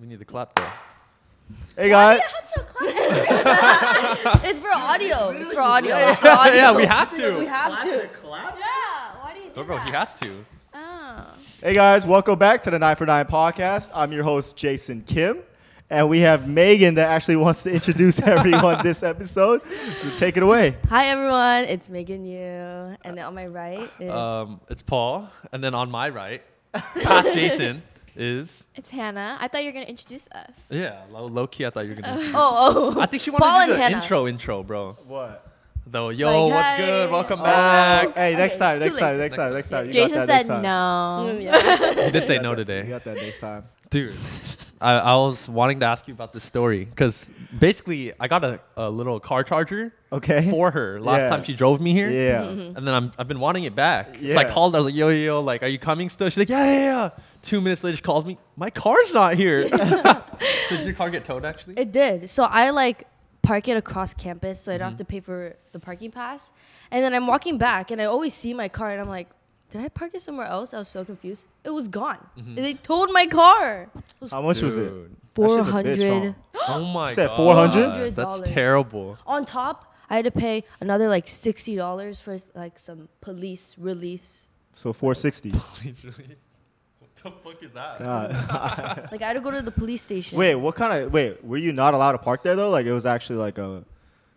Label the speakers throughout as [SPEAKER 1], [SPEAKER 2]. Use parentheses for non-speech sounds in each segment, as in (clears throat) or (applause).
[SPEAKER 1] We need to clap though.
[SPEAKER 2] Hey guys.
[SPEAKER 3] (laughs) It's for audio. It's for audio. It's for audio.
[SPEAKER 1] yeah, we have to.
[SPEAKER 3] We have
[SPEAKER 4] Clap
[SPEAKER 3] to.
[SPEAKER 4] to clap?
[SPEAKER 3] Yeah. Why do you do
[SPEAKER 1] Bro, bro,
[SPEAKER 3] that?
[SPEAKER 1] he has to.
[SPEAKER 3] oh.
[SPEAKER 2] Hey guys, welcome back to the 9 for 9 podcast. I'm your host, Jason Kim, and we have Megan that actually wants to introduce (laughs) everyone this episode. So take it away.
[SPEAKER 3] Hi everyone. It's Megan Yu, and then on my right is
[SPEAKER 1] Um, it's Paul, and then on my right, past Jason is
[SPEAKER 5] It's Hannah. I thought you were gonna introduce us.
[SPEAKER 1] yeah. Low, low key, (laughs) I thought you were gonna.
[SPEAKER 3] oh oh.
[SPEAKER 1] I think she
[SPEAKER 3] Paul
[SPEAKER 1] wanted to
[SPEAKER 3] and
[SPEAKER 1] do the
[SPEAKER 3] Hannah.
[SPEAKER 1] intro, intro, bro.
[SPEAKER 2] What?
[SPEAKER 1] Though, yo,
[SPEAKER 3] Like,
[SPEAKER 1] what's
[SPEAKER 3] hi.
[SPEAKER 1] good? Welcome
[SPEAKER 3] Oh.
[SPEAKER 1] back.
[SPEAKER 2] Hey,
[SPEAKER 3] Okay,
[SPEAKER 2] next time,
[SPEAKER 3] it's
[SPEAKER 2] next
[SPEAKER 3] too
[SPEAKER 2] time,
[SPEAKER 3] late.
[SPEAKER 2] next
[SPEAKER 1] Next
[SPEAKER 2] time, next
[SPEAKER 1] time.
[SPEAKER 2] time. You
[SPEAKER 5] Jason
[SPEAKER 2] got that
[SPEAKER 5] said
[SPEAKER 2] next time.
[SPEAKER 5] no.
[SPEAKER 3] Mm, yeah.
[SPEAKER 1] He did say
[SPEAKER 2] You got
[SPEAKER 1] no
[SPEAKER 2] (laughs) that- You
[SPEAKER 1] today,
[SPEAKER 2] got that next time.
[SPEAKER 1] dude. I, I was wanting to ask you about this story because basically I got a, a little car charger
[SPEAKER 2] Okay.
[SPEAKER 1] for her last
[SPEAKER 2] Yeah.
[SPEAKER 1] time she drove me here.
[SPEAKER 3] (laughs)
[SPEAKER 2] Yeah.
[SPEAKER 1] And then I'm, I've been wanting it back. So I
[SPEAKER 2] Yeah.
[SPEAKER 1] called. I was like, yo, yo, yo, like, are you coming still? She's like, yeah, yeah, yeah. Two minutes later, she calls me. My car's not here. (laughs) so did your car get towed, actually?
[SPEAKER 3] It did. So I like park it across campus so I
[SPEAKER 1] Mm-hmm.
[SPEAKER 3] don't have to pay for the parking pass. And then I'm walking back and I always see my car and I'm like, did I park it somewhere else? I was so confused. It was gone.
[SPEAKER 1] Mm-hmm.
[SPEAKER 3] They towed my car. It was
[SPEAKER 2] How much was it?
[SPEAKER 1] Dude.
[SPEAKER 2] That shit's a bitch,
[SPEAKER 3] 400.
[SPEAKER 2] huh?
[SPEAKER 1] (gasps) oh my
[SPEAKER 2] It's at
[SPEAKER 1] god.
[SPEAKER 2] 400?
[SPEAKER 1] That's
[SPEAKER 3] $400.
[SPEAKER 1] terrible. (laughs)
[SPEAKER 3] On top, I had to pay another like $60 for like some police release.
[SPEAKER 2] So 460.
[SPEAKER 1] Please release. What the fuck is that?
[SPEAKER 3] Like I had to go to the police station.
[SPEAKER 2] Wait, what kind of wait? Were you not allowed to park there though? Like it was actually like a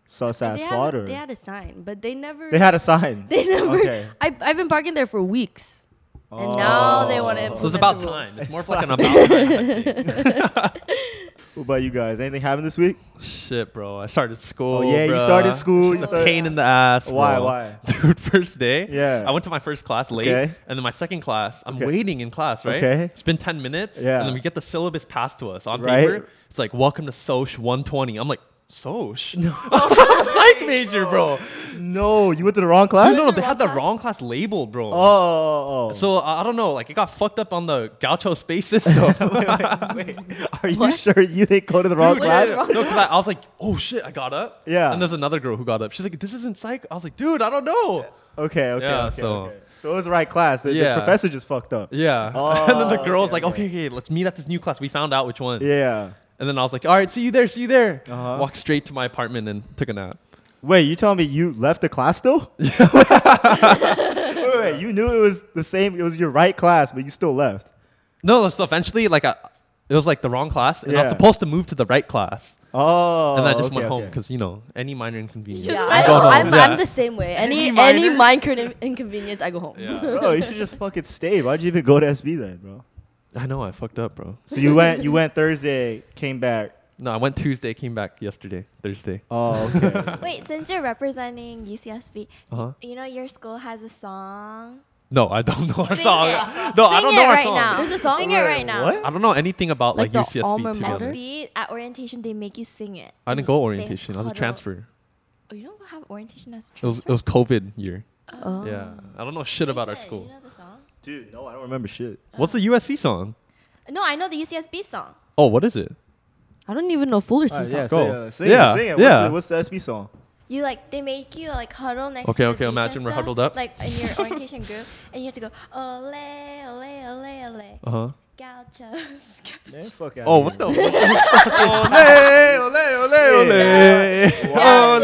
[SPEAKER 2] sus
[SPEAKER 3] they
[SPEAKER 2] ass
[SPEAKER 3] had,
[SPEAKER 2] spot, or
[SPEAKER 3] they had a sign, but they never.
[SPEAKER 2] They had a sign.
[SPEAKER 3] (laughs) They never.
[SPEAKER 2] Okay.
[SPEAKER 3] I, I've been parking there for weeks.
[SPEAKER 4] Oh.
[SPEAKER 3] And now they want to.
[SPEAKER 1] So it's about
[SPEAKER 3] the rules.
[SPEAKER 1] time. It's more of like an about time. I think.
[SPEAKER 2] What about you guys? Anything happened this week?
[SPEAKER 1] Shit, bro. I started school.
[SPEAKER 2] Oh, yeah, you
[SPEAKER 1] bruh.
[SPEAKER 2] started school,
[SPEAKER 1] It's
[SPEAKER 2] you
[SPEAKER 1] a
[SPEAKER 2] started-
[SPEAKER 1] pain in the ass.
[SPEAKER 2] Why,
[SPEAKER 1] bro.
[SPEAKER 2] why?
[SPEAKER 1] (laughs) Dude, first day.
[SPEAKER 2] Yeah.
[SPEAKER 1] I went to my first class late,
[SPEAKER 2] Okay.
[SPEAKER 1] and then my second class. I'm
[SPEAKER 2] Okay.
[SPEAKER 1] waiting in class, right?
[SPEAKER 2] Okay.
[SPEAKER 1] It's been ten minutes.
[SPEAKER 2] Yeah.
[SPEAKER 1] And then we get the syllabus passed to us on
[SPEAKER 2] Right.
[SPEAKER 1] paper. It's like, "Welcome to Soch 120." I'm like,
[SPEAKER 2] (laughs)
[SPEAKER 1] "Soch? (laughs) Psych major, bro."
[SPEAKER 2] No, you went to the wrong class.
[SPEAKER 1] Dude, no, no, they had the wrong class labeled, bro.
[SPEAKER 2] Oh, oh, oh.
[SPEAKER 1] So I I don't know, like it got fucked up on the Gaucho space system.
[SPEAKER 2] (laughs) are you sure you didn't go to the wrong
[SPEAKER 1] Dude,
[SPEAKER 3] what
[SPEAKER 2] class?
[SPEAKER 3] is
[SPEAKER 1] yeah.
[SPEAKER 3] wrong?
[SPEAKER 1] No, 'cause I, I was like, oh shit, I got up.
[SPEAKER 2] Yeah.
[SPEAKER 1] And there's another girl who got up. She's like, this isn't psych. I was like, dude, I don't know.
[SPEAKER 2] Okay, okay,
[SPEAKER 1] Yeah,
[SPEAKER 2] okay,
[SPEAKER 1] so-
[SPEAKER 2] okay. So it was the right class. The, the
[SPEAKER 1] Yeah.
[SPEAKER 2] professor just fucked up.
[SPEAKER 1] Yeah. (laughs)
[SPEAKER 2] Oh,
[SPEAKER 1] and then the girl's
[SPEAKER 2] okay,
[SPEAKER 1] like, okay, okay, let's meet at this new class. We found out which one.
[SPEAKER 2] Yeah.
[SPEAKER 1] And then I was like, all right, see you there, see you there.
[SPEAKER 2] Uh-huh.
[SPEAKER 1] Walked straight to my apartment and took a nap.
[SPEAKER 2] Wait, you telling me you left the
[SPEAKER 1] (laughs)
[SPEAKER 2] class still? (laughs) wait, wait, you knew it was the same. It was your right class, but you still left.
[SPEAKER 1] No, so eventually, like, I, it was like the wrong class, and I was
[SPEAKER 2] Yeah.
[SPEAKER 1] supposed to move to the right class,
[SPEAKER 2] Oh.
[SPEAKER 1] and I just
[SPEAKER 2] okay,
[SPEAKER 1] went home
[SPEAKER 2] okay.
[SPEAKER 1] because you know any minor inconvenience.
[SPEAKER 3] Yeah,
[SPEAKER 5] Just
[SPEAKER 3] I
[SPEAKER 5] like-
[SPEAKER 3] know.
[SPEAKER 1] Go home.
[SPEAKER 3] I'm,
[SPEAKER 1] Yeah.
[SPEAKER 3] I'm the same way. Any
[SPEAKER 1] Any minor?
[SPEAKER 3] any minor in- inconvenience, I go home.
[SPEAKER 1] Yeah.
[SPEAKER 2] bro, you should just fucking stay. Why'd you even go to SB then, bro?
[SPEAKER 1] I know I fucked up, bro.
[SPEAKER 2] So you went, you went Thursday, came back.
[SPEAKER 1] No, I went Tuesday, came back yesterday, Thursday.
[SPEAKER 2] Oh,
[SPEAKER 1] (laughs)
[SPEAKER 2] okay.
[SPEAKER 5] Wait, since you're representing UCSB,
[SPEAKER 1] Uh huh.
[SPEAKER 5] you know your school has a song.
[SPEAKER 1] No, I don't know our
[SPEAKER 5] Sing
[SPEAKER 1] song.
[SPEAKER 5] it.
[SPEAKER 1] No,
[SPEAKER 5] Sing
[SPEAKER 1] I don't
[SPEAKER 5] it
[SPEAKER 1] know our
[SPEAKER 5] right
[SPEAKER 1] song.
[SPEAKER 5] now.
[SPEAKER 3] There's a song?
[SPEAKER 5] Sing it right now.
[SPEAKER 2] What?
[SPEAKER 1] I don't know anything about like,
[SPEAKER 3] Like the
[SPEAKER 1] UCSB
[SPEAKER 3] alma
[SPEAKER 1] to be
[SPEAKER 3] mater?
[SPEAKER 1] honest.
[SPEAKER 5] SB at orientation they make you sing it.
[SPEAKER 1] I didn't go orientation. I was a
[SPEAKER 5] huddle.
[SPEAKER 1] transfer.
[SPEAKER 5] Oh, you don't have orientation as a
[SPEAKER 1] It was it
[SPEAKER 5] transfer?
[SPEAKER 1] was COVID year.
[SPEAKER 3] Oh.
[SPEAKER 1] Yeah, I don't know shit about our
[SPEAKER 5] Jason,
[SPEAKER 1] school.
[SPEAKER 5] You know the song?
[SPEAKER 2] Dude, no, I don't remember shit.
[SPEAKER 1] What's the USC song?
[SPEAKER 5] No, I know the UCSB song.
[SPEAKER 1] Oh, what is it?
[SPEAKER 3] (laughs) I don't even know Fullerton
[SPEAKER 2] yeah,
[SPEAKER 3] songs.
[SPEAKER 1] Go.
[SPEAKER 2] sing, uh, sing it,
[SPEAKER 1] Yeah,
[SPEAKER 2] sing it.
[SPEAKER 1] yeah.
[SPEAKER 2] What's, the, what's the SB song?
[SPEAKER 5] You like they make you like huddle next.
[SPEAKER 1] Okay,
[SPEAKER 5] to the
[SPEAKER 1] okay,
[SPEAKER 5] beach and
[SPEAKER 1] imagine we're
[SPEAKER 5] stuff,
[SPEAKER 1] huddled up.
[SPEAKER 5] Like in
[SPEAKER 1] (laughs)
[SPEAKER 5] your orientation group, and you have to go ole ole ole ole.
[SPEAKER 1] Uh
[SPEAKER 2] Uh-huh.
[SPEAKER 1] huh.
[SPEAKER 5] Gauchos.
[SPEAKER 2] Man, fuck out.
[SPEAKER 1] Oh,
[SPEAKER 5] (laughs)
[SPEAKER 1] what the? ole ole ole ole.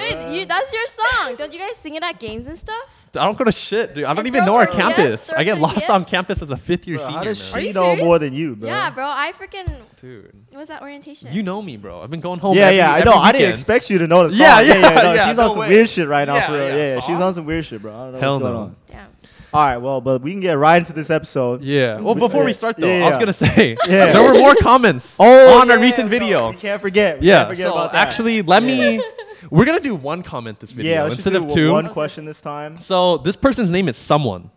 [SPEAKER 4] (laughs)
[SPEAKER 5] Wait, you, that's your song. Don't you guys sing it at games and stuff?
[SPEAKER 1] I don't go to shit, dude. I don't
[SPEAKER 5] And
[SPEAKER 1] even
[SPEAKER 5] throw
[SPEAKER 1] know our
[SPEAKER 5] your
[SPEAKER 1] campus.
[SPEAKER 5] PS,
[SPEAKER 1] I get
[SPEAKER 5] throw your
[SPEAKER 1] lost
[SPEAKER 5] PS.
[SPEAKER 1] on campus as a fifth year
[SPEAKER 2] Bro,
[SPEAKER 1] senior.
[SPEAKER 2] how does
[SPEAKER 1] now.
[SPEAKER 2] she
[SPEAKER 5] Are you
[SPEAKER 2] know
[SPEAKER 5] serious?
[SPEAKER 2] more than you, bro?
[SPEAKER 5] Yeah, bro. I freaking.
[SPEAKER 1] Dude,
[SPEAKER 5] What was that orientation?
[SPEAKER 1] you know me, bro. I've been going home.
[SPEAKER 2] yeah,
[SPEAKER 1] every,
[SPEAKER 2] yeah. I
[SPEAKER 1] every
[SPEAKER 2] know. I didn't
[SPEAKER 1] weekend.
[SPEAKER 2] expect you to know the song.
[SPEAKER 1] Yeah, yeah,
[SPEAKER 2] no,
[SPEAKER 1] yeah,
[SPEAKER 2] She's
[SPEAKER 1] no
[SPEAKER 2] on some
[SPEAKER 1] way.
[SPEAKER 2] weird shit right now,
[SPEAKER 1] Yeah,
[SPEAKER 2] for real.
[SPEAKER 1] yeah,
[SPEAKER 2] Yeah, yeah, she's
[SPEAKER 1] song?
[SPEAKER 2] on some weird shit, bro. I don't know
[SPEAKER 1] Hell
[SPEAKER 2] what's going
[SPEAKER 1] no.
[SPEAKER 2] on.
[SPEAKER 5] Damn.
[SPEAKER 2] All right, well, but we can get right into this episode.
[SPEAKER 1] Yeah. Well, before we start though,
[SPEAKER 2] Yeah,
[SPEAKER 1] I was
[SPEAKER 2] yeah.
[SPEAKER 1] gonna say
[SPEAKER 2] (laughs) Yeah.
[SPEAKER 1] there were more comments
[SPEAKER 2] Oh,
[SPEAKER 1] on
[SPEAKER 2] yeah,
[SPEAKER 1] our recent
[SPEAKER 2] yeah, no,
[SPEAKER 1] video.
[SPEAKER 2] we can't forget. We
[SPEAKER 1] yeah.
[SPEAKER 2] can't forget
[SPEAKER 1] so
[SPEAKER 2] about that.
[SPEAKER 1] actually, let me. (laughs) We're gonna do one comment this video
[SPEAKER 2] yeah, let's
[SPEAKER 1] instead
[SPEAKER 2] just
[SPEAKER 1] of
[SPEAKER 2] do
[SPEAKER 1] two.
[SPEAKER 2] one question this time.
[SPEAKER 1] So this person's name is someone.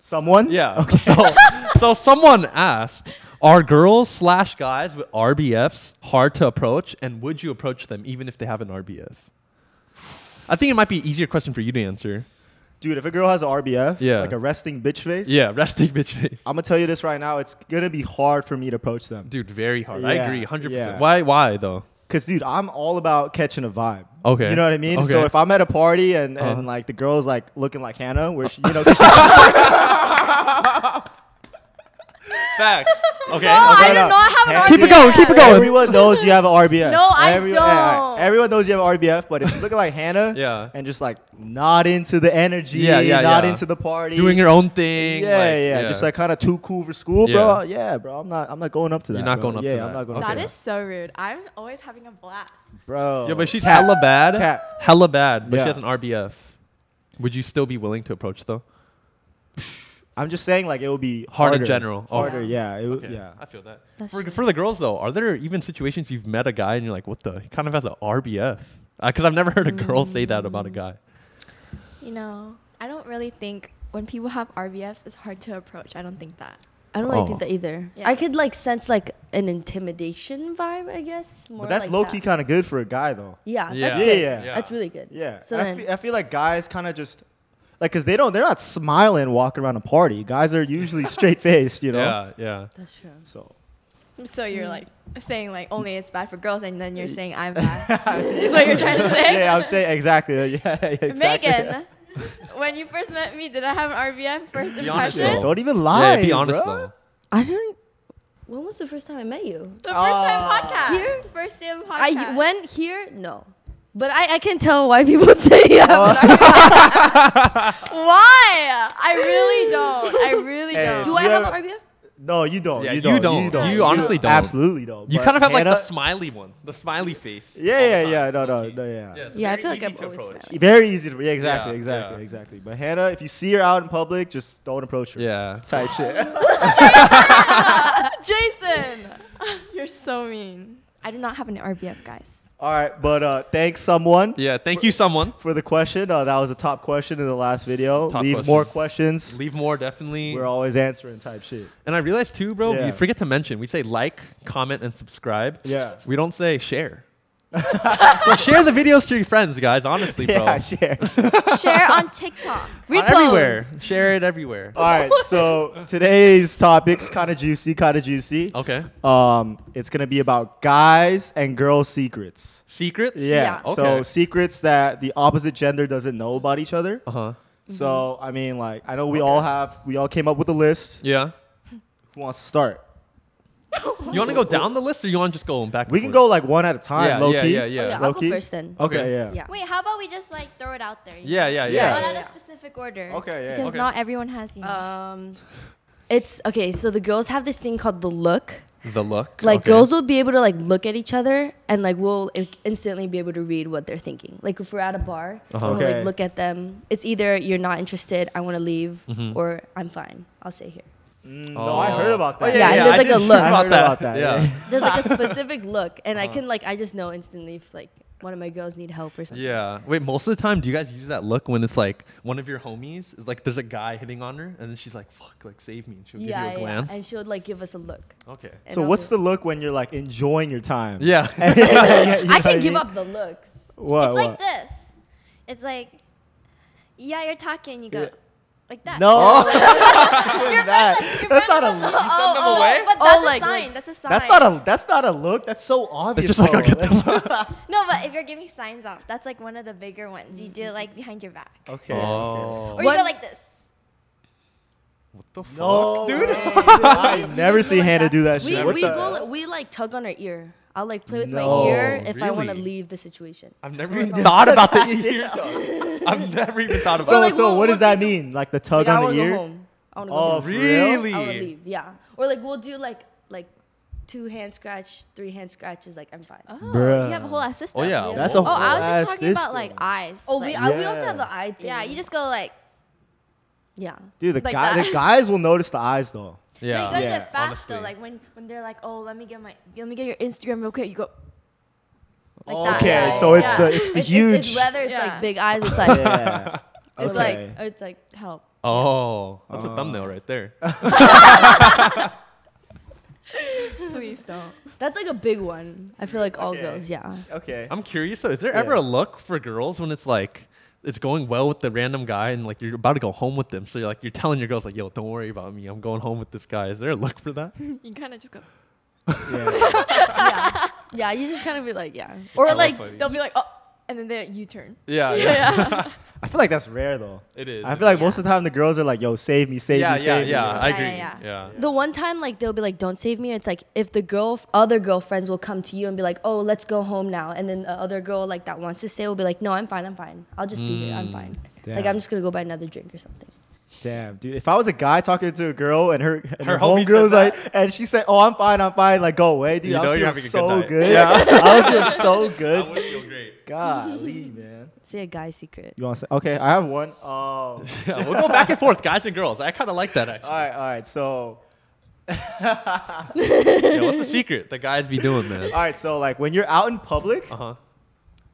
[SPEAKER 2] Someone?
[SPEAKER 1] (laughs) Yeah. So so someone asked, are girls slash guys with RBFs hard to approach, and would you approach them even if they have an RBF? I think it might be an easier question for you to answer.
[SPEAKER 2] Dude, if a girl has an RBF,
[SPEAKER 1] Yeah.
[SPEAKER 2] like a resting bitch face,
[SPEAKER 1] Yeah, resting bitch face.
[SPEAKER 2] I'm gonna tell you this right now. It's gonna be hard for me to approach them.
[SPEAKER 1] Dude, very hard. I
[SPEAKER 2] Yeah,
[SPEAKER 1] agree, hundred
[SPEAKER 2] yeah.
[SPEAKER 1] percent. Why? Why though?
[SPEAKER 2] Cause, dude, I'm all about catching a vibe.
[SPEAKER 1] Okay.
[SPEAKER 2] You know what I mean? So
[SPEAKER 1] Okay.
[SPEAKER 2] if I'm at a party and,
[SPEAKER 1] Uh-huh.
[SPEAKER 2] and like the girl's
[SPEAKER 1] (laughs)
[SPEAKER 2] like looking like Hannah, where she, you know, 'cause she's-
[SPEAKER 1] (laughs) Facts. Okay.
[SPEAKER 3] No,
[SPEAKER 2] okay,
[SPEAKER 3] Oh, I
[SPEAKER 2] no.
[SPEAKER 3] do not have an
[SPEAKER 2] Hey.
[SPEAKER 3] RBF.
[SPEAKER 2] Keep
[SPEAKER 1] it going, keep it going.
[SPEAKER 2] Everyone knows you have an RBF.
[SPEAKER 3] No, I don't.
[SPEAKER 2] Everyone knows you have an RBF, but if you look like Hannah
[SPEAKER 1] (laughs) Yeah.
[SPEAKER 2] and just like not into the energy,
[SPEAKER 1] Yeah, yeah,
[SPEAKER 2] not
[SPEAKER 1] yeah.
[SPEAKER 2] into the party,
[SPEAKER 1] Doing your own thing.
[SPEAKER 2] yeah,
[SPEAKER 1] like,
[SPEAKER 2] yeah, just like kind of too cool for school, bro. Yeah, bro, I'm not, I'm not going up to that.
[SPEAKER 1] You're not
[SPEAKER 2] bro.
[SPEAKER 1] going up
[SPEAKER 2] yeah,
[SPEAKER 1] to
[SPEAKER 2] I'm
[SPEAKER 1] that.
[SPEAKER 2] not going
[SPEAKER 1] Okay.
[SPEAKER 2] up to
[SPEAKER 4] That is so rude. I'm always having a blast.
[SPEAKER 2] that, bro.
[SPEAKER 1] Yeah, but she's
[SPEAKER 2] Cap.
[SPEAKER 1] hella bad.
[SPEAKER 2] Cap.
[SPEAKER 1] Hella bad, but
[SPEAKER 2] Yeah.
[SPEAKER 1] she has an RBF. Would you still be willing to approach though?
[SPEAKER 2] I'm just saying, like it would be
[SPEAKER 1] Hard in
[SPEAKER 2] harder.
[SPEAKER 1] general. Oh.
[SPEAKER 2] Harder, yeah, it would-
[SPEAKER 1] Okay,
[SPEAKER 2] yeah.
[SPEAKER 1] I feel that.
[SPEAKER 3] That's
[SPEAKER 1] For,
[SPEAKER 3] true.
[SPEAKER 1] for the girls though, are there even situations you've met a guy and you're like, what the? He kind of has an RBF. Because I've never heard a girl say that about a guy.
[SPEAKER 4] You know, I don't really think when people have RBFs, it's hard to approach. I don't think that.
[SPEAKER 3] I don't really
[SPEAKER 1] Oh.
[SPEAKER 3] think that either.
[SPEAKER 4] Yeah.
[SPEAKER 3] I could like sense like an intimidation vibe, I guess. More
[SPEAKER 2] But that's
[SPEAKER 3] like
[SPEAKER 2] low key
[SPEAKER 3] that.
[SPEAKER 2] kind of good for a guy though.
[SPEAKER 3] Yeah,
[SPEAKER 1] Yeah.
[SPEAKER 3] that's
[SPEAKER 1] Yeah,
[SPEAKER 3] good.
[SPEAKER 2] yeah.
[SPEAKER 3] That's really good.
[SPEAKER 2] Yeah.
[SPEAKER 3] So
[SPEAKER 2] I,
[SPEAKER 3] then,
[SPEAKER 2] feel, I feel like guys kind of just like because they don't they're not smiling walking around a party. Guys are usually
[SPEAKER 3] (laughs)
[SPEAKER 2] straight faced, you know.
[SPEAKER 1] Yeah, yeah.
[SPEAKER 3] that's true. (laughs)
[SPEAKER 2] So (laughs)
[SPEAKER 4] So you're like Mm. saying like only it's bad for girls, and then you're saying
[SPEAKER 1] (laughs)
[SPEAKER 4] I'm bad. is what you're trying to say?
[SPEAKER 2] yeah, I'm saying exactly. (laughs) Yeah, yeah, exactly. (laughs)
[SPEAKER 4] (laughs) Megan,
[SPEAKER 1] (laughs)
[SPEAKER 4] when you first met me, did I have an RBF first
[SPEAKER 1] Be honest,
[SPEAKER 4] impression?
[SPEAKER 1] though.
[SPEAKER 2] Don't even lie.
[SPEAKER 1] yeah, be honest
[SPEAKER 2] bruh.
[SPEAKER 1] though.
[SPEAKER 3] I don't. When was the first time I met you?
[SPEAKER 4] The first
[SPEAKER 2] Ah.
[SPEAKER 4] time podcast.
[SPEAKER 3] Here?
[SPEAKER 4] First time podcast.
[SPEAKER 3] I when here no, but I I can tell why people (laughs) say yeah.
[SPEAKER 2] Oh,
[SPEAKER 3] but I-
[SPEAKER 4] Why? I really don't. I
[SPEAKER 1] (laughs)
[SPEAKER 4] really
[SPEAKER 2] Hey.
[SPEAKER 4] don't.
[SPEAKER 3] do
[SPEAKER 2] You
[SPEAKER 3] I have
[SPEAKER 2] have-
[SPEAKER 3] an RBF?
[SPEAKER 2] No, you don't.
[SPEAKER 1] Yeah,
[SPEAKER 2] you
[SPEAKER 1] you
[SPEAKER 2] don't.
[SPEAKER 1] don't. You honestly don't.
[SPEAKER 2] Absolutely don't.
[SPEAKER 1] You
[SPEAKER 2] But
[SPEAKER 1] kind of have like the
[SPEAKER 2] Hannah-
[SPEAKER 1] smiley one, the smiley face.
[SPEAKER 2] Yeah,
[SPEAKER 1] all the
[SPEAKER 2] yeah,
[SPEAKER 1] time,
[SPEAKER 2] yeah, no, no,
[SPEAKER 1] low-key.
[SPEAKER 2] no, yeah.
[SPEAKER 1] it's
[SPEAKER 3] Yeah, I
[SPEAKER 1] very
[SPEAKER 3] feel like
[SPEAKER 1] easy
[SPEAKER 3] I'm
[SPEAKER 1] to
[SPEAKER 3] always
[SPEAKER 1] approach.
[SPEAKER 3] smiling.
[SPEAKER 2] Very easy to. Yeah, exactly,
[SPEAKER 1] Yeah,
[SPEAKER 2] exactly,
[SPEAKER 1] yeah.
[SPEAKER 2] exactly. But Hannah, if you see her out in public, just don't approach her.
[SPEAKER 1] Yeah.
[SPEAKER 2] Type shit. (laughs)
[SPEAKER 4] Jason, (laughs) you're so mean. I do not have an RBF, guys.
[SPEAKER 2] All right, but uh, thanks someone.
[SPEAKER 1] Yeah, thank you, someone.
[SPEAKER 2] for the question. Uh, that was a top question in the last video.
[SPEAKER 1] Top
[SPEAKER 2] Leave
[SPEAKER 1] question.
[SPEAKER 2] more questions.
[SPEAKER 1] Leave more, definitely.
[SPEAKER 2] We're always answering type shit.
[SPEAKER 1] and I realized too, bro,
[SPEAKER 2] Yeah.
[SPEAKER 1] we forget to mention, we say like, comment, and subscribe.
[SPEAKER 2] Yeah.
[SPEAKER 1] We don't say share. (laughs) so share the videos to your friends, guys, honestly, bro.
[SPEAKER 2] Yeah, (laughs) share.
[SPEAKER 4] Share on TikTok.
[SPEAKER 1] On
[SPEAKER 2] Oh,
[SPEAKER 1] everywhere. Share it everywhere.
[SPEAKER 2] All right, so today's topic's kind of juicy, kind of juicy.
[SPEAKER 1] Okay.
[SPEAKER 2] Um, it's gonna be about guys and girls' secrets.
[SPEAKER 1] Secrets?
[SPEAKER 2] Yeah.
[SPEAKER 1] Okay.
[SPEAKER 2] So secrets that the opposite gender doesn't know about each other.
[SPEAKER 1] uh-huh.
[SPEAKER 2] So I mean, like, I know we all have, we all came up with a list.
[SPEAKER 1] Yeah.
[SPEAKER 2] Who wants to start?
[SPEAKER 1] You want to go down the list or you want to just go back? and
[SPEAKER 2] We can go
[SPEAKER 1] forth?
[SPEAKER 2] like one at a time,
[SPEAKER 1] Yeah,
[SPEAKER 2] low
[SPEAKER 1] yeah,
[SPEAKER 2] key.
[SPEAKER 1] yeah, yeah.
[SPEAKER 3] Oh, yeah,
[SPEAKER 2] Low
[SPEAKER 3] I'll go
[SPEAKER 2] key?
[SPEAKER 3] first then.
[SPEAKER 2] Okay,
[SPEAKER 1] Okay.
[SPEAKER 2] yeah.
[SPEAKER 3] Yeah.
[SPEAKER 4] (laughs) Wait, how about we just like throw it out there? you
[SPEAKER 1] Yeah, yeah, yeah.
[SPEAKER 2] Yeah.
[SPEAKER 4] Not
[SPEAKER 2] Yeah.
[SPEAKER 4] at a specific order.
[SPEAKER 2] Okay, yeah.
[SPEAKER 4] Because
[SPEAKER 1] Okay.
[SPEAKER 4] not everyone has you. know.
[SPEAKER 3] Um, it's okay. So the girls have this thing called the look.
[SPEAKER 1] The look.
[SPEAKER 3] Like
[SPEAKER 1] okay.
[SPEAKER 3] girls will be able to like look at each other and like we'll in- instantly be able to read what they're thinking. Like if we're at a bar,
[SPEAKER 1] Uh-huh.
[SPEAKER 3] we'll
[SPEAKER 2] Okay.
[SPEAKER 3] like look at them. It's either you're not interested, I want to leave,
[SPEAKER 1] Mm-hmm.
[SPEAKER 3] or I'm fine. I'll stay here.
[SPEAKER 2] Mm, No, I
[SPEAKER 1] Oh.
[SPEAKER 2] heard about that.
[SPEAKER 1] Oh, yeah,
[SPEAKER 3] Yeah,
[SPEAKER 1] yeah,
[SPEAKER 3] and there's
[SPEAKER 1] I
[SPEAKER 3] like
[SPEAKER 1] did
[SPEAKER 3] a
[SPEAKER 1] hear
[SPEAKER 3] look.
[SPEAKER 2] I
[SPEAKER 1] About
[SPEAKER 2] heard
[SPEAKER 1] that.
[SPEAKER 2] about that,
[SPEAKER 1] Yeah.
[SPEAKER 2] yeah.
[SPEAKER 3] There's
[SPEAKER 1] (laughs)
[SPEAKER 3] like a specific look, and I
[SPEAKER 1] Uh-huh.
[SPEAKER 3] can like I just know instantly if like one of my girls need help or something.
[SPEAKER 1] Yeah. Wait, most of the time, do you guys use that look when it's like one of your homies is like, there's a guy hitting on her, and then she's like, "Fuck, like save me," and she'll
[SPEAKER 3] yeah,
[SPEAKER 1] give you a
[SPEAKER 3] yeah.
[SPEAKER 1] glance.
[SPEAKER 3] And she would like give us a look.
[SPEAKER 1] okay.
[SPEAKER 3] And
[SPEAKER 2] So
[SPEAKER 3] I'll
[SPEAKER 2] what's
[SPEAKER 3] be-
[SPEAKER 2] the look when you're like enjoying your time?
[SPEAKER 1] (laughs)
[SPEAKER 2] (laughs)
[SPEAKER 1] Yeah.
[SPEAKER 3] (laughs) I can give up the looks.
[SPEAKER 2] What? what?
[SPEAKER 4] it's like this. It's like, yeah, you're talking. You go
[SPEAKER 2] Yeah.
[SPEAKER 4] like that.
[SPEAKER 2] No.
[SPEAKER 4] (laughs)
[SPEAKER 2] (laughs) Doing that. That's not a. look.
[SPEAKER 4] Oh,
[SPEAKER 1] them
[SPEAKER 4] oh,
[SPEAKER 1] away?
[SPEAKER 4] But
[SPEAKER 3] Oh,
[SPEAKER 4] that's a
[SPEAKER 3] like-
[SPEAKER 4] sign. That's a sign.
[SPEAKER 2] That's not a. That's not a look. That's so obvious.
[SPEAKER 1] just like, I'll
[SPEAKER 2] though.
[SPEAKER 1] get the
[SPEAKER 4] No, but if you're giving signs off, that's like one of the bigger ones. You do it like behind your back.
[SPEAKER 2] (laughs) okay.
[SPEAKER 1] Oh.
[SPEAKER 4] Or you
[SPEAKER 3] What-
[SPEAKER 4] go like this.
[SPEAKER 1] What the fuck,
[SPEAKER 2] No,
[SPEAKER 3] (laughs)
[SPEAKER 1] dude?
[SPEAKER 2] way. I never
[SPEAKER 3] We
[SPEAKER 2] see
[SPEAKER 3] do like
[SPEAKER 2] Hannah
[SPEAKER 3] that.
[SPEAKER 2] do that
[SPEAKER 3] We,
[SPEAKER 2] shit. What
[SPEAKER 3] we
[SPEAKER 2] the-
[SPEAKER 3] go like, we like tug on her ear. I'll like play with
[SPEAKER 2] No,
[SPEAKER 3] my ear if I want to
[SPEAKER 1] really?
[SPEAKER 3] leave the situation.
[SPEAKER 1] I've never even thought about the ear. though. I've never even thought
[SPEAKER 2] So,
[SPEAKER 1] about.
[SPEAKER 3] like,
[SPEAKER 1] it.
[SPEAKER 2] so
[SPEAKER 3] we'll-
[SPEAKER 2] what
[SPEAKER 3] we'll
[SPEAKER 2] does that mean? Like the tug
[SPEAKER 3] Like, I
[SPEAKER 2] on
[SPEAKER 3] want
[SPEAKER 2] the
[SPEAKER 3] to go
[SPEAKER 2] ear?
[SPEAKER 3] home. I want to go
[SPEAKER 2] Oh,
[SPEAKER 3] home.
[SPEAKER 2] for real?
[SPEAKER 1] really?
[SPEAKER 3] I want to leave. Yeah. Or like we'll do like like two hand scratch, three hand scratches. Like I'm fine.
[SPEAKER 4] Oh,
[SPEAKER 2] Bruh.
[SPEAKER 4] you have a whole ass system.
[SPEAKER 1] Oh yeah.
[SPEAKER 2] That's
[SPEAKER 1] whoa.
[SPEAKER 2] a
[SPEAKER 4] Oh, I was
[SPEAKER 2] Whole ass
[SPEAKER 4] just talking about like
[SPEAKER 2] system.
[SPEAKER 4] eyes.
[SPEAKER 3] Oh, we
[SPEAKER 4] like,
[SPEAKER 3] I, we also
[SPEAKER 2] Yeah.
[SPEAKER 3] have the eye thing.
[SPEAKER 4] yeah. You just go like
[SPEAKER 3] yeah.
[SPEAKER 2] Dude, the
[SPEAKER 4] Like
[SPEAKER 2] guy, the
[SPEAKER 4] that.
[SPEAKER 2] guys will notice the eyes
[SPEAKER 3] (laughs)
[SPEAKER 2] though.
[SPEAKER 4] But you
[SPEAKER 1] Yeah.
[SPEAKER 4] go
[SPEAKER 2] Yeah,
[SPEAKER 4] to the fast
[SPEAKER 1] honestly.
[SPEAKER 4] though, like when when they're like, oh, let me get my let me get your Instagram real quick. You go. Like that.
[SPEAKER 2] okay,
[SPEAKER 4] Yeah,
[SPEAKER 2] so
[SPEAKER 4] yeah,
[SPEAKER 2] it's
[SPEAKER 4] yeah.
[SPEAKER 2] the it's the
[SPEAKER 3] It's-
[SPEAKER 2] huge.
[SPEAKER 3] It's, it's whether it's
[SPEAKER 4] Yeah.
[SPEAKER 3] like (laughs) big eyes. It's
[SPEAKER 2] (laughs)
[SPEAKER 3] like
[SPEAKER 2] yeah.
[SPEAKER 3] it's
[SPEAKER 2] Okay.
[SPEAKER 3] like or it's like help.
[SPEAKER 1] Oh, that's a thumbnail right there.
[SPEAKER 4] Please don't.
[SPEAKER 3] That's like a big one. I feel like all
[SPEAKER 2] Okay.
[SPEAKER 3] girls. Yeah.
[SPEAKER 2] okay.
[SPEAKER 1] I'm curious though. Is there ever
[SPEAKER 2] Yeah.
[SPEAKER 1] a look for girls when it's like it's going well with the random guy and like you're about to go home with them? So you're like you're telling your girls like, "Yo, don't worry about me. I'm going home with this guy." Is there a look for that?
[SPEAKER 4] You kind of just go.
[SPEAKER 2] Yeah.
[SPEAKER 3] (laughs) yeah. Yeah. You just kind of be like yeah. Or
[SPEAKER 1] hella
[SPEAKER 3] like
[SPEAKER 1] funny.
[SPEAKER 2] (laughs)
[SPEAKER 4] They'll be like, oh, and then they U turn.
[SPEAKER 1] Yeah.
[SPEAKER 4] Yeah.
[SPEAKER 2] I feel like that's rare though.
[SPEAKER 1] It is.
[SPEAKER 2] I feel like
[SPEAKER 4] Yeah.
[SPEAKER 2] most of the time the girls are like, "Yo, save me, save
[SPEAKER 1] yeah,
[SPEAKER 2] me,
[SPEAKER 1] yeah,
[SPEAKER 2] save
[SPEAKER 1] yeah.
[SPEAKER 2] me."
[SPEAKER 1] I
[SPEAKER 4] Yeah,
[SPEAKER 1] agree. Yeah,
[SPEAKER 4] yeah,
[SPEAKER 3] The one time, like they'll be like, "Don't save me." It's like if the girl, f- other girlfriends will come to you and be like, "Oh, let's go home now," and then the other girl, like that wants to stay, will be like, "No, I'm fine. I'm fine. I'll just be here. I'm fine. Like
[SPEAKER 2] Mm, Damn.
[SPEAKER 3] I'm just gonna go buy another drink or something."
[SPEAKER 2] Damn, dude. If I was a guy talking to a girl and her and her,
[SPEAKER 1] Her homie
[SPEAKER 2] homegirl's
[SPEAKER 1] said
[SPEAKER 2] like, and she said, "Oh, I'm fine, I'm fine," like go away, dude.
[SPEAKER 1] You
[SPEAKER 2] I
[SPEAKER 1] know
[SPEAKER 2] would
[SPEAKER 1] you're having a
[SPEAKER 2] feel
[SPEAKER 1] good
[SPEAKER 2] so
[SPEAKER 1] night.
[SPEAKER 2] good. (laughs) I would feel
[SPEAKER 1] (laughs)
[SPEAKER 2] so good.
[SPEAKER 1] feel great.
[SPEAKER 2] Golly, man.
[SPEAKER 3] Say a guy's secret.
[SPEAKER 2] You want to say? Okay, I have one. Um,
[SPEAKER 1] Yeah, we'll go back and forth, guys and girls. I kind of like that actually.
[SPEAKER 2] All right, all right. So,
[SPEAKER 1] Yeah, what's the secret the guys be doing, (laughs) man?
[SPEAKER 2] all right, so like when you're out in public
[SPEAKER 1] Uh huh.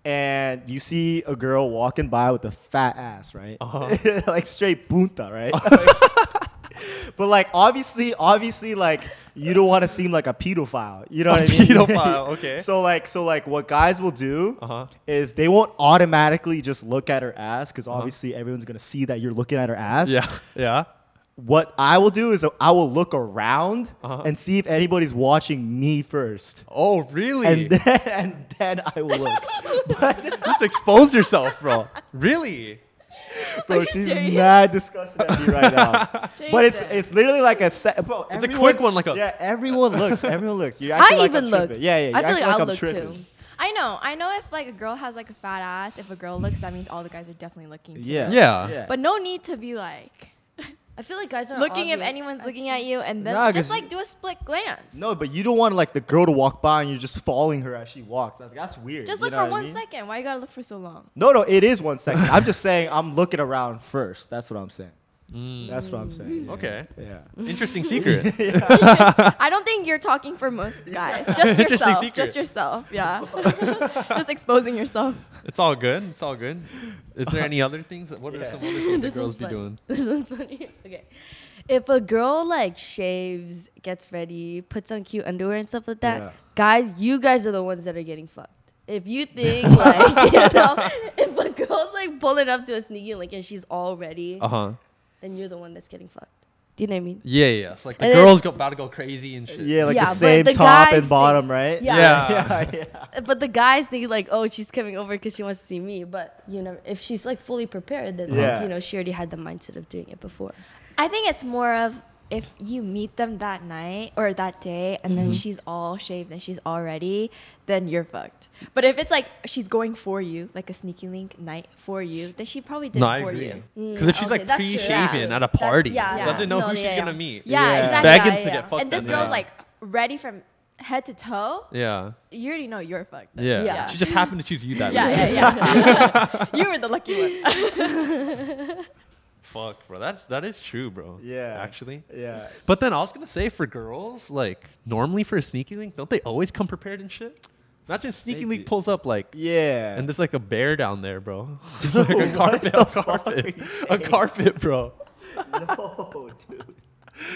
[SPEAKER 2] and you see a girl walking by with a fat ass, right?
[SPEAKER 1] Uh-huh.
[SPEAKER 2] (laughs) like straight punta,
[SPEAKER 1] (laughs)
[SPEAKER 2] right? (laughs) but like obviously, obviously, like you don't want to seem like a pedophile. You know
[SPEAKER 1] A
[SPEAKER 2] what I mean? (laughs)
[SPEAKER 1] pedophile, okay.
[SPEAKER 2] so like, so like, what guys will do
[SPEAKER 1] Uh-huh.
[SPEAKER 2] is they won't automatically just look at her ass because obviously everyone's gonna see that you're looking at her ass.
[SPEAKER 1] Uh-huh. Yeah, yeah.
[SPEAKER 2] What I will do is I will look around
[SPEAKER 1] Uh-huh.
[SPEAKER 2] and see if anybody's watching me first.
[SPEAKER 1] Oh, really?
[SPEAKER 2] and (laughs) then and then I will look.
[SPEAKER 1] just expose yourself, bro. Really?
[SPEAKER 2] Bro,
[SPEAKER 4] you
[SPEAKER 2] she's
[SPEAKER 4] serious?
[SPEAKER 2] mad disgusted at me right
[SPEAKER 3] (laughs)
[SPEAKER 2] now. but it's
[SPEAKER 4] Jason.
[SPEAKER 2] it's literally like a set. Bro,
[SPEAKER 1] It's a quick one, like a-
[SPEAKER 2] yeah. Everyone
[SPEAKER 1] (laughs)
[SPEAKER 2] looks. Everyone looks. You're
[SPEAKER 3] I
[SPEAKER 2] acting like
[SPEAKER 3] even
[SPEAKER 2] I'm
[SPEAKER 3] look.
[SPEAKER 2] tripping. Yeah, yeah.
[SPEAKER 3] I
[SPEAKER 2] you're
[SPEAKER 3] feel
[SPEAKER 2] acting
[SPEAKER 3] like I'll
[SPEAKER 2] I'm
[SPEAKER 3] look
[SPEAKER 2] tripping.
[SPEAKER 3] too.
[SPEAKER 4] I know. I know if like a girl has like a fat ass, if a girl looks, that means all the guys are definitely looking. Too.
[SPEAKER 2] Yeah.
[SPEAKER 1] Yeah.
[SPEAKER 4] But no need to be like
[SPEAKER 3] I feel like guys are
[SPEAKER 4] looking if anyone's looking at you, and then
[SPEAKER 2] Nah, 'cause
[SPEAKER 4] just
[SPEAKER 2] you-
[SPEAKER 4] like do a split glance.
[SPEAKER 2] no, but you don't want like the girl to walk by and you're just following her as she walks. Like, that's weird.
[SPEAKER 4] Just
[SPEAKER 2] you
[SPEAKER 4] look
[SPEAKER 2] know
[SPEAKER 4] for
[SPEAKER 2] what I
[SPEAKER 4] one
[SPEAKER 2] mean?
[SPEAKER 4] second. Why you gotta look for so
[SPEAKER 2] (laughs)
[SPEAKER 4] long?
[SPEAKER 2] No, no, it is one second. I'm
[SPEAKER 1] (laughs)
[SPEAKER 2] just saying I'm looking around first. That's what I'm saying. That's what I'm saying. yeah.
[SPEAKER 1] Mm. Okay.
[SPEAKER 2] Yeah.
[SPEAKER 1] Interesting secret.
[SPEAKER 4] I don't think you're talking for most
[SPEAKER 2] (laughs)
[SPEAKER 4] guys. Just
[SPEAKER 1] Interesting
[SPEAKER 4] yourself.
[SPEAKER 1] secret.
[SPEAKER 4] Just yourself. Yeah. (laughs) just exposing yourself.
[SPEAKER 1] (laughs) it's all good. It's all good. Is there any other things? That, what are
[SPEAKER 2] Yeah.
[SPEAKER 1] some other
[SPEAKER 3] (laughs)
[SPEAKER 1] things that
[SPEAKER 3] This
[SPEAKER 1] girls
[SPEAKER 3] one's
[SPEAKER 1] be
[SPEAKER 3] funny.
[SPEAKER 1] doing?
[SPEAKER 3] This one's funny. Okay. If a girl like shaves, gets ready, puts on cute underwear and stuff like that,
[SPEAKER 2] Yeah.
[SPEAKER 3] guys, you guys are the ones that are getting fucked.
[SPEAKER 1] (laughs)
[SPEAKER 3] If you think like, (laughs) you know, if a girl's like pulling up to a sneaky like and she's all ready,
[SPEAKER 1] Uh huh.
[SPEAKER 3] then you're the one that's getting fucked. Do you know what I mean?
[SPEAKER 1] Yeah, yeah. It's like the
[SPEAKER 3] And then-
[SPEAKER 1] girls go about to go crazy and shit.
[SPEAKER 2] Yeah, like
[SPEAKER 3] Yeah,
[SPEAKER 2] the
[SPEAKER 3] but
[SPEAKER 2] same
[SPEAKER 3] the
[SPEAKER 2] top
[SPEAKER 3] guys
[SPEAKER 2] and
[SPEAKER 3] think-
[SPEAKER 2] bottom, right?
[SPEAKER 3] Yeah.
[SPEAKER 1] Yeah.
[SPEAKER 2] (laughs) yeah, yeah.
[SPEAKER 3] Uh, But the guys think like, oh, she's coming over because she wants to see me. But you know, if she's like fully prepared, then like,
[SPEAKER 2] Yeah.
[SPEAKER 3] you know she already had the mindset of doing it before.
[SPEAKER 4] I think it's more of if you meet them that night or that day and
[SPEAKER 1] Mm-hmm.
[SPEAKER 4] then she's all shaved and she's all ready, then you're fucked. But if it's like she's going for you, like a sneaky link night for you, then she probably did
[SPEAKER 1] No,
[SPEAKER 4] it
[SPEAKER 1] I
[SPEAKER 4] for
[SPEAKER 1] agree. Mm.
[SPEAKER 4] you.
[SPEAKER 1] Because if she's
[SPEAKER 3] okay,
[SPEAKER 1] like
[SPEAKER 3] that's true.
[SPEAKER 1] pre-shaven
[SPEAKER 3] Yeah.
[SPEAKER 1] at a party,
[SPEAKER 3] That- yeah,
[SPEAKER 1] doesn't know
[SPEAKER 3] yeah.
[SPEAKER 1] who
[SPEAKER 3] No,
[SPEAKER 1] she's
[SPEAKER 3] yeah,
[SPEAKER 1] gonna
[SPEAKER 3] yeah.
[SPEAKER 1] meet.
[SPEAKER 4] Yeah,
[SPEAKER 2] Yeah.
[SPEAKER 4] exactly.
[SPEAKER 1] Begging
[SPEAKER 4] yeah,
[SPEAKER 1] to
[SPEAKER 4] yeah.
[SPEAKER 1] get fucked
[SPEAKER 4] And this
[SPEAKER 1] that
[SPEAKER 4] girl's
[SPEAKER 1] night.
[SPEAKER 4] like ready from head to toe.
[SPEAKER 1] Yeah.
[SPEAKER 4] You already know you're fucked. then.
[SPEAKER 1] Yeah.
[SPEAKER 3] Yeah.
[SPEAKER 1] She just happened to choose you (laughs) that
[SPEAKER 4] Yeah,
[SPEAKER 1] night.
[SPEAKER 4] yeah,
[SPEAKER 3] (laughs)
[SPEAKER 4] yeah. you were the lucky one.
[SPEAKER 1] Fuck, bro. That's that is true, bro.
[SPEAKER 2] Yeah.
[SPEAKER 1] Actually.
[SPEAKER 2] Yeah.
[SPEAKER 1] But then I was gonna say for girls, like normally for a sneaky link, don't they always come prepared and shit? Imagine sneaky
[SPEAKER 2] They
[SPEAKER 1] link
[SPEAKER 2] do.
[SPEAKER 1] pulls up like,
[SPEAKER 2] Yeah.
[SPEAKER 1] and there's like a bear down there, (laughs) bro. like a carpet, a carpet, a carpet, bro.
[SPEAKER 2] no, dude.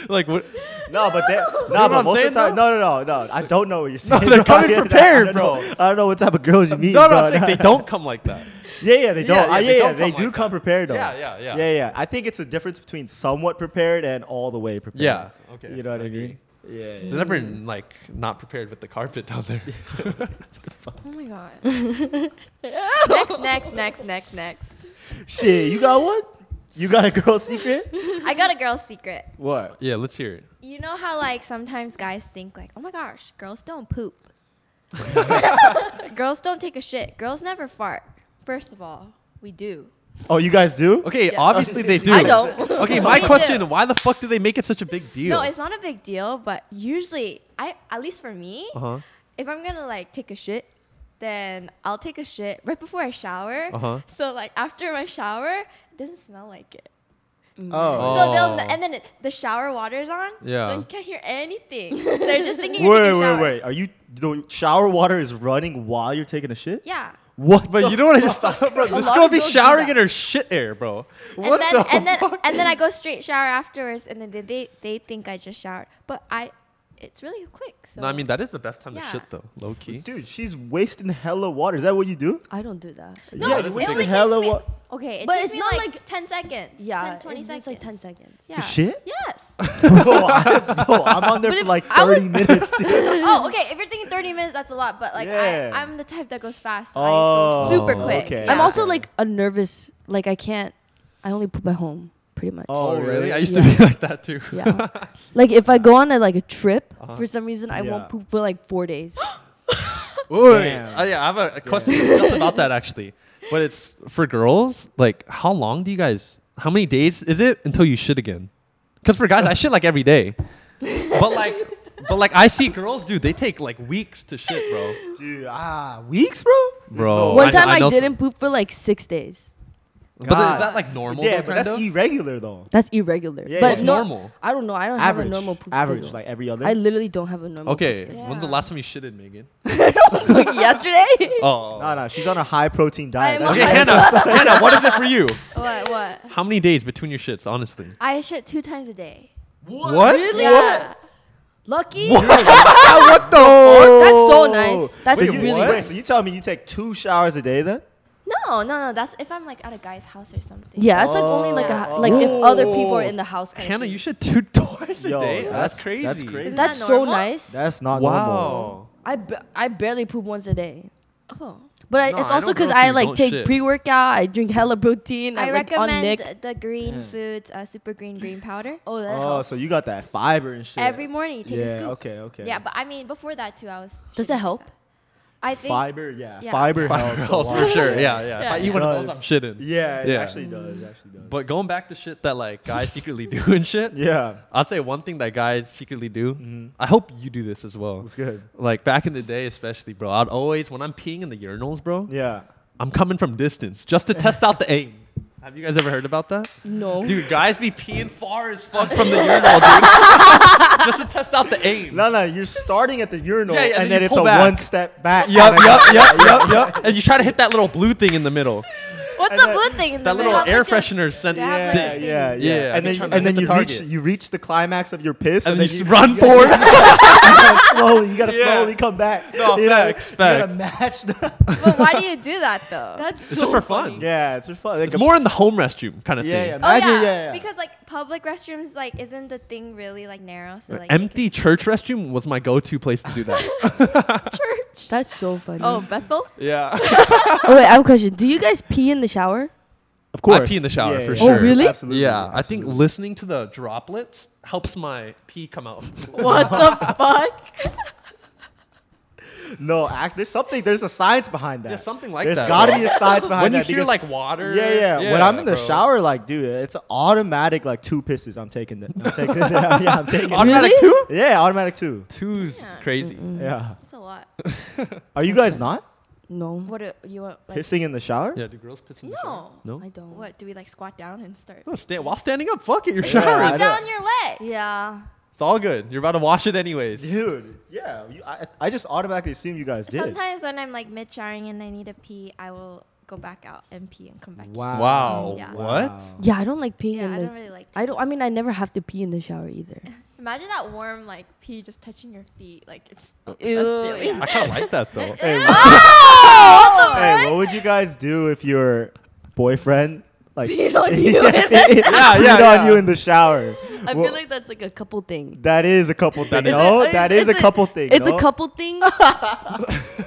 [SPEAKER 1] Like (laughs) what?
[SPEAKER 2] No, but they no,
[SPEAKER 1] what
[SPEAKER 2] but
[SPEAKER 1] I'm
[SPEAKER 2] most
[SPEAKER 1] saying,
[SPEAKER 2] of the time,
[SPEAKER 1] though?
[SPEAKER 2] no, no, no, no. I don't know what you're saying.
[SPEAKER 1] they're
[SPEAKER 2] bro. (laughs)
[SPEAKER 1] coming
[SPEAKER 2] I don't
[SPEAKER 1] prepared,
[SPEAKER 2] know-
[SPEAKER 1] bro.
[SPEAKER 2] I don't know what type of girls you meet.
[SPEAKER 1] (laughs) No, no,
[SPEAKER 2] bro.
[SPEAKER 1] I'm saying they don't come like that.
[SPEAKER 2] (laughs) Yeah, yeah, they
[SPEAKER 1] Yeah,
[SPEAKER 2] don't.
[SPEAKER 1] yeah,
[SPEAKER 2] Ah, Yeah,
[SPEAKER 1] they
[SPEAKER 2] yeah,
[SPEAKER 1] don't
[SPEAKER 2] they
[SPEAKER 1] come
[SPEAKER 2] do
[SPEAKER 1] like
[SPEAKER 2] come
[SPEAKER 1] that.
[SPEAKER 2] prepared though.
[SPEAKER 1] Yeah, yeah, yeah.
[SPEAKER 2] yeah, yeah. I think it's a difference between somewhat prepared and all the way prepared.
[SPEAKER 1] Yeah. Okay.
[SPEAKER 2] you know what I,
[SPEAKER 1] agree.
[SPEAKER 2] mean. Yeah,
[SPEAKER 1] They're never like not prepared with the carpet down there.
[SPEAKER 4] Oh my god. next, next, next, next, next.
[SPEAKER 2] (laughs) Shit, you got one? You got a
[SPEAKER 1] (laughs)
[SPEAKER 2] girl secret?
[SPEAKER 4] I got a girl's secret.
[SPEAKER 2] What?
[SPEAKER 1] yeah, let's hear it.
[SPEAKER 4] You know how like sometimes guys think like, oh my gosh, girls
[SPEAKER 1] (laughs)
[SPEAKER 4] don't poop. girls don't take a shit. Girls never fart. First of all, we do.
[SPEAKER 2] Oh, you guys do?
[SPEAKER 1] Okay,
[SPEAKER 4] Yeah.
[SPEAKER 1] obviously they do.
[SPEAKER 3] I don't.
[SPEAKER 1] Okay, my
[SPEAKER 4] We do.
[SPEAKER 1] question: Why the fuck do they make it such a big deal?
[SPEAKER 4] No, it's not a big deal, but usually I at least for me,
[SPEAKER 1] Uh-huh.
[SPEAKER 4] if I'm gonna like take a shit, then I'll take a shit right before I shower.
[SPEAKER 1] Uh-huh.
[SPEAKER 4] So like after my shower, it doesn't smell like it.
[SPEAKER 2] Oh.
[SPEAKER 4] So they'll
[SPEAKER 1] Oh.
[SPEAKER 4] and then it, the shower water's on.
[SPEAKER 1] Yeah.
[SPEAKER 4] So you can't hear anything. They're just
[SPEAKER 1] (laughs)
[SPEAKER 4] thinking you're
[SPEAKER 2] Wait,
[SPEAKER 4] taking a
[SPEAKER 2] wait,
[SPEAKER 4] shower.
[SPEAKER 2] wait. Are you the shower water is running while you're taking a shit?
[SPEAKER 4] Yeah.
[SPEAKER 2] What?
[SPEAKER 1] But you know what I just thought, bro? This
[SPEAKER 3] lot
[SPEAKER 1] girl
[SPEAKER 3] of
[SPEAKER 1] be
[SPEAKER 3] girls do
[SPEAKER 1] showering
[SPEAKER 3] that.
[SPEAKER 1] in her shit air, bro.
[SPEAKER 4] And
[SPEAKER 1] What
[SPEAKER 4] then
[SPEAKER 1] the
[SPEAKER 4] and then
[SPEAKER 1] fuck?
[SPEAKER 4] and then I go straight shower afterwards and then they, they they think I just showered. But I it's really quick. So
[SPEAKER 1] no, I mean that is the best time to
[SPEAKER 4] Yeah.
[SPEAKER 1] shit though, low key.
[SPEAKER 2] Dude, she's wasting hella water. Is that what you do?
[SPEAKER 3] I don't do that.
[SPEAKER 4] No,
[SPEAKER 1] Yeah,
[SPEAKER 4] it
[SPEAKER 1] that's
[SPEAKER 4] only
[SPEAKER 1] what
[SPEAKER 4] takes
[SPEAKER 1] I'm
[SPEAKER 2] hella
[SPEAKER 4] me,
[SPEAKER 2] wa-
[SPEAKER 4] Okay, it
[SPEAKER 3] But
[SPEAKER 4] takes
[SPEAKER 3] it's
[SPEAKER 4] me
[SPEAKER 3] not
[SPEAKER 4] like,
[SPEAKER 3] like-
[SPEAKER 4] ten seconds.
[SPEAKER 3] Yeah,
[SPEAKER 4] 10, 20
[SPEAKER 3] it-
[SPEAKER 4] seconds.
[SPEAKER 3] it's like 10 seconds.
[SPEAKER 4] Yeah.
[SPEAKER 2] To shit?
[SPEAKER 4] Yes.
[SPEAKER 2] (laughs) Bro, I, bro, I'm on there
[SPEAKER 3] But
[SPEAKER 2] for
[SPEAKER 3] if
[SPEAKER 2] like
[SPEAKER 3] I
[SPEAKER 2] 30 minutes,
[SPEAKER 3] (laughs)
[SPEAKER 2] dude. (laughs)
[SPEAKER 4] oh, okay. If you're thinking 30 minutes, that's a lot. But like,
[SPEAKER 2] Yeah.
[SPEAKER 4] I, I'm the type that goes fast. So
[SPEAKER 2] Oh,
[SPEAKER 4] I go super quick.
[SPEAKER 2] okay.
[SPEAKER 4] Yeah.
[SPEAKER 3] I'm also
[SPEAKER 2] Okay.
[SPEAKER 3] like a nervous. Like I can't. I only poop at home, pretty much.
[SPEAKER 2] Oh, really?
[SPEAKER 1] I used
[SPEAKER 3] Yeah.
[SPEAKER 1] to be (laughs) like that too.
[SPEAKER 3] Yeah. like if I go on a, like a trip
[SPEAKER 1] Uh-huh. Oh,
[SPEAKER 3] for some reason, I
[SPEAKER 2] Yeah.
[SPEAKER 3] won't poop for like four
[SPEAKER 1] (gasps)
[SPEAKER 3] days.
[SPEAKER 1] Ooh,
[SPEAKER 2] Damn.
[SPEAKER 1] uh, yeah, I have a, a question just about that actually. But it's for girls, like how long do you guys how many days is it until you shit again? Cuz for guys I shit like every day. But like but like I see girls dude, they take like weeks to shit, bro.
[SPEAKER 2] Dude, ah, weeks, bro? There's no-
[SPEAKER 1] Bro. Oh, I
[SPEAKER 3] One
[SPEAKER 1] know-
[SPEAKER 3] time
[SPEAKER 1] I
[SPEAKER 3] I,
[SPEAKER 1] know some-
[SPEAKER 3] didn't poop for like six days.
[SPEAKER 1] But is
[SPEAKER 2] God.
[SPEAKER 1] that like normal?
[SPEAKER 2] Yeah,
[SPEAKER 1] though,
[SPEAKER 2] but
[SPEAKER 1] kind
[SPEAKER 2] that's
[SPEAKER 1] of?
[SPEAKER 2] irregular, though.
[SPEAKER 3] That's irregular.
[SPEAKER 2] Yeah,
[SPEAKER 3] but
[SPEAKER 1] What's
[SPEAKER 2] yeah.
[SPEAKER 3] no,
[SPEAKER 1] normal?
[SPEAKER 3] I don't know. I don't have a
[SPEAKER 2] Average.
[SPEAKER 3] normal poop
[SPEAKER 2] Average,
[SPEAKER 3] schedule.
[SPEAKER 2] like every other.
[SPEAKER 3] I literally don't have a normal.
[SPEAKER 1] Okay,
[SPEAKER 3] Poop
[SPEAKER 1] when's the
[SPEAKER 4] Yeah.
[SPEAKER 1] last time you shitted, Megan?
[SPEAKER 3] schedule. (laughs) like yesterday.
[SPEAKER 1] Oh.
[SPEAKER 2] Nah, nah, she's on a high protein diet.
[SPEAKER 4] I'm
[SPEAKER 2] That's (laughs)
[SPEAKER 1] okay,
[SPEAKER 4] I'm
[SPEAKER 2] why-
[SPEAKER 1] Hannah. Hannah, what is it for you?
[SPEAKER 4] What? What?
[SPEAKER 1] How many days between your shits, honestly?
[SPEAKER 4] I shit two times a day.
[SPEAKER 1] (laughs) What?
[SPEAKER 3] Really?
[SPEAKER 4] Yeah.
[SPEAKER 3] Lucky.
[SPEAKER 2] what the fuck?
[SPEAKER 3] That's so nice. That's
[SPEAKER 2] Wait,
[SPEAKER 3] really
[SPEAKER 2] what?
[SPEAKER 3] good.
[SPEAKER 2] Wait, so you tell me you take two showers a day then?
[SPEAKER 4] No, no, no. That's if I'm like at a guy's house or something.
[SPEAKER 3] Yeah, it's like only like a,
[SPEAKER 2] Oh.
[SPEAKER 3] like if other people are
[SPEAKER 2] Whoa.
[SPEAKER 3] in the house. kind of
[SPEAKER 1] Hannah,
[SPEAKER 3] thing.
[SPEAKER 1] you shit two (laughs) twice a
[SPEAKER 2] Yo,
[SPEAKER 1] day.
[SPEAKER 2] that's-
[SPEAKER 1] That's, crazy.
[SPEAKER 2] that's crazy.
[SPEAKER 4] Isn't
[SPEAKER 3] That's
[SPEAKER 4] that
[SPEAKER 3] so
[SPEAKER 4] normal?
[SPEAKER 3] nice.
[SPEAKER 2] That's not normal.
[SPEAKER 1] Wow.
[SPEAKER 3] I, ba- I barely poop once a day.
[SPEAKER 4] Oh.
[SPEAKER 3] But I,
[SPEAKER 1] No,
[SPEAKER 3] it's
[SPEAKER 1] I
[SPEAKER 3] also
[SPEAKER 1] know
[SPEAKER 3] because
[SPEAKER 1] girls
[SPEAKER 3] I
[SPEAKER 1] who
[SPEAKER 3] like
[SPEAKER 1] don't
[SPEAKER 3] take
[SPEAKER 1] shit.
[SPEAKER 3] pre workout. I drink hella protein.
[SPEAKER 4] I
[SPEAKER 3] I, like on
[SPEAKER 4] recommend
[SPEAKER 3] Nick.
[SPEAKER 4] the green
[SPEAKER 2] Damn.
[SPEAKER 4] foods, uh, super green green powder.
[SPEAKER 3] Oh, that
[SPEAKER 2] Oh,
[SPEAKER 3] helps.
[SPEAKER 2] so you got that fiber and shit.
[SPEAKER 4] Every morning, you take
[SPEAKER 2] yeah,
[SPEAKER 4] a scoop.
[SPEAKER 2] okay, okay.
[SPEAKER 4] Yeah, but I mean, before that too, I was.
[SPEAKER 3] Does
[SPEAKER 4] shitting
[SPEAKER 3] that help?
[SPEAKER 4] like I think.
[SPEAKER 2] fiber, yeah,
[SPEAKER 4] Yeah.
[SPEAKER 2] fiber,
[SPEAKER 1] Five (laughs)
[SPEAKER 2] helps a
[SPEAKER 1] girls
[SPEAKER 2] lot.
[SPEAKER 1] for sure. Yeah, yeah. If I
[SPEAKER 4] Yeah.
[SPEAKER 1] eat one of those,
[SPEAKER 2] Does.
[SPEAKER 1] I'm shitting.
[SPEAKER 2] Yeah, it
[SPEAKER 1] Yeah.
[SPEAKER 2] actually does. It actually does.
[SPEAKER 1] But going back to shit that like guys (laughs) secretly do and shit,
[SPEAKER 2] yeah, Mm-hmm.
[SPEAKER 1] I'll say one thing that guys secretly do. I hope you do this as well.
[SPEAKER 2] it's good.
[SPEAKER 1] Like back in the day, especially, bro. I'd always when I'm peeing in the urinals, bro.
[SPEAKER 2] Yeah.
[SPEAKER 1] I'm coming from distance just to test out
[SPEAKER 2] (laughs)
[SPEAKER 1] the aim. Have you guys ever heard about that? (laughs)
[SPEAKER 3] no.
[SPEAKER 1] Dude, guys be peeing far as
[SPEAKER 2] (laughs)
[SPEAKER 1] fuck from the urinal, dude. (laughs) just to test out the aim.
[SPEAKER 2] No, no, you're starting at the urinal,
[SPEAKER 1] Yeah, yeah,
[SPEAKER 2] and
[SPEAKER 1] then
[SPEAKER 2] then
[SPEAKER 1] you
[SPEAKER 2] it's a
[SPEAKER 1] pull back.
[SPEAKER 2] one step
[SPEAKER 1] (laughs)
[SPEAKER 2] back.
[SPEAKER 1] Yup,
[SPEAKER 2] (laughs) kinda
[SPEAKER 1] yup, yup, yup, yup. And you try to hit that little blue thing in the middle.
[SPEAKER 4] What's the blue thing in the
[SPEAKER 1] That little
[SPEAKER 4] middle?
[SPEAKER 1] air freshener scent.
[SPEAKER 4] they have
[SPEAKER 1] Yeah,
[SPEAKER 4] like
[SPEAKER 2] Yeah,
[SPEAKER 4] thing.
[SPEAKER 2] yeah, yeah.
[SPEAKER 1] Yeah,
[SPEAKER 2] and
[SPEAKER 1] so
[SPEAKER 2] then
[SPEAKER 1] you're
[SPEAKER 2] you,
[SPEAKER 1] trying to
[SPEAKER 2] and
[SPEAKER 1] miss
[SPEAKER 2] then
[SPEAKER 1] the
[SPEAKER 2] you reach
[SPEAKER 1] target.
[SPEAKER 2] you reach the climax of your piss,
[SPEAKER 1] And then you
[SPEAKER 2] you
[SPEAKER 1] run
[SPEAKER 2] you
[SPEAKER 1] forward.
[SPEAKER 2] gotta slowly. You gotta
[SPEAKER 1] Yeah.
[SPEAKER 2] slowly come back.
[SPEAKER 1] No,
[SPEAKER 2] you know,
[SPEAKER 1] facts,
[SPEAKER 2] you gotta match the.
[SPEAKER 4] but why do you do that though?
[SPEAKER 3] (laughs) That's so
[SPEAKER 1] It's just for
[SPEAKER 3] funny.
[SPEAKER 1] fun.
[SPEAKER 2] yeah, it's just fun. Like
[SPEAKER 1] It's
[SPEAKER 2] a-
[SPEAKER 1] more in the home restroom kind of
[SPEAKER 2] Yeah,
[SPEAKER 1] thing.
[SPEAKER 2] yeah.
[SPEAKER 4] oh
[SPEAKER 2] Imagine,
[SPEAKER 4] yeah.
[SPEAKER 2] yeah, yeah.
[SPEAKER 4] because like public restrooms, like isn't the thing really like narrow? So
[SPEAKER 2] Uh,
[SPEAKER 1] An
[SPEAKER 4] like they
[SPEAKER 1] empty church restroom was my go-to place to do that.
[SPEAKER 4] could- church.
[SPEAKER 3] (laughs) That's so funny.
[SPEAKER 4] Oh,
[SPEAKER 3] Oh.
[SPEAKER 4] Bethel.
[SPEAKER 1] yeah.
[SPEAKER 3] wait, I have a question. Do you guys pee in the shower?
[SPEAKER 2] Of course.
[SPEAKER 1] I pee in the shower for
[SPEAKER 3] sure. Oh, really?
[SPEAKER 2] Absolutely.
[SPEAKER 1] yeah. I think listening to the droplets helps my pee come out. (laughs)
[SPEAKER 4] What the fuck?
[SPEAKER 2] No, act, there's something. There's a science behind that.
[SPEAKER 1] Yeah, something like
[SPEAKER 2] There's
[SPEAKER 1] that.
[SPEAKER 2] got to
[SPEAKER 1] bro.
[SPEAKER 2] be a science behind
[SPEAKER 1] When you
[SPEAKER 2] that.
[SPEAKER 1] hear
[SPEAKER 2] because-
[SPEAKER 1] like water.
[SPEAKER 2] Yeah, yeah, When I'm in the
[SPEAKER 1] bro.
[SPEAKER 2] shower, like, dude, it's automatic. Like two pisses. I'm taking that. I'm taking that. Yeah, I'm taking. it.
[SPEAKER 1] Automatic
[SPEAKER 3] Really?
[SPEAKER 1] two?
[SPEAKER 2] Yeah, automatic two.
[SPEAKER 1] Two's
[SPEAKER 4] Yeah.
[SPEAKER 1] crazy.
[SPEAKER 2] Yeah.
[SPEAKER 4] That's a lot.
[SPEAKER 2] Are you guys not
[SPEAKER 3] No.
[SPEAKER 4] What do you want? Like,
[SPEAKER 2] pissing in the shower?
[SPEAKER 1] Yeah, do girls piss in the shower?
[SPEAKER 4] no.
[SPEAKER 1] No.
[SPEAKER 3] I don't.
[SPEAKER 4] What do we like? Squat down and start.
[SPEAKER 1] (laughs) No, stand while standing up. Fuck it, you're
[SPEAKER 2] Yeah,
[SPEAKER 1] showering.
[SPEAKER 2] I know.
[SPEAKER 4] Down your leg.
[SPEAKER 3] Yeah.
[SPEAKER 1] It's all good. You're about to wash it anyways.
[SPEAKER 2] Dude, yeah. You, I, I just automatically assume you guys did.
[SPEAKER 4] Sometimes when I'm like mid showering and I need to pee, I will go back out and pee and come back. in.
[SPEAKER 1] Wow.
[SPEAKER 4] Yeah.
[SPEAKER 1] What?
[SPEAKER 3] Yeah, I don't like peeing
[SPEAKER 4] Yeah,
[SPEAKER 3] in
[SPEAKER 4] I
[SPEAKER 3] the.
[SPEAKER 4] don't really like. To.
[SPEAKER 3] I don't. I mean, I never have to pee in the shower
[SPEAKER 4] (laughs)
[SPEAKER 3] either.
[SPEAKER 4] Imagine that warm like pee just touching your feet. Like it's. That's
[SPEAKER 3] Ew.
[SPEAKER 1] (laughs)
[SPEAKER 4] silly.
[SPEAKER 1] I kind of like that though.
[SPEAKER 3] (laughs)
[SPEAKER 2] Hey, what-
[SPEAKER 4] Oh,
[SPEAKER 2] hey, what would you guys do if your boyfriend like (laughs)
[SPEAKER 3] Peed on you in the
[SPEAKER 1] shower.
[SPEAKER 2] peed
[SPEAKER 1] yeah,
[SPEAKER 2] on
[SPEAKER 1] yeah.
[SPEAKER 2] you in the shower?
[SPEAKER 3] I
[SPEAKER 2] Well,
[SPEAKER 3] feel like that's like a couple thing.
[SPEAKER 2] that is a couple thing.
[SPEAKER 1] is-
[SPEAKER 2] No,
[SPEAKER 3] It's
[SPEAKER 2] that is a
[SPEAKER 3] it's
[SPEAKER 2] couple thing.
[SPEAKER 3] It's
[SPEAKER 2] no?
[SPEAKER 3] a couple thing.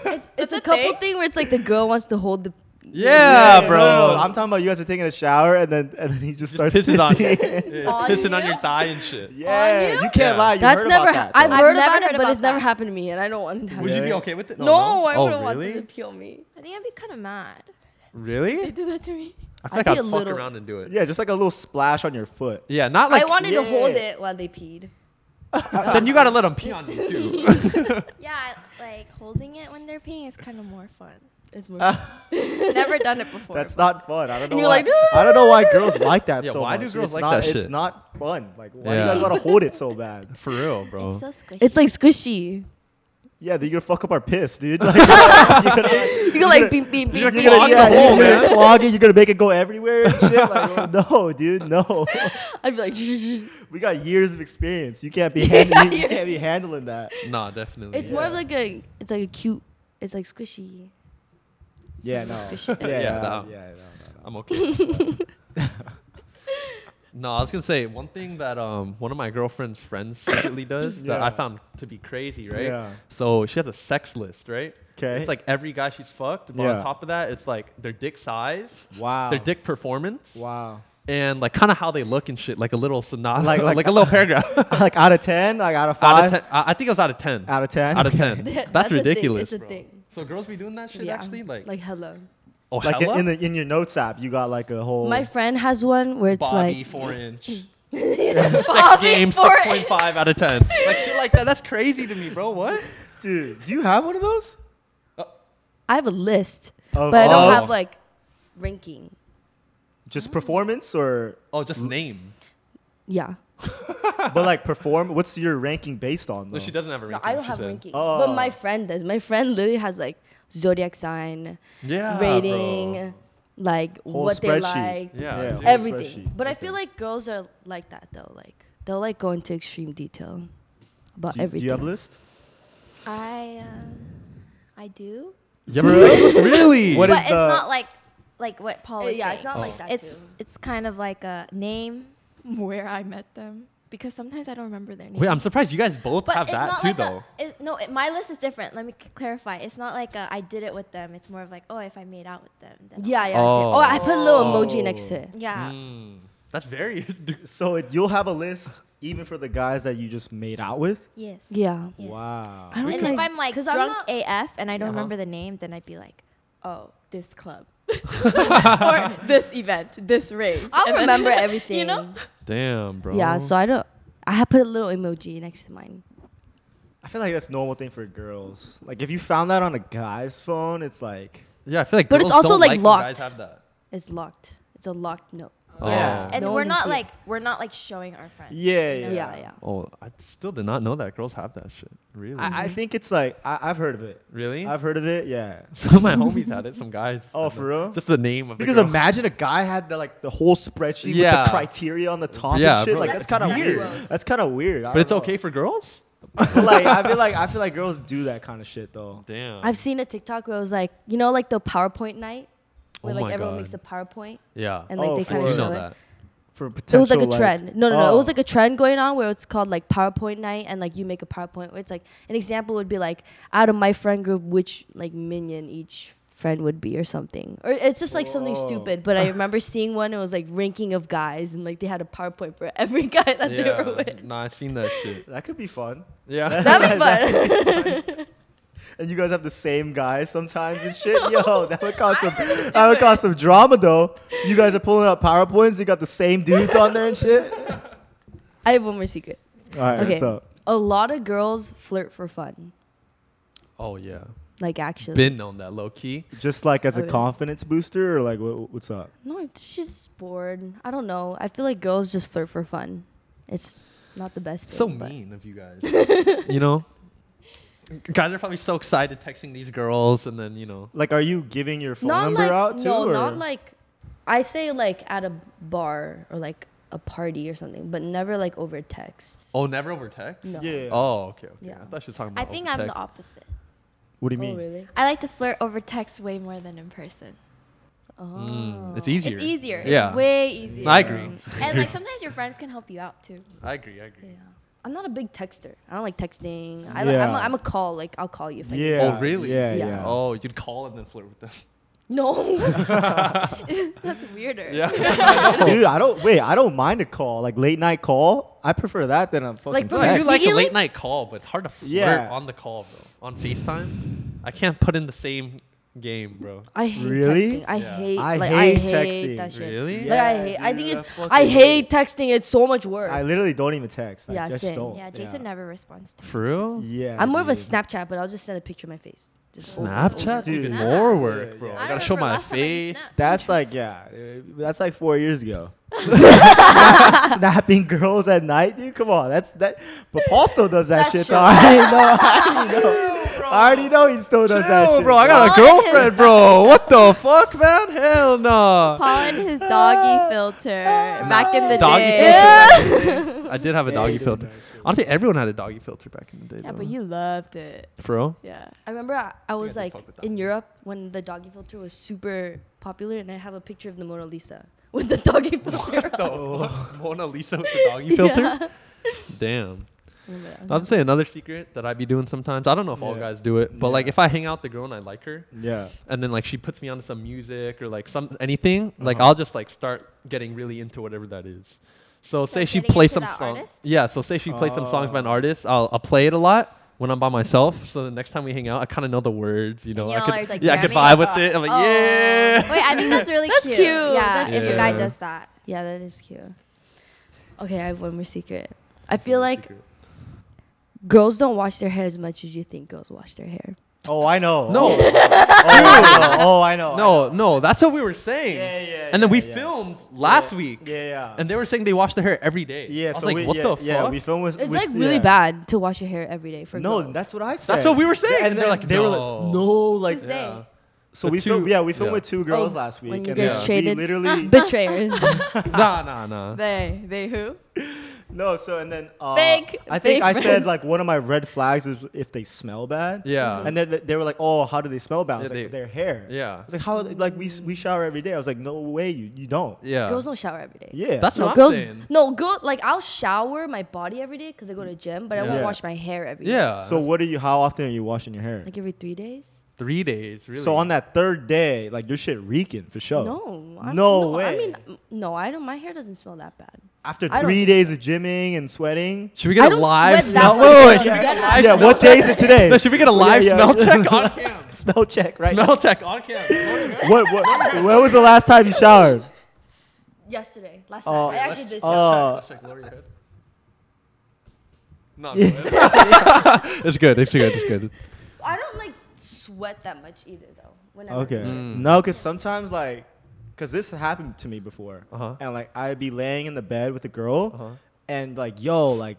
[SPEAKER 4] It's,
[SPEAKER 3] It's a couple thing where it's like the girl wants to hold the.
[SPEAKER 1] Yeah,
[SPEAKER 2] no,
[SPEAKER 1] bro.
[SPEAKER 2] no, no. I'm talking about you guys are taking a shower and then and then he just, starts
[SPEAKER 1] pisses on you.
[SPEAKER 2] (laughs) pissing.
[SPEAKER 1] Yeah,
[SPEAKER 4] On
[SPEAKER 1] pissing on
[SPEAKER 4] you?
[SPEAKER 1] your thigh and shit.
[SPEAKER 2] yeah,
[SPEAKER 4] you?
[SPEAKER 2] you can't
[SPEAKER 1] Yeah.
[SPEAKER 2] lie. You
[SPEAKER 3] That's
[SPEAKER 2] heard
[SPEAKER 3] never.
[SPEAKER 2] About
[SPEAKER 3] Ha-
[SPEAKER 2] that,
[SPEAKER 3] I've
[SPEAKER 2] though.
[SPEAKER 4] I've
[SPEAKER 3] heard
[SPEAKER 4] never
[SPEAKER 3] about
[SPEAKER 4] heard
[SPEAKER 3] it, but
[SPEAKER 4] about
[SPEAKER 3] it's never
[SPEAKER 4] that.
[SPEAKER 3] happened to me, and I don't want. to have
[SPEAKER 1] Would
[SPEAKER 3] it.
[SPEAKER 1] you be
[SPEAKER 2] Yeah.
[SPEAKER 1] okay with it?
[SPEAKER 3] No, I
[SPEAKER 1] Oh,
[SPEAKER 3] wouldn't want
[SPEAKER 1] really?
[SPEAKER 3] them to pee on me.
[SPEAKER 4] I think I'd be kind of mad. They
[SPEAKER 1] Really?
[SPEAKER 4] did that to me.
[SPEAKER 1] I feel like
[SPEAKER 3] be
[SPEAKER 1] I'd
[SPEAKER 3] a
[SPEAKER 1] fuck
[SPEAKER 3] little-
[SPEAKER 1] around and
[SPEAKER 3] (laughs)
[SPEAKER 1] do it.
[SPEAKER 2] Yeah, just like a little splash on your foot.
[SPEAKER 1] Yeah, not like.
[SPEAKER 3] I wanted to hold
[SPEAKER 2] Yeah.
[SPEAKER 3] it while they peed.
[SPEAKER 1] then you gotta let them pee on you too.
[SPEAKER 3] (laughs)
[SPEAKER 1] (laughs)
[SPEAKER 4] Yeah, like holding it when they're peeing is kind of more fun.
[SPEAKER 3] It's
[SPEAKER 1] (laughs)
[SPEAKER 3] more.
[SPEAKER 4] (laughs) Never (laughs) done it before.
[SPEAKER 2] That's not fun. I don't know.
[SPEAKER 3] You're
[SPEAKER 2] why,
[SPEAKER 3] like,
[SPEAKER 2] I don't know why girls like
[SPEAKER 1] (laughs)
[SPEAKER 2] that
[SPEAKER 1] Yeah,
[SPEAKER 2] so
[SPEAKER 1] why do
[SPEAKER 2] much.
[SPEAKER 1] girls
[SPEAKER 2] it's
[SPEAKER 1] like
[SPEAKER 2] not,
[SPEAKER 1] that
[SPEAKER 2] It's
[SPEAKER 1] shit?
[SPEAKER 2] not fun. Like, why
[SPEAKER 1] Yeah. (laughs)
[SPEAKER 2] do you guys gotta hold it so bad?
[SPEAKER 1] For real, bro.
[SPEAKER 4] so squishy.
[SPEAKER 3] it's like squishy.
[SPEAKER 2] yeah, then you're gonna fuck up our piss, dude. (laughs)
[SPEAKER 1] (laughs)
[SPEAKER 2] Like, you're gonna,
[SPEAKER 3] You can like beep beep
[SPEAKER 1] You're
[SPEAKER 3] beep
[SPEAKER 1] gonna clog
[SPEAKER 3] beep. beep.
[SPEAKER 1] the hole,
[SPEAKER 2] you're gonna
[SPEAKER 1] man.
[SPEAKER 2] clog it. You're gonna make it go everywhere and shit.
[SPEAKER 1] (laughs)
[SPEAKER 2] Like, no, dude, no.
[SPEAKER 3] (laughs)
[SPEAKER 2] (laughs)
[SPEAKER 3] I'd be like, (laughs)
[SPEAKER 2] We got years of experience. You
[SPEAKER 1] (laughs)
[SPEAKER 2] can't be handling, you can't be handling that.
[SPEAKER 1] Nah, definitely.
[SPEAKER 3] it's more of like a, it's like a cute, it's like squishy.
[SPEAKER 2] Yeah, no. Yeah,
[SPEAKER 1] Yeah,
[SPEAKER 2] yeah, no.
[SPEAKER 1] no.
[SPEAKER 2] yeah, no, no, no.
[SPEAKER 1] I'm okay.
[SPEAKER 3] (laughs)
[SPEAKER 1] no, I was gonna say one thing that um one of my girlfriend's friends secretly does that I
[SPEAKER 2] Yeah.
[SPEAKER 1] found to be crazy, right?
[SPEAKER 2] Yeah.
[SPEAKER 1] So she has a sex list, right?
[SPEAKER 2] 'Kay.
[SPEAKER 1] It's like every guy she's fucked, but
[SPEAKER 2] Yeah.
[SPEAKER 1] on top of that, it's like their dick size,
[SPEAKER 2] Wow.
[SPEAKER 1] their dick performance,
[SPEAKER 2] Wow. (laughs)
[SPEAKER 1] and like kind of how they look and shit, like a little sonata, (laughs)
[SPEAKER 2] Like-
[SPEAKER 1] like,
[SPEAKER 2] like-
[SPEAKER 1] like, a little
[SPEAKER 2] (laughs)
[SPEAKER 1] paragraph.
[SPEAKER 2] like out of ten, like out of
[SPEAKER 1] out
[SPEAKER 2] five.
[SPEAKER 1] of ten, I, I think it was out of ten.
[SPEAKER 2] Out of 10?
[SPEAKER 1] Out of
[SPEAKER 3] (laughs)
[SPEAKER 1] ten. That's,
[SPEAKER 3] a thing.
[SPEAKER 1] ridiculous.
[SPEAKER 3] It's a
[SPEAKER 1] bro.
[SPEAKER 3] thing.
[SPEAKER 1] So girls be doing that shit
[SPEAKER 3] Yeah.
[SPEAKER 1] actually, like,
[SPEAKER 3] like hello.
[SPEAKER 1] oh
[SPEAKER 2] Like
[SPEAKER 1] hella?
[SPEAKER 2] in the in your notes app, you got like a whole.
[SPEAKER 3] My friend has one where it's
[SPEAKER 1] Bobby
[SPEAKER 3] like
[SPEAKER 1] four
[SPEAKER 3] (laughs)
[SPEAKER 1] inch. Sex game six point five out of ten. Like shit like that. That's crazy to me, bro. What?
[SPEAKER 2] Dude, do you have one of those?
[SPEAKER 3] I have a list,
[SPEAKER 2] Of-
[SPEAKER 3] but I
[SPEAKER 1] Oh.
[SPEAKER 3] don't have like ranking.
[SPEAKER 1] Mm.
[SPEAKER 2] Just performance or
[SPEAKER 1] (laughs) Oh, just name.
[SPEAKER 3] Yeah,
[SPEAKER 2] but like perform. What's your ranking based on? Though?
[SPEAKER 1] No, she doesn't have a
[SPEAKER 3] no,
[SPEAKER 1] ranking.
[SPEAKER 3] I don't
[SPEAKER 1] she
[SPEAKER 3] have
[SPEAKER 1] said.
[SPEAKER 3] ranking,
[SPEAKER 2] Oh.
[SPEAKER 3] but my friend does. My friend literally has like zodiac sign,
[SPEAKER 1] Yeah, bro.
[SPEAKER 3] rating, like
[SPEAKER 2] Whole
[SPEAKER 3] what they
[SPEAKER 2] spreadsheet.
[SPEAKER 3] like,
[SPEAKER 1] Yeah,
[SPEAKER 2] Yeah.
[SPEAKER 1] dude.
[SPEAKER 2] Every-
[SPEAKER 3] everything.
[SPEAKER 2] spreadsheet.
[SPEAKER 3] But I
[SPEAKER 2] Okay.
[SPEAKER 3] feel like girls are like that though. Like they'll like go into extreme detail about
[SPEAKER 2] Do,
[SPEAKER 3] everything.
[SPEAKER 2] do you have a list?
[SPEAKER 5] I, uh, I do.
[SPEAKER 1] You (laughs) ever really?
[SPEAKER 2] What
[SPEAKER 5] but
[SPEAKER 2] is
[SPEAKER 5] it's
[SPEAKER 2] the-
[SPEAKER 5] not like like what Paul
[SPEAKER 4] Oh,
[SPEAKER 3] Uh,
[SPEAKER 5] was
[SPEAKER 3] yeah,
[SPEAKER 5] saying.
[SPEAKER 3] it's not like that.
[SPEAKER 5] it's
[SPEAKER 3] too.
[SPEAKER 5] it's kind of like a name where I met them because sometimes I don't remember their name.
[SPEAKER 1] Wait, I'm surprised you guys both
[SPEAKER 5] but
[SPEAKER 1] have
[SPEAKER 5] it's
[SPEAKER 1] that
[SPEAKER 5] not
[SPEAKER 1] too,
[SPEAKER 5] like
[SPEAKER 1] though.
[SPEAKER 5] A, it, no, it, my list is different. Let me c- clarify. It's not like a, I did it with them. It's more of like, oh, if I made out with them. Then
[SPEAKER 3] yeah, yeah.
[SPEAKER 1] Oh.
[SPEAKER 3] Oh. oh, I put a little emoji next to it.
[SPEAKER 5] yeah.
[SPEAKER 1] Mm, that's very. (laughs) dude.
[SPEAKER 2] So it, you'll have a list even for the guys that you just made out with.
[SPEAKER 5] Yes.
[SPEAKER 3] Yeah.
[SPEAKER 5] Yes.
[SPEAKER 2] Wow.
[SPEAKER 3] I don't
[SPEAKER 5] And
[SPEAKER 3] like-
[SPEAKER 5] if I'm like
[SPEAKER 3] 'cause
[SPEAKER 5] drunk
[SPEAKER 3] I'm not-
[SPEAKER 5] AF and I don't
[SPEAKER 1] Uh-huh.
[SPEAKER 5] remember the name, then I'd be like, oh, this
[SPEAKER 3] (laughs)
[SPEAKER 5] club. (laughs) or this event, this rave.
[SPEAKER 3] I'll
[SPEAKER 5] And then- (laughs)
[SPEAKER 4] (laughs)
[SPEAKER 3] remember everything.
[SPEAKER 5] You know?
[SPEAKER 1] Damn, bro.
[SPEAKER 3] Yeah, so I don't. I have put a little emoji next to mine.
[SPEAKER 2] I feel like that's normal thing for girls. Like if you found that on a guy's phone, it's like
[SPEAKER 1] yeah, I feel like.
[SPEAKER 3] But it's
[SPEAKER 1] girls
[SPEAKER 3] also,
[SPEAKER 1] don't
[SPEAKER 3] like,
[SPEAKER 1] like when
[SPEAKER 3] locked.
[SPEAKER 1] Guys have that.
[SPEAKER 3] It's locked. It's a locked note.
[SPEAKER 1] Oh.
[SPEAKER 2] Yeah.
[SPEAKER 5] And
[SPEAKER 3] No
[SPEAKER 5] we're
[SPEAKER 3] one can
[SPEAKER 5] not
[SPEAKER 3] see it.
[SPEAKER 5] like we're not like showing our friends.
[SPEAKER 2] yeah,
[SPEAKER 5] you
[SPEAKER 2] yeah.
[SPEAKER 5] know?
[SPEAKER 3] Yeah, yeah.
[SPEAKER 1] Oh, I still did not know that girls have that shit. Really?
[SPEAKER 2] I, I
[SPEAKER 3] Mm-hmm.
[SPEAKER 2] think it's like I, I've heard of it.
[SPEAKER 1] really?
[SPEAKER 2] I've heard of it. Yeah.
[SPEAKER 1] (laughs) Some of my homies had it. Some guys.
[SPEAKER 2] Oh,
[SPEAKER 1] And
[SPEAKER 2] for
[SPEAKER 1] the-
[SPEAKER 2] real?
[SPEAKER 1] Just the name of
[SPEAKER 2] Because
[SPEAKER 1] the girl.
[SPEAKER 2] imagine a guy had the, like the whole spreadsheet with
[SPEAKER 1] Yeah.
[SPEAKER 2] the criteria on the top
[SPEAKER 1] Yeah,
[SPEAKER 2] and shit.
[SPEAKER 1] bro,
[SPEAKER 2] like that's
[SPEAKER 1] that's
[SPEAKER 2] kind of
[SPEAKER 1] weird.
[SPEAKER 2] weird. That's kind of weird. I
[SPEAKER 1] But it's
[SPEAKER 2] don't know.
[SPEAKER 1] okay for girls.
[SPEAKER 2] But, like I feel like I feel like girls do that kind of shit though.
[SPEAKER 1] Damn.
[SPEAKER 3] I've seen a TikTok where it was like, you know, like the PowerPoint night, where
[SPEAKER 1] Oh
[SPEAKER 3] like
[SPEAKER 1] my
[SPEAKER 3] everyone
[SPEAKER 1] God.
[SPEAKER 3] makes a PowerPoint
[SPEAKER 1] yeah.
[SPEAKER 3] and like
[SPEAKER 2] Oh,
[SPEAKER 3] they
[SPEAKER 2] for
[SPEAKER 1] I
[SPEAKER 3] kind
[SPEAKER 1] do
[SPEAKER 3] of
[SPEAKER 2] sure.
[SPEAKER 1] know
[SPEAKER 3] show
[SPEAKER 1] that.
[SPEAKER 3] it.
[SPEAKER 2] For
[SPEAKER 3] It
[SPEAKER 2] potential.
[SPEAKER 3] was like a
[SPEAKER 2] like-
[SPEAKER 3] trend. No, no, no. It was
[SPEAKER 2] Oh.
[SPEAKER 3] like a trend going on where it's called like PowerPoint night, and like you make a PowerPoint. Where it's like an example would be like out of my friend group, which like minion each friend would be or something or it's just like something
[SPEAKER 2] Whoa.
[SPEAKER 3] stupid but i remember seeing one it was like ranking of guys and like they had a powerpoint for every (laughs) guy that they were with
[SPEAKER 1] Nah, I seen that shit.
[SPEAKER 2] That could be fun.
[SPEAKER 1] (laughs) Yeah.
[SPEAKER 2] (laughs)
[SPEAKER 3] that'd be fun (laughs)
[SPEAKER 2] And you guys have the same guys sometimes and
[SPEAKER 3] (laughs)
[SPEAKER 2] shit. Yo, that would cause some that would cause some drama though. You guys are pulling up PowerPoints, you got the same dudes on there and (laughs) shit. All
[SPEAKER 3] i have one more secret
[SPEAKER 2] right,
[SPEAKER 3] Okay.
[SPEAKER 2] what's up?
[SPEAKER 3] a lot of girls flirt for fun
[SPEAKER 1] oh yeah.
[SPEAKER 3] like actually
[SPEAKER 1] Been on that low key.
[SPEAKER 2] Just like as a
[SPEAKER 3] Okay.
[SPEAKER 2] confidence booster or like what, what's up?
[SPEAKER 3] no she's bored i don't know i feel like girls just flirt for fun it's not the best
[SPEAKER 1] So
[SPEAKER 3] thing, but-
[SPEAKER 1] mean of you (laughs) guys. you know. Guys are probably so excited texting these girls, and then you know.
[SPEAKER 2] Like are you giving your phone number
[SPEAKER 3] like
[SPEAKER 2] out too?
[SPEAKER 3] no
[SPEAKER 2] or?
[SPEAKER 3] not like i say like at a bar or like a party or something but never like over text
[SPEAKER 1] Oh, never over text.
[SPEAKER 3] no
[SPEAKER 2] Yeah.
[SPEAKER 1] Oh, okay, okay.
[SPEAKER 3] Yeah.
[SPEAKER 1] I thought she was talking
[SPEAKER 5] I
[SPEAKER 1] about.
[SPEAKER 5] think
[SPEAKER 1] over
[SPEAKER 5] I'm the
[SPEAKER 1] text.
[SPEAKER 5] opposite.
[SPEAKER 2] What do you
[SPEAKER 3] oh
[SPEAKER 2] mean?
[SPEAKER 3] really
[SPEAKER 5] I like to flirt over text way more than in person.
[SPEAKER 3] oh
[SPEAKER 1] Mm, it's easier.
[SPEAKER 5] It's easier. It's
[SPEAKER 1] Yeah.
[SPEAKER 5] way easier.
[SPEAKER 1] I agree.
[SPEAKER 5] And
[SPEAKER 1] (laughs)
[SPEAKER 5] like sometimes your friends can help you out too. (laughs)
[SPEAKER 1] I agree. I agree.
[SPEAKER 3] yeah i'm not a big texter i don't like texting I, li-
[SPEAKER 2] Yeah.
[SPEAKER 3] I'm, a, I'm a call like i'll call you if I need
[SPEAKER 2] Yeah.
[SPEAKER 1] Oh, really?
[SPEAKER 2] Yeah, yeah.
[SPEAKER 3] Yeah.
[SPEAKER 1] Oh, you'd call and then flirt with them.
[SPEAKER 3] no (laughs)
[SPEAKER 5] That's weirder.
[SPEAKER 1] (laughs)
[SPEAKER 2] Dude, I don't wait, I don't mind a call. Like late night call. I prefer that than a fucking
[SPEAKER 3] Like, for
[SPEAKER 1] I
[SPEAKER 2] text.
[SPEAKER 1] do like a
[SPEAKER 3] Sneakily?
[SPEAKER 1] late night call, but it's hard to flirt
[SPEAKER 2] Yeah.
[SPEAKER 1] on the call, bro. On FaceTime, I can't put in the same game, bro.
[SPEAKER 3] I hate
[SPEAKER 2] Really?
[SPEAKER 3] texting. I
[SPEAKER 1] Yeah.
[SPEAKER 3] hate.
[SPEAKER 2] I
[SPEAKER 3] like,
[SPEAKER 2] hate
[SPEAKER 3] I hate
[SPEAKER 2] texting.
[SPEAKER 3] That shit.
[SPEAKER 1] Really?
[SPEAKER 3] Like I
[SPEAKER 2] Yeah,
[SPEAKER 3] hate. I
[SPEAKER 2] dude,
[SPEAKER 3] think it's.
[SPEAKER 2] I fucking
[SPEAKER 3] I
[SPEAKER 2] hate
[SPEAKER 3] hate texting. It's so much work.
[SPEAKER 2] I
[SPEAKER 3] I,
[SPEAKER 2] literally don't even text. I
[SPEAKER 3] Yeah,
[SPEAKER 2] just
[SPEAKER 3] same.
[SPEAKER 2] don't.
[SPEAKER 5] Yeah, Jason never responds to
[SPEAKER 1] For real?
[SPEAKER 2] Yeah.
[SPEAKER 3] am more of a
[SPEAKER 2] dude.
[SPEAKER 3] Snapchat, but I'll just send a picture of my face. Just over-
[SPEAKER 1] Snapchat,
[SPEAKER 2] Dude.
[SPEAKER 1] even
[SPEAKER 5] Snap.
[SPEAKER 1] more
[SPEAKER 2] Yeah,
[SPEAKER 1] work, bro.
[SPEAKER 2] yeah.
[SPEAKER 1] I gotta show my face.
[SPEAKER 2] That's like yeah, uh, that's like four
[SPEAKER 1] (laughs)
[SPEAKER 2] years ago. (laughs) Snap- snapping girls at night, dude. Come on, that's that. But Paul still does that (laughs) shit.
[SPEAKER 3] That's true. (laughs)
[SPEAKER 2] All right, no, I already know. I already know he still does that
[SPEAKER 1] Chill,
[SPEAKER 2] shit.
[SPEAKER 1] bro. I got a
[SPEAKER 5] Paul and his-
[SPEAKER 1] girlfriend, bro. What the fuck, man? Hell no.
[SPEAKER 5] Paul and his doggy filter back in the
[SPEAKER 1] Doggy
[SPEAKER 5] day.
[SPEAKER 1] filter?
[SPEAKER 5] Yeah.
[SPEAKER 1] I did have a doggy filter. Honestly, everyone had a doggy filter back in the day.
[SPEAKER 5] yeah,
[SPEAKER 1] though.
[SPEAKER 5] but you loved it.
[SPEAKER 1] for
[SPEAKER 2] (laughs)
[SPEAKER 1] real? (laughs)
[SPEAKER 5] Yeah.
[SPEAKER 3] I remember I, I was
[SPEAKER 1] did
[SPEAKER 3] like
[SPEAKER 1] fuck with that.
[SPEAKER 3] in Europe when the doggy filter was super popular, and I have a picture of the Mona Lisa (laughs) with the doggy filter.
[SPEAKER 1] (laughs)
[SPEAKER 3] on.
[SPEAKER 2] Oh.
[SPEAKER 1] Mona Lisa with the doggy filter?
[SPEAKER 3] Yeah.
[SPEAKER 1] Damn.
[SPEAKER 3] I remember that.
[SPEAKER 1] I'd say another secret that I'd be doing sometimes. I don't know if all
[SPEAKER 2] Yeah.
[SPEAKER 1] guys do it, but like
[SPEAKER 2] Yeah.
[SPEAKER 1] if I hang out with the girl and I like her,
[SPEAKER 2] Yeah.
[SPEAKER 1] and then like she puts me onto some music or like some anything, like
[SPEAKER 2] Uh-huh.
[SPEAKER 1] I'll just like start getting really into whatever that is. So say she
[SPEAKER 5] getting
[SPEAKER 1] plays
[SPEAKER 5] into
[SPEAKER 1] some
[SPEAKER 5] that
[SPEAKER 1] song.
[SPEAKER 5] artist?
[SPEAKER 1] Yeah, so say she plays some songs
[SPEAKER 2] Oh.
[SPEAKER 1] by an artist. I'll, I'll play it a lot when I'm by myself. So the next time we hang out, I kind of know the words. You know, I
[SPEAKER 5] y'all
[SPEAKER 1] could
[SPEAKER 5] are, like,
[SPEAKER 1] yeah, I could vibe
[SPEAKER 5] jamming?
[SPEAKER 1] with it. I'm like
[SPEAKER 5] Oh.
[SPEAKER 1] yeah.
[SPEAKER 4] Wait, I think (laughs) that's really
[SPEAKER 5] That's
[SPEAKER 4] cute.
[SPEAKER 5] cute.
[SPEAKER 4] Yeah,
[SPEAKER 5] That's
[SPEAKER 4] if a guy
[SPEAKER 1] cute.
[SPEAKER 4] does that.
[SPEAKER 3] Yeah, that is cute. Okay, I have one more secret. I feel like girls don't wash their hair as much as you think girls wash their hair.
[SPEAKER 2] Oh, I know.
[SPEAKER 1] No, (laughs)
[SPEAKER 2] Oh, I know. Oh, I know.
[SPEAKER 1] no, no. That's what we were saying.
[SPEAKER 2] Yeah, yeah,
[SPEAKER 1] And then we
[SPEAKER 2] yeah, yeah.
[SPEAKER 1] filmed last week.
[SPEAKER 2] Yeah, yeah.
[SPEAKER 1] And they were saying they wash their hair every day.
[SPEAKER 2] yeah,
[SPEAKER 1] I was
[SPEAKER 2] so
[SPEAKER 1] like,
[SPEAKER 2] we,
[SPEAKER 1] what
[SPEAKER 2] yeah,
[SPEAKER 1] the
[SPEAKER 2] yeah,
[SPEAKER 1] fuck?
[SPEAKER 2] we filmed with.
[SPEAKER 3] It's
[SPEAKER 2] with-
[SPEAKER 3] like really
[SPEAKER 2] yeah.
[SPEAKER 3] bad to wash your hair every day for
[SPEAKER 2] No,
[SPEAKER 3] girls.
[SPEAKER 2] that's what I said.
[SPEAKER 1] That's what we were saying.
[SPEAKER 2] Yeah,
[SPEAKER 1] And they're
[SPEAKER 2] then
[SPEAKER 1] like,
[SPEAKER 2] they
[SPEAKER 1] no.
[SPEAKER 2] were like, no, like,
[SPEAKER 4] Who's
[SPEAKER 2] yeah.
[SPEAKER 4] they?
[SPEAKER 2] So
[SPEAKER 1] The
[SPEAKER 2] we filmed,
[SPEAKER 1] two-
[SPEAKER 2] yeah, we filmed
[SPEAKER 1] yeah.
[SPEAKER 2] with two girls
[SPEAKER 3] Oh,
[SPEAKER 2] last week.
[SPEAKER 3] when you
[SPEAKER 2] and
[SPEAKER 3] guys
[SPEAKER 2] then
[SPEAKER 3] traded- Ah.
[SPEAKER 2] We literally,
[SPEAKER 3] (laughs) betrayers.
[SPEAKER 1] nah, nah, nah.
[SPEAKER 5] They, they who?
[SPEAKER 2] (laughs) no, so, and then. Uh,
[SPEAKER 5] Big,
[SPEAKER 2] I think
[SPEAKER 5] big
[SPEAKER 2] I
[SPEAKER 5] red-
[SPEAKER 2] said, like, one of my red flags is if they smell bad.
[SPEAKER 1] Yeah.
[SPEAKER 2] And then they were like, oh, how do they smell bad? I was
[SPEAKER 1] Yeah,
[SPEAKER 2] like,
[SPEAKER 1] they-
[SPEAKER 2] their hair.
[SPEAKER 1] Yeah.
[SPEAKER 2] I was like, how, like, we, we shower every day. I was like, no way, you, you don't.
[SPEAKER 1] Yeah.
[SPEAKER 3] girls don't shower every day.
[SPEAKER 2] Yeah.
[SPEAKER 1] That's
[SPEAKER 3] No,
[SPEAKER 1] what I'm
[SPEAKER 3] girls.
[SPEAKER 1] saying.
[SPEAKER 3] No, girl. Like I'll shower my body every day because I go to gym, but I
[SPEAKER 1] Yeah.
[SPEAKER 3] won't wash my hair every day.
[SPEAKER 1] Yeah.
[SPEAKER 2] So, what are you, how often are you washing your hair?
[SPEAKER 3] Like every three days.
[SPEAKER 1] three days, really.
[SPEAKER 2] So, on that third day, like, your shit reeking for sure.
[SPEAKER 3] No. I'm,
[SPEAKER 2] Oh. No
[SPEAKER 3] I
[SPEAKER 2] way.
[SPEAKER 3] mean, m- no. I don't. My hair doesn't smell that bad.
[SPEAKER 2] After
[SPEAKER 3] I don't
[SPEAKER 2] three days of gymming and sweating.
[SPEAKER 1] should we
[SPEAKER 3] I
[SPEAKER 1] get a
[SPEAKER 3] don't
[SPEAKER 1] live
[SPEAKER 3] sweat that
[SPEAKER 1] smell?
[SPEAKER 3] much.
[SPEAKER 1] Wait, wait, wait,
[SPEAKER 3] Yeah.
[SPEAKER 1] should we get a
[SPEAKER 3] Yeah.
[SPEAKER 1] live
[SPEAKER 2] yeah,
[SPEAKER 1] smell?
[SPEAKER 2] what day is it
[SPEAKER 1] (laughs)
[SPEAKER 2] today?
[SPEAKER 1] No, should we get a live
[SPEAKER 2] Yeah, yeah.
[SPEAKER 1] smell
[SPEAKER 2] (laughs)
[SPEAKER 1] check on cam?
[SPEAKER 2] smell check, right?
[SPEAKER 1] Smell check on cam.
[SPEAKER 2] What, what, when was the last time you showered?
[SPEAKER 3] Yesterday, last
[SPEAKER 2] Oh,
[SPEAKER 3] night. I
[SPEAKER 2] let's-
[SPEAKER 3] actually did.
[SPEAKER 2] oh.
[SPEAKER 3] shower.
[SPEAKER 2] Uh,
[SPEAKER 1] Let's check. Lower your head. No, go ahead. (laughs) it's good. It's good. It's good.
[SPEAKER 3] I don't like sweat that much either, though. Whenever.
[SPEAKER 2] uh. Oh, Okay.
[SPEAKER 1] Mm.
[SPEAKER 2] No, because sometimes, like, because this happened to me before.
[SPEAKER 1] Uh-huh.
[SPEAKER 2] And, like, I'd be laying in the bed with a girl,
[SPEAKER 1] Uh-huh.
[SPEAKER 2] and, like, yo, like,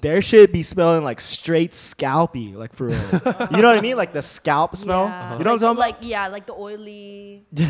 [SPEAKER 2] their shit be smelling like straight scalpy, like for real. you know what I mean? Like the scalp smell.
[SPEAKER 3] Yeah.
[SPEAKER 2] You know
[SPEAKER 3] like,
[SPEAKER 2] what I'm talking
[SPEAKER 3] Like yeah, like the oily.
[SPEAKER 5] (laughs) What?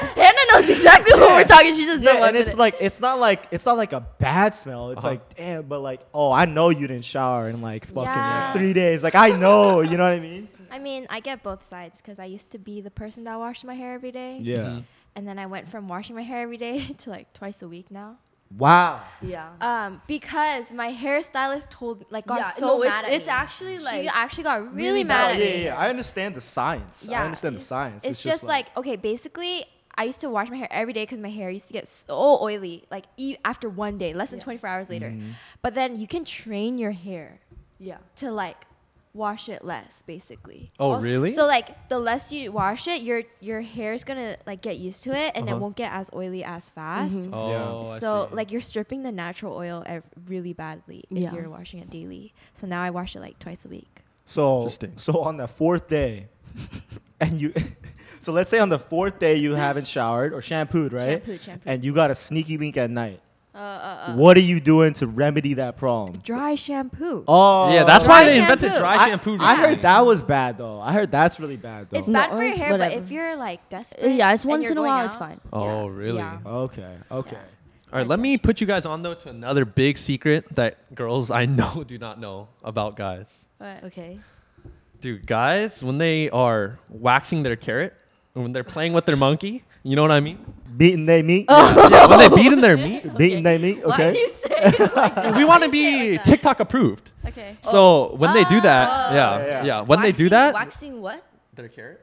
[SPEAKER 5] Hannah knows
[SPEAKER 3] (laughs)
[SPEAKER 5] exactly what we're talking. She just
[SPEAKER 2] Yeah, and it's like it's not like it's not like a bad smell. It's
[SPEAKER 1] Uh-huh.
[SPEAKER 2] like damn, but like oh, I know you didn't shower in like fucking like,
[SPEAKER 4] Yeah.
[SPEAKER 2] three days. Like I know, you know what I mean?
[SPEAKER 4] I mean, I get both sides because I used to be the person that washed my hair every day.
[SPEAKER 2] Yeah.
[SPEAKER 4] And then I went from washing my hair every day (laughs) to like twice a week now.
[SPEAKER 2] Wow.
[SPEAKER 3] Yeah.
[SPEAKER 4] Um, because my hairstylist told like got
[SPEAKER 3] yeah.
[SPEAKER 4] so
[SPEAKER 3] no,
[SPEAKER 4] mad
[SPEAKER 3] it's
[SPEAKER 4] at
[SPEAKER 3] it's
[SPEAKER 4] me.
[SPEAKER 3] actually like
[SPEAKER 4] she actually got really,
[SPEAKER 3] really
[SPEAKER 4] mad
[SPEAKER 2] yeah,
[SPEAKER 4] at
[SPEAKER 2] yeah,
[SPEAKER 4] me.
[SPEAKER 2] yeah. I understand the science. I understand the science.
[SPEAKER 4] It's, just, like, okay, basically, I used to wash my hair every day because my hair used to get so oily, like e- after one day, less than 24 hours later. But then you can train your hair
[SPEAKER 3] yeah.
[SPEAKER 4] to like wash it less, basically.
[SPEAKER 1] Oh,
[SPEAKER 3] Also-
[SPEAKER 1] really?
[SPEAKER 4] So like the less you wash it, your your hair is gonna like get used to it, and
[SPEAKER 1] Uh-huh.
[SPEAKER 4] it won't get as oily as
[SPEAKER 3] Mm-hmm.
[SPEAKER 4] fast.
[SPEAKER 1] oh, I
[SPEAKER 4] so
[SPEAKER 1] see.
[SPEAKER 4] like you're stripping the natural oil ev- really badly if
[SPEAKER 3] Yeah.
[SPEAKER 4] you're washing it daily. So now I wash it like twice a week.
[SPEAKER 2] so
[SPEAKER 1] Interesting.
[SPEAKER 2] so on the fourth day, (laughs) and you. (laughs) So let's say on the fourth day you
[SPEAKER 4] (laughs)
[SPEAKER 2] haven't showered or shampooed, right?
[SPEAKER 4] Shampooed, shampooed.
[SPEAKER 2] And you got a sneaky link at night. Uh, uh, uh. What are you doing to remedy that problem?
[SPEAKER 4] Dry shampoo.
[SPEAKER 2] Oh,
[SPEAKER 1] yeah, that's why
[SPEAKER 4] Dry
[SPEAKER 1] they invented
[SPEAKER 4] shampoo.
[SPEAKER 1] dry
[SPEAKER 2] I,
[SPEAKER 1] shampoo.
[SPEAKER 2] I heard
[SPEAKER 1] recently.
[SPEAKER 2] that was bad though. I heard that's really bad though.
[SPEAKER 4] It's bad
[SPEAKER 3] No,
[SPEAKER 4] for your hair, but
[SPEAKER 3] whatever.
[SPEAKER 4] if you're like desperate,
[SPEAKER 3] Uh, Yeah, it's
[SPEAKER 4] and
[SPEAKER 3] once
[SPEAKER 4] you're
[SPEAKER 3] in a
[SPEAKER 4] going
[SPEAKER 3] while. It's
[SPEAKER 4] out-
[SPEAKER 3] fine.
[SPEAKER 1] Oh, really?
[SPEAKER 4] Yeah.
[SPEAKER 2] okay, okay.
[SPEAKER 1] All right, let me put you guys on though to another big secret that girls I know (laughs) do not know about guys.
[SPEAKER 4] But
[SPEAKER 3] (laughs) Okay.
[SPEAKER 1] Dude, guys, when they are waxing their carrot, or when they're playing with their monkey, you know what I mean?
[SPEAKER 2] Beating they meat.
[SPEAKER 4] (laughs) Oh,
[SPEAKER 1] yeah, when they beat in their
[SPEAKER 3] (laughs)
[SPEAKER 1] meat,
[SPEAKER 2] Beating they meat.
[SPEAKER 3] Why do
[SPEAKER 2] (laughs) Okay.
[SPEAKER 3] you say it like that? oh.
[SPEAKER 1] we want to be TikTok approved.
[SPEAKER 4] okay.
[SPEAKER 1] So when they do that, yeah,
[SPEAKER 2] Yeah,
[SPEAKER 1] yeah,
[SPEAKER 2] yeah.
[SPEAKER 1] (laughs) when they do
[SPEAKER 3] Waxing-
[SPEAKER 1] that,
[SPEAKER 3] Waxing what?
[SPEAKER 1] their carrot.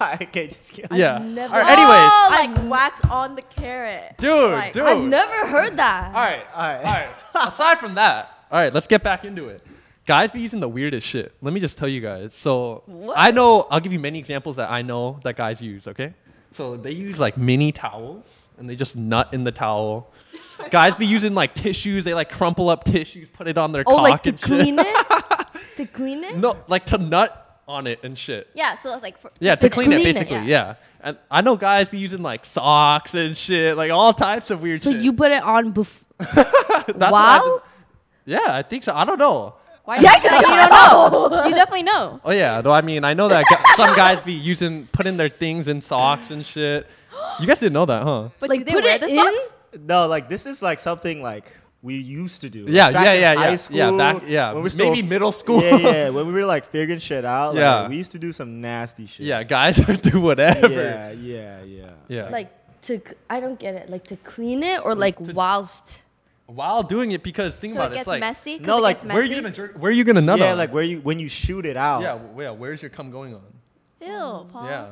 [SPEAKER 2] okay, just kidding.
[SPEAKER 1] Yeah.
[SPEAKER 3] never-
[SPEAKER 1] All right, anyways,
[SPEAKER 5] oh, like wax on the carrot.
[SPEAKER 1] dude,
[SPEAKER 5] like,
[SPEAKER 1] dude.
[SPEAKER 3] I've never heard that.
[SPEAKER 1] All right, all
[SPEAKER 2] All
[SPEAKER 1] right.
[SPEAKER 2] right.
[SPEAKER 1] All right. Aside from that, all right, let's get back into it. Guys be using the weirdest shit. Let me just tell you guys. So
[SPEAKER 3] What?
[SPEAKER 1] I know I'll give you many examples that I know that guys use. Okay, so they use like mini towels and they just nut in the
[SPEAKER 3] (laughs)
[SPEAKER 1] towel. guys be using like tissues. They like crumple up tissues, put it on their
[SPEAKER 3] Oh,
[SPEAKER 1] cock
[SPEAKER 3] like to
[SPEAKER 1] and shit.
[SPEAKER 3] clean it? to clean it?
[SPEAKER 1] No, like to nut on it and shit.
[SPEAKER 4] yeah, so it's like for,
[SPEAKER 1] Yeah, to, clean, it
[SPEAKER 3] clean it,
[SPEAKER 1] basically.
[SPEAKER 3] yeah.
[SPEAKER 1] yeah. and I know guys be using like socks and shit, like all types of weird
[SPEAKER 3] So
[SPEAKER 1] shit.
[SPEAKER 3] you put it on before.
[SPEAKER 1] That's what I
[SPEAKER 3] (laughs) wow.
[SPEAKER 1] did- yeah, I think so. I don't know.
[SPEAKER 4] (laughs) Why?
[SPEAKER 5] Yeah, 'cause you don't know. You definitely know.
[SPEAKER 1] Oh yeah, though I mean I know that gu- some guys be using putting their things in socks and shit. You guys didn't know that, huh?
[SPEAKER 4] But
[SPEAKER 3] Like,
[SPEAKER 4] do they
[SPEAKER 3] put
[SPEAKER 4] wear
[SPEAKER 3] it
[SPEAKER 4] the
[SPEAKER 3] in?
[SPEAKER 4] socks?
[SPEAKER 2] No, like this is like something like we used to do. Like,
[SPEAKER 1] Yeah,
[SPEAKER 2] back
[SPEAKER 1] yeah,
[SPEAKER 2] in
[SPEAKER 1] yeah,
[SPEAKER 2] high
[SPEAKER 1] yeah,
[SPEAKER 2] school,
[SPEAKER 1] yeah. Back, yeah,
[SPEAKER 2] when we're
[SPEAKER 1] maybe
[SPEAKER 2] still-
[SPEAKER 1] middle school.
[SPEAKER 2] (laughs) Yeah, yeah. When we were like figuring shit out, like,
[SPEAKER 1] Yeah.
[SPEAKER 2] we used to do some nasty shit.
[SPEAKER 1] (laughs) Yeah, guys (laughs) would do whatever.
[SPEAKER 2] yeah, yeah, yeah.
[SPEAKER 1] Yeah.
[SPEAKER 3] (laughs) Like to, c- I don't get it. Like to clean it or like
[SPEAKER 1] to-
[SPEAKER 3] whilst.
[SPEAKER 1] While doing it, because think
[SPEAKER 4] So
[SPEAKER 1] about
[SPEAKER 4] it
[SPEAKER 1] it, it's
[SPEAKER 4] gets
[SPEAKER 1] like
[SPEAKER 4] messy. 'Cause
[SPEAKER 2] No,
[SPEAKER 4] it
[SPEAKER 2] like,
[SPEAKER 4] gets
[SPEAKER 1] where are
[SPEAKER 4] messy?
[SPEAKER 1] you gonna jerk, where are you gonna nut
[SPEAKER 2] yeah,
[SPEAKER 1] on?
[SPEAKER 2] like oh. where you when you shoot it out.
[SPEAKER 1] yeah, w- yeah. Where's your cum going on?
[SPEAKER 4] Ew, Paul.
[SPEAKER 1] Yeah.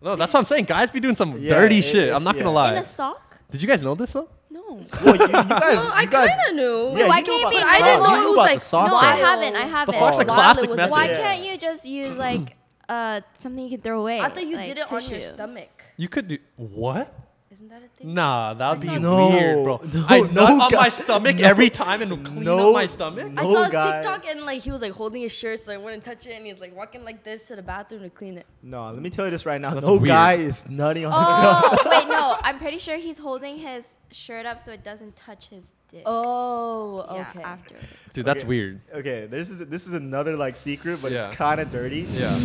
[SPEAKER 1] No, that's what I'm saying. Guys be doing some
[SPEAKER 2] Yeah,
[SPEAKER 1] dirty
[SPEAKER 2] it-
[SPEAKER 1] shit.
[SPEAKER 2] it's-
[SPEAKER 1] I'm not
[SPEAKER 2] yeah.
[SPEAKER 1] gonna
[SPEAKER 4] In a
[SPEAKER 1] lie.
[SPEAKER 4] sock?
[SPEAKER 1] Did you guys know this though?
[SPEAKER 4] No.
[SPEAKER 2] Well, you, you guys,
[SPEAKER 3] No,
[SPEAKER 2] you
[SPEAKER 3] Oh, I
[SPEAKER 2] guys,
[SPEAKER 3] kind of knew.
[SPEAKER 2] Yeah,
[SPEAKER 4] Why
[SPEAKER 2] you know
[SPEAKER 4] can't
[SPEAKER 2] about
[SPEAKER 4] we-
[SPEAKER 3] But
[SPEAKER 2] the
[SPEAKER 3] I didn't
[SPEAKER 2] sock. You
[SPEAKER 3] know it
[SPEAKER 2] about the
[SPEAKER 3] was like
[SPEAKER 2] sock
[SPEAKER 3] no.
[SPEAKER 4] I
[SPEAKER 2] thing.
[SPEAKER 4] haven't. I haven't.
[SPEAKER 1] sock's a
[SPEAKER 4] While it
[SPEAKER 1] classic
[SPEAKER 4] was-
[SPEAKER 1] method.
[SPEAKER 4] Why
[SPEAKER 2] Yeah.
[SPEAKER 4] can't you just use like uh, something you can throw away?
[SPEAKER 3] I thought you
[SPEAKER 4] like
[SPEAKER 3] did it on your
[SPEAKER 4] tissues?
[SPEAKER 3] stomach.
[SPEAKER 1] You could do what?
[SPEAKER 3] Isn't that a thing?
[SPEAKER 1] Nah, that would be
[SPEAKER 2] No,
[SPEAKER 1] weird, bro.
[SPEAKER 2] (laughs) no,
[SPEAKER 1] I nut
[SPEAKER 2] no,
[SPEAKER 1] on my
[SPEAKER 2] guys.
[SPEAKER 1] stomach
[SPEAKER 2] No,
[SPEAKER 1] every time and clean
[SPEAKER 2] no,
[SPEAKER 1] up my stomach.
[SPEAKER 3] I
[SPEAKER 2] No
[SPEAKER 3] saw his
[SPEAKER 2] guy.
[SPEAKER 3] TikTok and like he was like holding his shirt, so I wouldn't touch it, and he's like walking like this to the bathroom to clean it.
[SPEAKER 2] no, let me tell you this right now.
[SPEAKER 1] That's
[SPEAKER 2] no
[SPEAKER 1] weird.
[SPEAKER 2] guy is nutting on himself.
[SPEAKER 4] (laughs) Oh wait, no. I'm pretty sure he's holding his shirt up so it doesn't touch his dick.
[SPEAKER 3] Oh,
[SPEAKER 4] yeah,
[SPEAKER 3] okay.
[SPEAKER 4] After.
[SPEAKER 1] Dude, that's
[SPEAKER 2] Okay.
[SPEAKER 1] weird.
[SPEAKER 2] (laughs) Okay, this is this is another like secret, but
[SPEAKER 1] Yeah.
[SPEAKER 2] it's kind of dirty.
[SPEAKER 1] Yeah.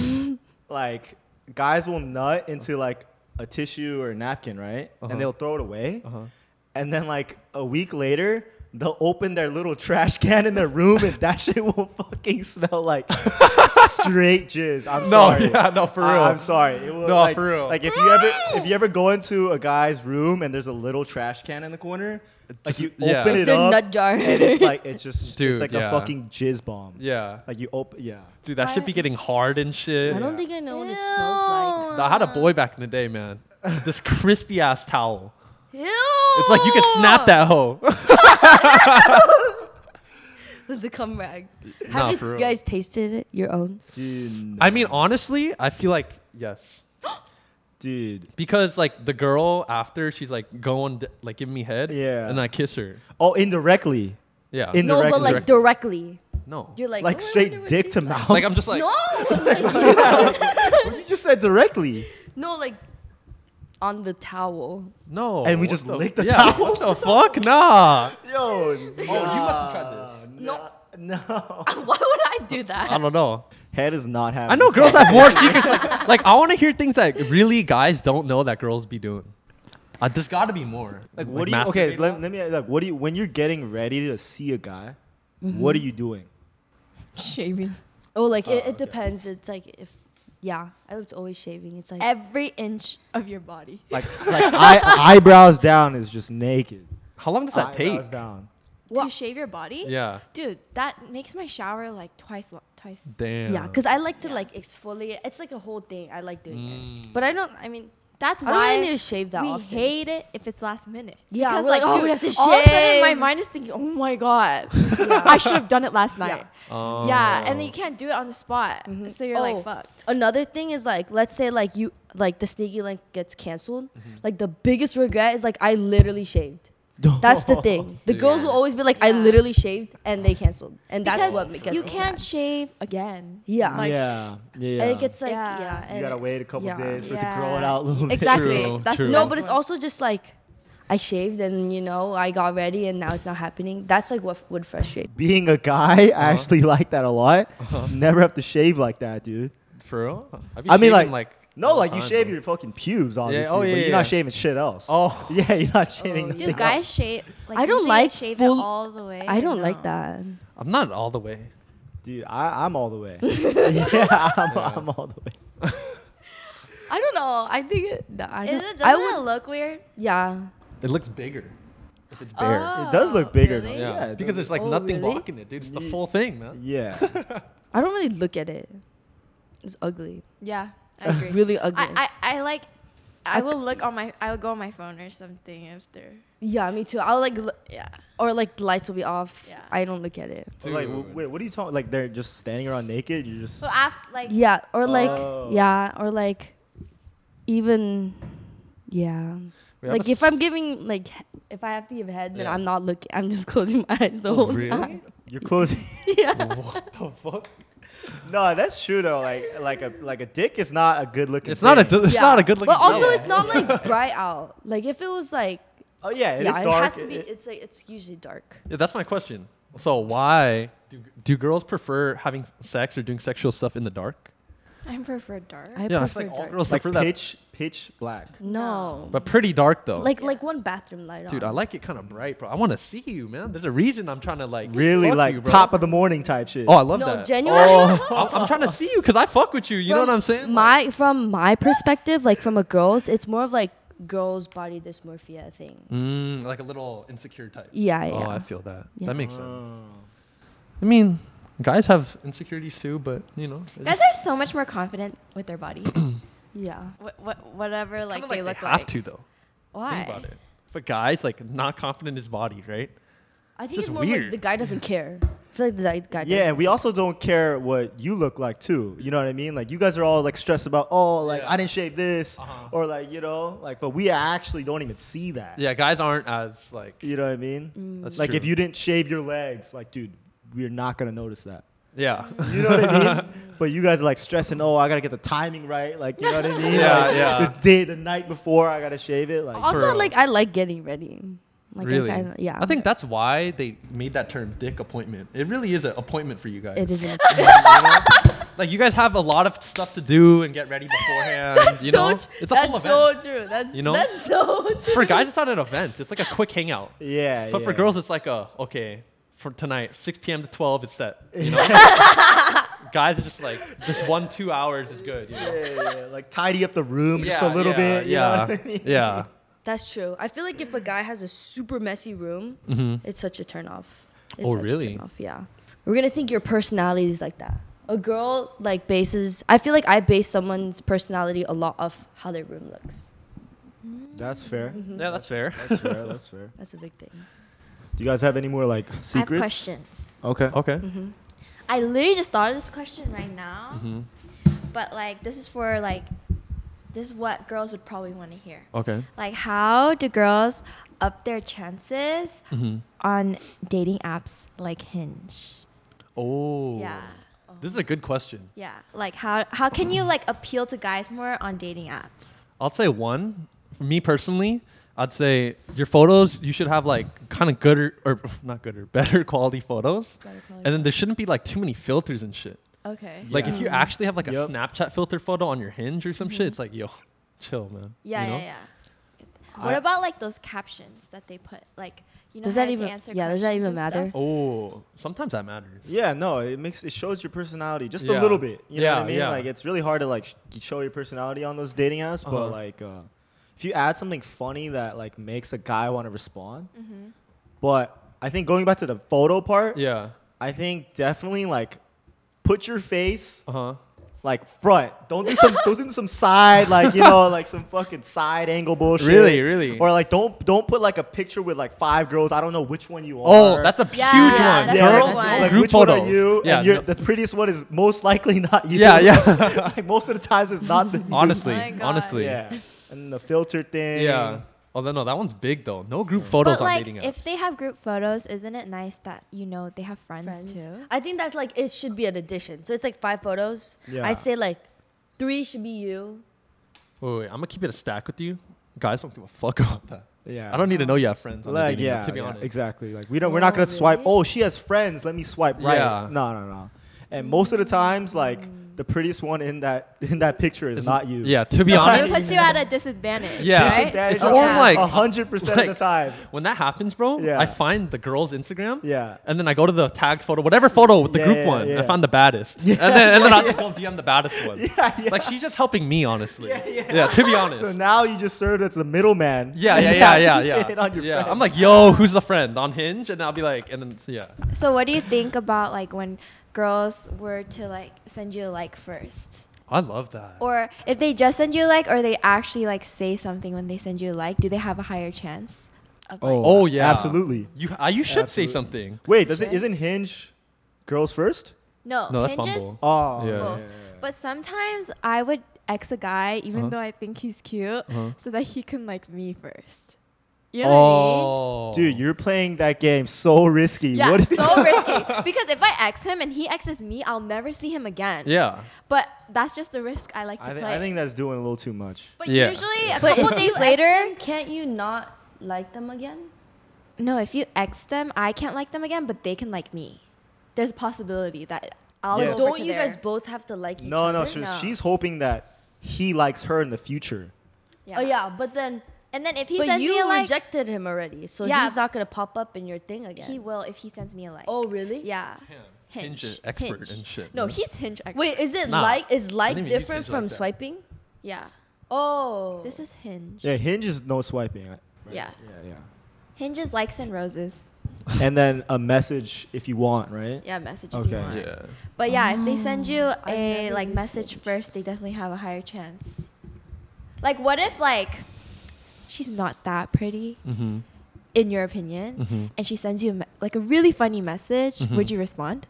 [SPEAKER 2] Like guys will nut into like a tissue or a napkin, right?
[SPEAKER 1] Uh-huh.
[SPEAKER 2] And they'll throw it away.
[SPEAKER 1] Uh-huh.
[SPEAKER 2] And then like a week later, they'll open their little trash can in their room, and that (laughs) shit will fucking smell like straight jizz. I'm
[SPEAKER 1] No,
[SPEAKER 2] sorry.
[SPEAKER 1] yeah, no, for real.
[SPEAKER 2] I, am sorry. It will,
[SPEAKER 1] No,
[SPEAKER 2] like,
[SPEAKER 1] for real.
[SPEAKER 2] Like if you ever if you ever go into a guy's room and there's a little trash can in the corner, like
[SPEAKER 1] Just-
[SPEAKER 2] you open
[SPEAKER 1] yeah.
[SPEAKER 2] it
[SPEAKER 3] Their
[SPEAKER 2] up,
[SPEAKER 3] nut jar.
[SPEAKER 2] and it's like it's just
[SPEAKER 1] Dude,
[SPEAKER 2] it's like
[SPEAKER 1] yeah.
[SPEAKER 2] a fucking jizz bomb.
[SPEAKER 1] Yeah.
[SPEAKER 2] Like you open, yeah.
[SPEAKER 1] Dude, that should be getting hard and shit.
[SPEAKER 3] I
[SPEAKER 1] Nah,
[SPEAKER 3] don't think I know what it smells
[SPEAKER 1] I had a boy back in the day, man.
[SPEAKER 2] (laughs)
[SPEAKER 1] This crispy ass towel.
[SPEAKER 3] like. Ew.
[SPEAKER 1] It's like you could snap that hoe. (laughs)
[SPEAKER 3] It was the cum rag.
[SPEAKER 1] Nah,
[SPEAKER 3] Have
[SPEAKER 1] for
[SPEAKER 3] you
[SPEAKER 1] real.
[SPEAKER 3] guys tasted it your own?
[SPEAKER 2] Dude,
[SPEAKER 1] I mean, honestly, I feel like yes.
[SPEAKER 2] dude.
[SPEAKER 1] Because like the girl after she's like going d- like giving me head,
[SPEAKER 2] Yeah.
[SPEAKER 1] and I kiss her,
[SPEAKER 2] Oh, indirectly,
[SPEAKER 1] yeah,
[SPEAKER 2] In-
[SPEAKER 3] No, but like directly.
[SPEAKER 1] no,
[SPEAKER 3] You're
[SPEAKER 2] like
[SPEAKER 3] like "Oh, I wonder
[SPEAKER 2] straight
[SPEAKER 3] what
[SPEAKER 2] dick
[SPEAKER 3] it
[SPEAKER 2] to
[SPEAKER 3] tastes like."
[SPEAKER 2] mouth.
[SPEAKER 1] like I'm just like
[SPEAKER 3] No, like,
[SPEAKER 2] you just said directly.
[SPEAKER 3] no, like on the towel.
[SPEAKER 1] no,
[SPEAKER 2] And we
[SPEAKER 1] what
[SPEAKER 2] just
[SPEAKER 1] the-
[SPEAKER 2] licked the
[SPEAKER 1] yeah,
[SPEAKER 2] towel.
[SPEAKER 1] What the fuck,
[SPEAKER 2] (laughs)
[SPEAKER 1] nah.
[SPEAKER 2] Yo,
[SPEAKER 3] (laughs)
[SPEAKER 1] Oh, you must have tried this.
[SPEAKER 3] No.
[SPEAKER 2] no.
[SPEAKER 3] (laughs) Why would I do (laughs)
[SPEAKER 1] I
[SPEAKER 3] that?
[SPEAKER 1] don't know.
[SPEAKER 2] Head is not having.
[SPEAKER 1] I know
[SPEAKER 2] this
[SPEAKER 1] girls have more secrets. Like, like I want to hear things that really guys don't know that girls be doing. Uh, there's got to be more.
[SPEAKER 2] Like what do you? Okay, so let, let me like what do you when you're getting ready to see a guy?
[SPEAKER 3] Mm-hmm.
[SPEAKER 2] What are you doing?
[SPEAKER 5] Shaving.
[SPEAKER 3] Oh, like it, it depends. It's like if yeah, I was always shaving. It's like
[SPEAKER 5] Every inch of your body.
[SPEAKER 3] (laughs)
[SPEAKER 2] Like like eye, eyebrows down is just naked.
[SPEAKER 1] How long does that take?
[SPEAKER 2] Eyebrows down.
[SPEAKER 3] What?
[SPEAKER 5] To shave your body?
[SPEAKER 1] Yeah.
[SPEAKER 5] Dude, that makes my shower like twice. Lo- twice.
[SPEAKER 1] Damn.
[SPEAKER 3] yeah, because I like to like exfoliate. It's like a whole thing. I like doing it, but I don't. I mean,
[SPEAKER 5] That's
[SPEAKER 3] I don't really
[SPEAKER 5] why
[SPEAKER 3] need to shave that
[SPEAKER 5] we
[SPEAKER 3] often.
[SPEAKER 5] hate it if it's last minute.
[SPEAKER 3] Yeah, we're like, "Oh, we have to
[SPEAKER 5] All of a sudden, my
[SPEAKER 3] shave."
[SPEAKER 5] mind is thinking, oh my
[SPEAKER 3] (laughs)
[SPEAKER 5] god, I should have done it last night.
[SPEAKER 1] Oh.
[SPEAKER 5] Yeah, and then you can't do it on the spot, so you're
[SPEAKER 3] Oh,
[SPEAKER 5] like fucked.
[SPEAKER 3] Another thing is like, let's say like you like the sneaky link gets canceled. Like the biggest regret is like I literally shaved. That's the thing. The girls
[SPEAKER 1] Dude.
[SPEAKER 3] will always be like, I
[SPEAKER 5] Yeah.
[SPEAKER 3] literally shaved, and they canceled, and that's
[SPEAKER 5] Because
[SPEAKER 3] what ma- gets
[SPEAKER 5] you
[SPEAKER 3] me
[SPEAKER 5] can't
[SPEAKER 3] mad.
[SPEAKER 5] shave again.
[SPEAKER 3] yeah.
[SPEAKER 5] like-
[SPEAKER 2] yeah, yeah.
[SPEAKER 3] and it gets like yeah.
[SPEAKER 5] Yeah.
[SPEAKER 3] and
[SPEAKER 2] you gotta
[SPEAKER 3] it-
[SPEAKER 2] wait a couple
[SPEAKER 3] yeah.
[SPEAKER 2] days for it to grow
[SPEAKER 5] Yeah.
[SPEAKER 2] it out a little bit.
[SPEAKER 5] Exactly.
[SPEAKER 1] True,
[SPEAKER 5] That's
[SPEAKER 1] true.
[SPEAKER 5] the
[SPEAKER 3] No,
[SPEAKER 5] best
[SPEAKER 3] but it's
[SPEAKER 5] one.
[SPEAKER 3] also just like I shaved and you know I got ready and now it's not happening. That's like what would frustrate.
[SPEAKER 2] Being a guy, I actually like that a lot. Never have to shave like that, dude.
[SPEAKER 1] For real? I, be
[SPEAKER 2] I mean, like,
[SPEAKER 1] shaving,
[SPEAKER 2] no,
[SPEAKER 1] all the
[SPEAKER 2] like you
[SPEAKER 1] time,
[SPEAKER 2] shave
[SPEAKER 1] bro.
[SPEAKER 2] your fucking pubes, obviously,
[SPEAKER 1] oh,
[SPEAKER 2] but
[SPEAKER 1] yeah,
[SPEAKER 2] you're
[SPEAKER 1] yeah.
[SPEAKER 2] not shaving shit else.
[SPEAKER 1] Oh.
[SPEAKER 2] (laughs) yeah, you're not shaving. nothing
[SPEAKER 4] Dude,
[SPEAKER 2] else.
[SPEAKER 4] guys shave. Like,
[SPEAKER 3] I don't
[SPEAKER 4] usually
[SPEAKER 3] like
[SPEAKER 4] shave
[SPEAKER 3] full-
[SPEAKER 4] it all the way.
[SPEAKER 3] I don't
[SPEAKER 4] No.
[SPEAKER 3] like that.
[SPEAKER 1] I'm not all the way.
[SPEAKER 2] Dude, I, I'm all the way. (laughs) yeah, I'm, I'm all the way.
[SPEAKER 3] I don't know. I think it. no, I
[SPEAKER 4] Is
[SPEAKER 3] don't.
[SPEAKER 4] it, doesn't
[SPEAKER 3] I
[SPEAKER 4] it
[SPEAKER 3] would.
[SPEAKER 4] look weird?
[SPEAKER 3] Yeah.
[SPEAKER 1] It looks bigger if it's bare.
[SPEAKER 3] Uh,
[SPEAKER 5] Oh,
[SPEAKER 2] It does look bigger,
[SPEAKER 4] really?
[SPEAKER 2] though.
[SPEAKER 1] yeah,
[SPEAKER 2] Yeah, it
[SPEAKER 1] because
[SPEAKER 2] does-
[SPEAKER 1] there's like
[SPEAKER 3] Oh,
[SPEAKER 1] nothing
[SPEAKER 3] really?
[SPEAKER 1] blocking it, dude. It's the
[SPEAKER 2] Ye-
[SPEAKER 1] full thing, man.
[SPEAKER 2] Yeah.
[SPEAKER 3] I don't really look at it. It's ugly.
[SPEAKER 5] yeah,
[SPEAKER 3] (laughs)
[SPEAKER 5] I agree.
[SPEAKER 3] Really ugly.
[SPEAKER 5] I, I, I like. I
[SPEAKER 3] I-
[SPEAKER 5] will look on my. I will go on my phone or something if they're.
[SPEAKER 3] yeah, me too. I'll like, l-
[SPEAKER 5] Yeah.
[SPEAKER 3] or like the lights will be off.
[SPEAKER 5] Yeah.
[SPEAKER 3] I don't look at it.
[SPEAKER 2] Well, (laughs) like, w- wait, what are you talking? Like, they're just standing around naked. You just
[SPEAKER 4] So after, like,
[SPEAKER 3] Yeah, or like,
[SPEAKER 2] Oh.
[SPEAKER 3] yeah, or like, even, yeah.
[SPEAKER 1] We have
[SPEAKER 3] Like
[SPEAKER 1] a
[SPEAKER 3] if I'm giving like, he- if I have to give head, then
[SPEAKER 1] Yeah. Oh,
[SPEAKER 3] I'm not looking. I'm just (laughs) closing my eyes the whole
[SPEAKER 1] really?
[SPEAKER 3] time. (laughs)
[SPEAKER 2] you're closing. (laughs)
[SPEAKER 3] yeah.
[SPEAKER 1] what (laughs) the fuck?
[SPEAKER 2] no, that's true though. Like, like a like a dick is not a good looking.
[SPEAKER 1] It's not a
[SPEAKER 2] thing.
[SPEAKER 1] it's
[SPEAKER 3] Yeah.
[SPEAKER 1] not a good looking.
[SPEAKER 3] But also,
[SPEAKER 1] girl.
[SPEAKER 3] it's not like bright out. Like if it was like,
[SPEAKER 2] Oh yeah, it is
[SPEAKER 3] yeah, it
[SPEAKER 2] dark.
[SPEAKER 3] has to be.
[SPEAKER 2] It-
[SPEAKER 3] It's like it's usually dark.
[SPEAKER 1] Yeah, that's my question. So why Do, do girls prefer having sex or doing sexual stuff in the dark?
[SPEAKER 5] I prefer dark.
[SPEAKER 3] I
[SPEAKER 1] yeah, it's
[SPEAKER 3] prefer
[SPEAKER 1] like all
[SPEAKER 3] dark.
[SPEAKER 1] girls
[SPEAKER 2] Like
[SPEAKER 1] prefer that.
[SPEAKER 2] pitch, pitch black.
[SPEAKER 3] No.
[SPEAKER 1] But pretty dark though.
[SPEAKER 3] like like one bathroom light
[SPEAKER 1] dude,
[SPEAKER 3] on.
[SPEAKER 1] I like it kind of bright, bro. I want to see you, man. There's a reason I'm trying to like
[SPEAKER 2] Really
[SPEAKER 1] fuck
[SPEAKER 2] like
[SPEAKER 1] you, bro.
[SPEAKER 2] top of the morning type shit.
[SPEAKER 1] Oh, I love
[SPEAKER 3] no,
[SPEAKER 1] that.
[SPEAKER 3] genuinely. (laughs)
[SPEAKER 1] I'm, I'm trying to see you because I fuck with you. You know
[SPEAKER 3] from
[SPEAKER 1] what I'm saying?
[SPEAKER 3] My from my perspective, like from a girl's, it's more of like girls' body dysmorphia thing.
[SPEAKER 1] Mm, like a little insecure type.
[SPEAKER 3] Yeah, yeah.
[SPEAKER 1] Oh, I feel that.
[SPEAKER 3] Yeah.
[SPEAKER 1] That makes sense. I mean, guys have insecurities too, but you know, it's
[SPEAKER 4] Guys are so much more confident with their bodies. (clears throat)
[SPEAKER 3] yeah.
[SPEAKER 4] what, what, whatever like,
[SPEAKER 1] kinda
[SPEAKER 4] they look
[SPEAKER 1] have
[SPEAKER 4] like.
[SPEAKER 1] to though.
[SPEAKER 4] Why?
[SPEAKER 1] Think about it. If a guy's like not confident in his body, right?
[SPEAKER 3] I think
[SPEAKER 1] just
[SPEAKER 3] it's, more
[SPEAKER 1] weird.
[SPEAKER 3] like the
[SPEAKER 1] (laughs)
[SPEAKER 3] guy doesn't care. I feel like the guy- guy.
[SPEAKER 2] Yeah, and we also don't care what you look like too. You know what I mean? Like you guys are all like stressed about, oh, like
[SPEAKER 1] Yeah.
[SPEAKER 2] I didn't shave this,
[SPEAKER 1] Uh-huh.
[SPEAKER 2] or like you know, like but we actually don't even see that.
[SPEAKER 1] Yeah, guys aren't as like.
[SPEAKER 2] You know what I mean?
[SPEAKER 1] That's
[SPEAKER 2] like
[SPEAKER 1] true.
[SPEAKER 2] if you didn't shave your legs, like dude, we're not gonna notice that.
[SPEAKER 1] Yeah.
[SPEAKER 3] Mm.
[SPEAKER 2] You know what I
[SPEAKER 1] (laughs)
[SPEAKER 2] mean? But you guys are like stressing, oh, I gotta get the timing right. Like you know what I mean?
[SPEAKER 1] (laughs) Yeah,
[SPEAKER 2] Like,
[SPEAKER 1] yeah.
[SPEAKER 2] The day, the night before, I gotta shave it. Like
[SPEAKER 1] for
[SPEAKER 3] Also,
[SPEAKER 1] real.
[SPEAKER 3] like I like getting ready. Like
[SPEAKER 1] really?
[SPEAKER 3] I kinda, yeah.
[SPEAKER 1] I think that's why they made that term "dick appointment." It really is an appointment for you guys. (laughs)
[SPEAKER 3] it is. An
[SPEAKER 1] Like you guys have a lot of stuff to do and get ready beforehand.
[SPEAKER 3] (laughs) that's
[SPEAKER 1] you
[SPEAKER 3] so.
[SPEAKER 1] know,
[SPEAKER 3] tr-
[SPEAKER 1] it's a
[SPEAKER 3] that's
[SPEAKER 1] whole
[SPEAKER 3] so
[SPEAKER 1] event.
[SPEAKER 3] true. That's
[SPEAKER 4] (laughs)
[SPEAKER 1] you know?
[SPEAKER 3] That's so (laughs) true.
[SPEAKER 1] for guys, it's not an event. It's like a quick hangout.
[SPEAKER 2] yeah.
[SPEAKER 1] But for
[SPEAKER 2] yeah.
[SPEAKER 1] girls, it's like a okay for tonight, 6 p.m. to 12 is set.
[SPEAKER 3] (laughs)
[SPEAKER 1] You know, guys are just like this one two hours is good. You know?
[SPEAKER 2] yeah, yeah, yeah. like tidy up the room just
[SPEAKER 1] Yeah,
[SPEAKER 2] a little
[SPEAKER 1] yeah,
[SPEAKER 2] bit. You know
[SPEAKER 1] Yeah,
[SPEAKER 2] what I (laughs) mean?
[SPEAKER 1] yeah.
[SPEAKER 3] That's true. I feel like if a guy has a super messy room,
[SPEAKER 1] Mm-hmm.
[SPEAKER 3] it's such a turn off. It's
[SPEAKER 1] Oh,
[SPEAKER 3] such a
[SPEAKER 1] really?
[SPEAKER 3] turn off, yeah. We're gonna think your personality is like that. A girl like bases. I feel like I base someone's personality a lot off how their room looks.
[SPEAKER 2] That's fair.
[SPEAKER 1] Yeah, that's fair.
[SPEAKER 2] That's fair. That's fair.
[SPEAKER 3] That's a big thing.
[SPEAKER 2] Do you guys have any more like secrets?
[SPEAKER 4] I have questions.
[SPEAKER 2] Okay.
[SPEAKER 1] Okay.
[SPEAKER 3] Mm-hmm.
[SPEAKER 4] I literally just thought of this question right now.
[SPEAKER 1] Mm-hmm.
[SPEAKER 4] But like this is for like this is what girls would probably want to hear.
[SPEAKER 1] Okay.
[SPEAKER 4] Like how do girls up their chances
[SPEAKER 1] Mm-hmm.
[SPEAKER 4] on dating apps like Hinge?
[SPEAKER 1] Oh.
[SPEAKER 4] Yeah.
[SPEAKER 1] This is a good question.
[SPEAKER 4] Yeah. Like how how can you like appeal to guys more on dating apps?
[SPEAKER 1] I'll say one. For me personally, I'd say your photos you should have like kind of good or, (laughs) or not good or better quality photos, and then there shouldn't be like too many filters and shit.
[SPEAKER 4] Okay.
[SPEAKER 1] Like if
[SPEAKER 2] Yeah.
[SPEAKER 1] you actually have like a
[SPEAKER 2] Yep.
[SPEAKER 1] Snapchat filter photo on your Hinge or some shit, it's like yo, (laughs) chill, man.
[SPEAKER 4] Mm-hmm. Yeah,
[SPEAKER 1] You know?
[SPEAKER 4] yeah, yeah. What
[SPEAKER 2] I-
[SPEAKER 4] about like those captions that they put? Like, you know,
[SPEAKER 3] Does
[SPEAKER 4] how
[SPEAKER 3] that
[SPEAKER 4] to
[SPEAKER 3] even-
[SPEAKER 4] answer
[SPEAKER 3] yeah, does that
[SPEAKER 4] questions
[SPEAKER 3] even
[SPEAKER 4] and
[SPEAKER 3] matter?
[SPEAKER 4] stuff?
[SPEAKER 1] Oh, sometimes that matters.
[SPEAKER 2] Yeah, no, it makes it shows your personality just
[SPEAKER 1] Yeah.
[SPEAKER 2] a little bit. You know
[SPEAKER 1] Yeah,
[SPEAKER 2] what I mean?
[SPEAKER 1] yeah.
[SPEAKER 2] Like it's really hard to like sh- show your personality on those dating apps,
[SPEAKER 1] Uh-huh.
[SPEAKER 2] but like uh, if you add something funny that like makes a guy want to respond.
[SPEAKER 4] Mm-hmm.
[SPEAKER 2] But I think going back to the photo part,
[SPEAKER 1] Yeah.
[SPEAKER 2] I think definitely like put your face
[SPEAKER 1] Uh huh.
[SPEAKER 2] like front. Don't do some don't do some side like you know like some fucking side angle bullshit.
[SPEAKER 1] Really, really?
[SPEAKER 2] Or like don't don't put like a picture with like five girls. I don't know which one you are.
[SPEAKER 1] Oh, that's a
[SPEAKER 4] Yeah,
[SPEAKER 1] huge
[SPEAKER 4] yeah,
[SPEAKER 1] one.
[SPEAKER 4] that's a big
[SPEAKER 1] Girls,
[SPEAKER 4] one. Like,
[SPEAKER 1] group
[SPEAKER 2] which
[SPEAKER 1] photos.
[SPEAKER 2] One are you?
[SPEAKER 1] Yeah.
[SPEAKER 2] and you're,
[SPEAKER 1] no-
[SPEAKER 2] the prettiest one is most likely (laughs) not you.
[SPEAKER 1] yeah. Yeah.
[SPEAKER 2] (laughs) like most of the times it's
[SPEAKER 1] (laughs)
[SPEAKER 2] not the you.
[SPEAKER 1] honestly,
[SPEAKER 4] Oh my God.
[SPEAKER 1] honestly.
[SPEAKER 2] Yeah. And the filter thing.
[SPEAKER 1] Yeah. Oh, then, no, that one's big though. No group Oh, photos
[SPEAKER 4] But like,
[SPEAKER 1] on dating apps.
[SPEAKER 4] if they have group photos, isn't it nice that you know they have friends,
[SPEAKER 3] Friends.
[SPEAKER 4] too?
[SPEAKER 3] I think that's like it should be an addition. So it's like five photos.
[SPEAKER 2] Yeah.
[SPEAKER 3] I'd say like three should be you.
[SPEAKER 1] Wait, wait, I'm gonna keep it a stack with you. Guys don't give a fuck about that.
[SPEAKER 2] Yeah.
[SPEAKER 1] I don't need to know you have friends. On the
[SPEAKER 2] like
[SPEAKER 1] dating
[SPEAKER 2] yeah.
[SPEAKER 1] app, to be
[SPEAKER 2] yeah,
[SPEAKER 1] honest.
[SPEAKER 2] Exactly. Like we don't we're not
[SPEAKER 3] Oh,
[SPEAKER 2] gonna swipe,
[SPEAKER 3] really?
[SPEAKER 2] oh she has friends, let me swipe right.
[SPEAKER 1] Yeah.
[SPEAKER 2] No, no, no. And most of the times, like the prettiest one in that (laughs) in that picture is not you.
[SPEAKER 1] Yeah. To be
[SPEAKER 4] So it
[SPEAKER 1] honest,
[SPEAKER 4] puts you at a disadvantage.
[SPEAKER 1] Yeah.
[SPEAKER 4] Right?
[SPEAKER 2] Disadvantage
[SPEAKER 1] It's more like-
[SPEAKER 2] hundred percent of
[SPEAKER 1] (laughs)
[SPEAKER 2] the
[SPEAKER 1] like-
[SPEAKER 2] time.
[SPEAKER 1] when that happens, bro,
[SPEAKER 2] Yeah.
[SPEAKER 1] I find the girl's Instagram.
[SPEAKER 2] Yeah. (laughs)
[SPEAKER 1] And then I go to the tagged photo, whatever photo with the
[SPEAKER 2] Yeah,
[SPEAKER 1] group
[SPEAKER 2] yeah,
[SPEAKER 1] one. I
[SPEAKER 2] yeah.
[SPEAKER 1] find the baddest. And then and then
[SPEAKER 2] (laughs)
[SPEAKER 1] I'll just go DM the baddest one.
[SPEAKER 2] Yeah, yeah.
[SPEAKER 1] Like she's just helping me, honestly. Yeah. to be honest.
[SPEAKER 2] So now you just serve as the middleman. (laughs)
[SPEAKER 1] yeah, yeah, yeah, yeah,
[SPEAKER 2] you
[SPEAKER 1] yeah.
[SPEAKER 2] hit on your
[SPEAKER 1] yeah.
[SPEAKER 2] friends.
[SPEAKER 1] I'm like, yo, who's the friend on Hinge? And I'll be like, and then so yeah.
[SPEAKER 4] So what do you think about like when girls were to like send you a like first?
[SPEAKER 1] I love that.
[SPEAKER 4] Or if they just send you a like or they actually like say something when they send you a like, do they have a higher chance? Of, like,
[SPEAKER 1] oh yeah,
[SPEAKER 2] absolutely.
[SPEAKER 1] You uh, you should say
[SPEAKER 2] Absolutely.
[SPEAKER 1] something.
[SPEAKER 2] Wait, does it isn't Hinge girls first?
[SPEAKER 4] no,
[SPEAKER 1] No, that's
[SPEAKER 4] Hinges-
[SPEAKER 1] Bumble.
[SPEAKER 2] Oh,
[SPEAKER 1] Yeah.
[SPEAKER 4] Well, But sometimes I would ex a guy even
[SPEAKER 1] Uh-huh.
[SPEAKER 4] though I think he's cute
[SPEAKER 1] Uh-huh.
[SPEAKER 4] so that he can like me first. You know
[SPEAKER 1] Oh,
[SPEAKER 4] what
[SPEAKER 2] dude, you're playing that game so risky.
[SPEAKER 4] I mean? Yeah,
[SPEAKER 2] What if-
[SPEAKER 4] so
[SPEAKER 3] (laughs)
[SPEAKER 4] risky. Because if I ex him and he exes me, I'll never see him again.
[SPEAKER 1] Yeah.
[SPEAKER 4] But that's just the risk I like to
[SPEAKER 2] I, think,
[SPEAKER 4] play.
[SPEAKER 2] I think that's doing a little too much.
[SPEAKER 4] but
[SPEAKER 1] Yeah.
[SPEAKER 4] usually a
[SPEAKER 3] But
[SPEAKER 4] couple
[SPEAKER 3] if you
[SPEAKER 4] days
[SPEAKER 3] ex
[SPEAKER 4] later,
[SPEAKER 3] them, can't you not like them again?
[SPEAKER 4] no, if you ex them, I can't like them again, but they can like me. there's a possibility that I'll
[SPEAKER 2] Yes.
[SPEAKER 4] go over
[SPEAKER 3] Don't
[SPEAKER 4] to
[SPEAKER 3] you
[SPEAKER 4] there.
[SPEAKER 3] guys both have to like each
[SPEAKER 2] No,
[SPEAKER 3] other?
[SPEAKER 2] no, she,
[SPEAKER 4] No.
[SPEAKER 2] she's hoping that he likes her in the future.
[SPEAKER 4] Yeah.
[SPEAKER 3] Oh yeah, but then
[SPEAKER 4] And then if he
[SPEAKER 3] but
[SPEAKER 4] sends me a
[SPEAKER 3] you
[SPEAKER 4] like,
[SPEAKER 3] rejected him already, so
[SPEAKER 4] Yeah,
[SPEAKER 3] he's not gonna pop up in your thing again.
[SPEAKER 4] he will if he sends me a like.
[SPEAKER 3] oh really?
[SPEAKER 4] yeah.
[SPEAKER 1] Hinge
[SPEAKER 4] Hinge.
[SPEAKER 1] expert
[SPEAKER 4] Hinge.
[SPEAKER 1] and shit.
[SPEAKER 4] No,
[SPEAKER 1] you know?
[SPEAKER 4] he's hinge expert.
[SPEAKER 3] Wait, is it
[SPEAKER 1] Nah,
[SPEAKER 3] like is like
[SPEAKER 1] even use
[SPEAKER 3] different
[SPEAKER 1] Hinge
[SPEAKER 3] from
[SPEAKER 1] like that.
[SPEAKER 3] swiping?
[SPEAKER 4] yeah.
[SPEAKER 3] Oh,
[SPEAKER 4] This is hinge.
[SPEAKER 2] Yeah, Hinge is no swiping. right?
[SPEAKER 4] Yeah.
[SPEAKER 2] Yeah,
[SPEAKER 4] Hinge is likes and roses.
[SPEAKER 2] yeah. (laughs) and then a message if you want, right?
[SPEAKER 4] Yeah, message if you
[SPEAKER 2] Okay.
[SPEAKER 4] want. Mm.
[SPEAKER 1] yeah.
[SPEAKER 4] But yeah, if they send you a
[SPEAKER 3] never
[SPEAKER 4] like
[SPEAKER 3] used
[SPEAKER 4] message
[SPEAKER 3] Hinge.
[SPEAKER 4] first, they definitely have a higher chance. Like what if like she's not that pretty
[SPEAKER 1] Mm-hmm.
[SPEAKER 4] in your opinion
[SPEAKER 1] Mhm.
[SPEAKER 4] and she sends you a me- like a really funny message,
[SPEAKER 1] Mhm.
[SPEAKER 4] would you respond?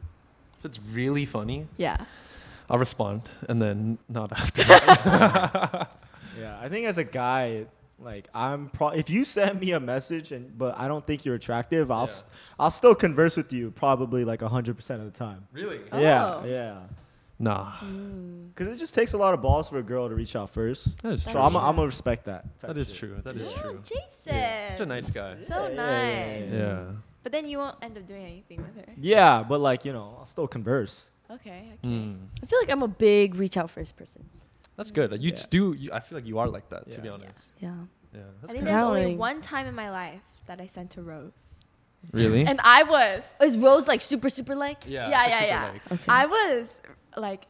[SPEAKER 1] If it's really funny,
[SPEAKER 4] Yeah.
[SPEAKER 1] I'll respond, and then not (laughs) after.
[SPEAKER 2] Yeah, I think as a guy, like I'm pro. If you send me a message and but I don't think you're attractive, I'll
[SPEAKER 1] Yeah.
[SPEAKER 2] st- I'll still converse with you probably like hundred percent of the time.
[SPEAKER 1] really?
[SPEAKER 2] Yeah,
[SPEAKER 4] Oh.
[SPEAKER 2] yeah.
[SPEAKER 1] Nah.
[SPEAKER 2] Because it just takes a lot of balls for a girl to reach out first.
[SPEAKER 1] That is
[SPEAKER 2] so
[SPEAKER 1] true.
[SPEAKER 2] I'm I'm gonna respect that. type
[SPEAKER 1] That
[SPEAKER 2] of
[SPEAKER 1] is
[SPEAKER 2] shit.
[SPEAKER 1] true. That is true.
[SPEAKER 4] Jason. Eh.
[SPEAKER 1] Such a nice guy.
[SPEAKER 4] So
[SPEAKER 2] Yeah,
[SPEAKER 4] nice.
[SPEAKER 2] yeah, yeah, yeah,
[SPEAKER 1] Yeah.
[SPEAKER 4] But then you won't end up doing anything with her.
[SPEAKER 2] Yeah, but like you know, I'll still converse.
[SPEAKER 4] Okay. okay.
[SPEAKER 1] Mm.
[SPEAKER 3] I feel like I'm a big reach out first person.
[SPEAKER 1] That's good. You
[SPEAKER 2] Yeah.
[SPEAKER 1] just do. You, I feel like you are like that, to
[SPEAKER 2] Yeah.
[SPEAKER 1] be
[SPEAKER 2] Yeah.
[SPEAKER 1] honest.
[SPEAKER 3] Yeah.
[SPEAKER 1] Yeah.
[SPEAKER 4] I
[SPEAKER 1] That's
[SPEAKER 4] think
[SPEAKER 1] good.
[SPEAKER 3] kinda
[SPEAKER 4] there's only
[SPEAKER 3] telling.
[SPEAKER 4] one time in my life that I sent to Rose.
[SPEAKER 1] Really?
[SPEAKER 4] And I was
[SPEAKER 3] Is Rose like super super like?
[SPEAKER 1] yeah.
[SPEAKER 4] yeah,
[SPEAKER 1] it's
[SPEAKER 4] yeah,
[SPEAKER 1] actually
[SPEAKER 4] yeah.
[SPEAKER 1] like-
[SPEAKER 3] Okay.
[SPEAKER 4] I was like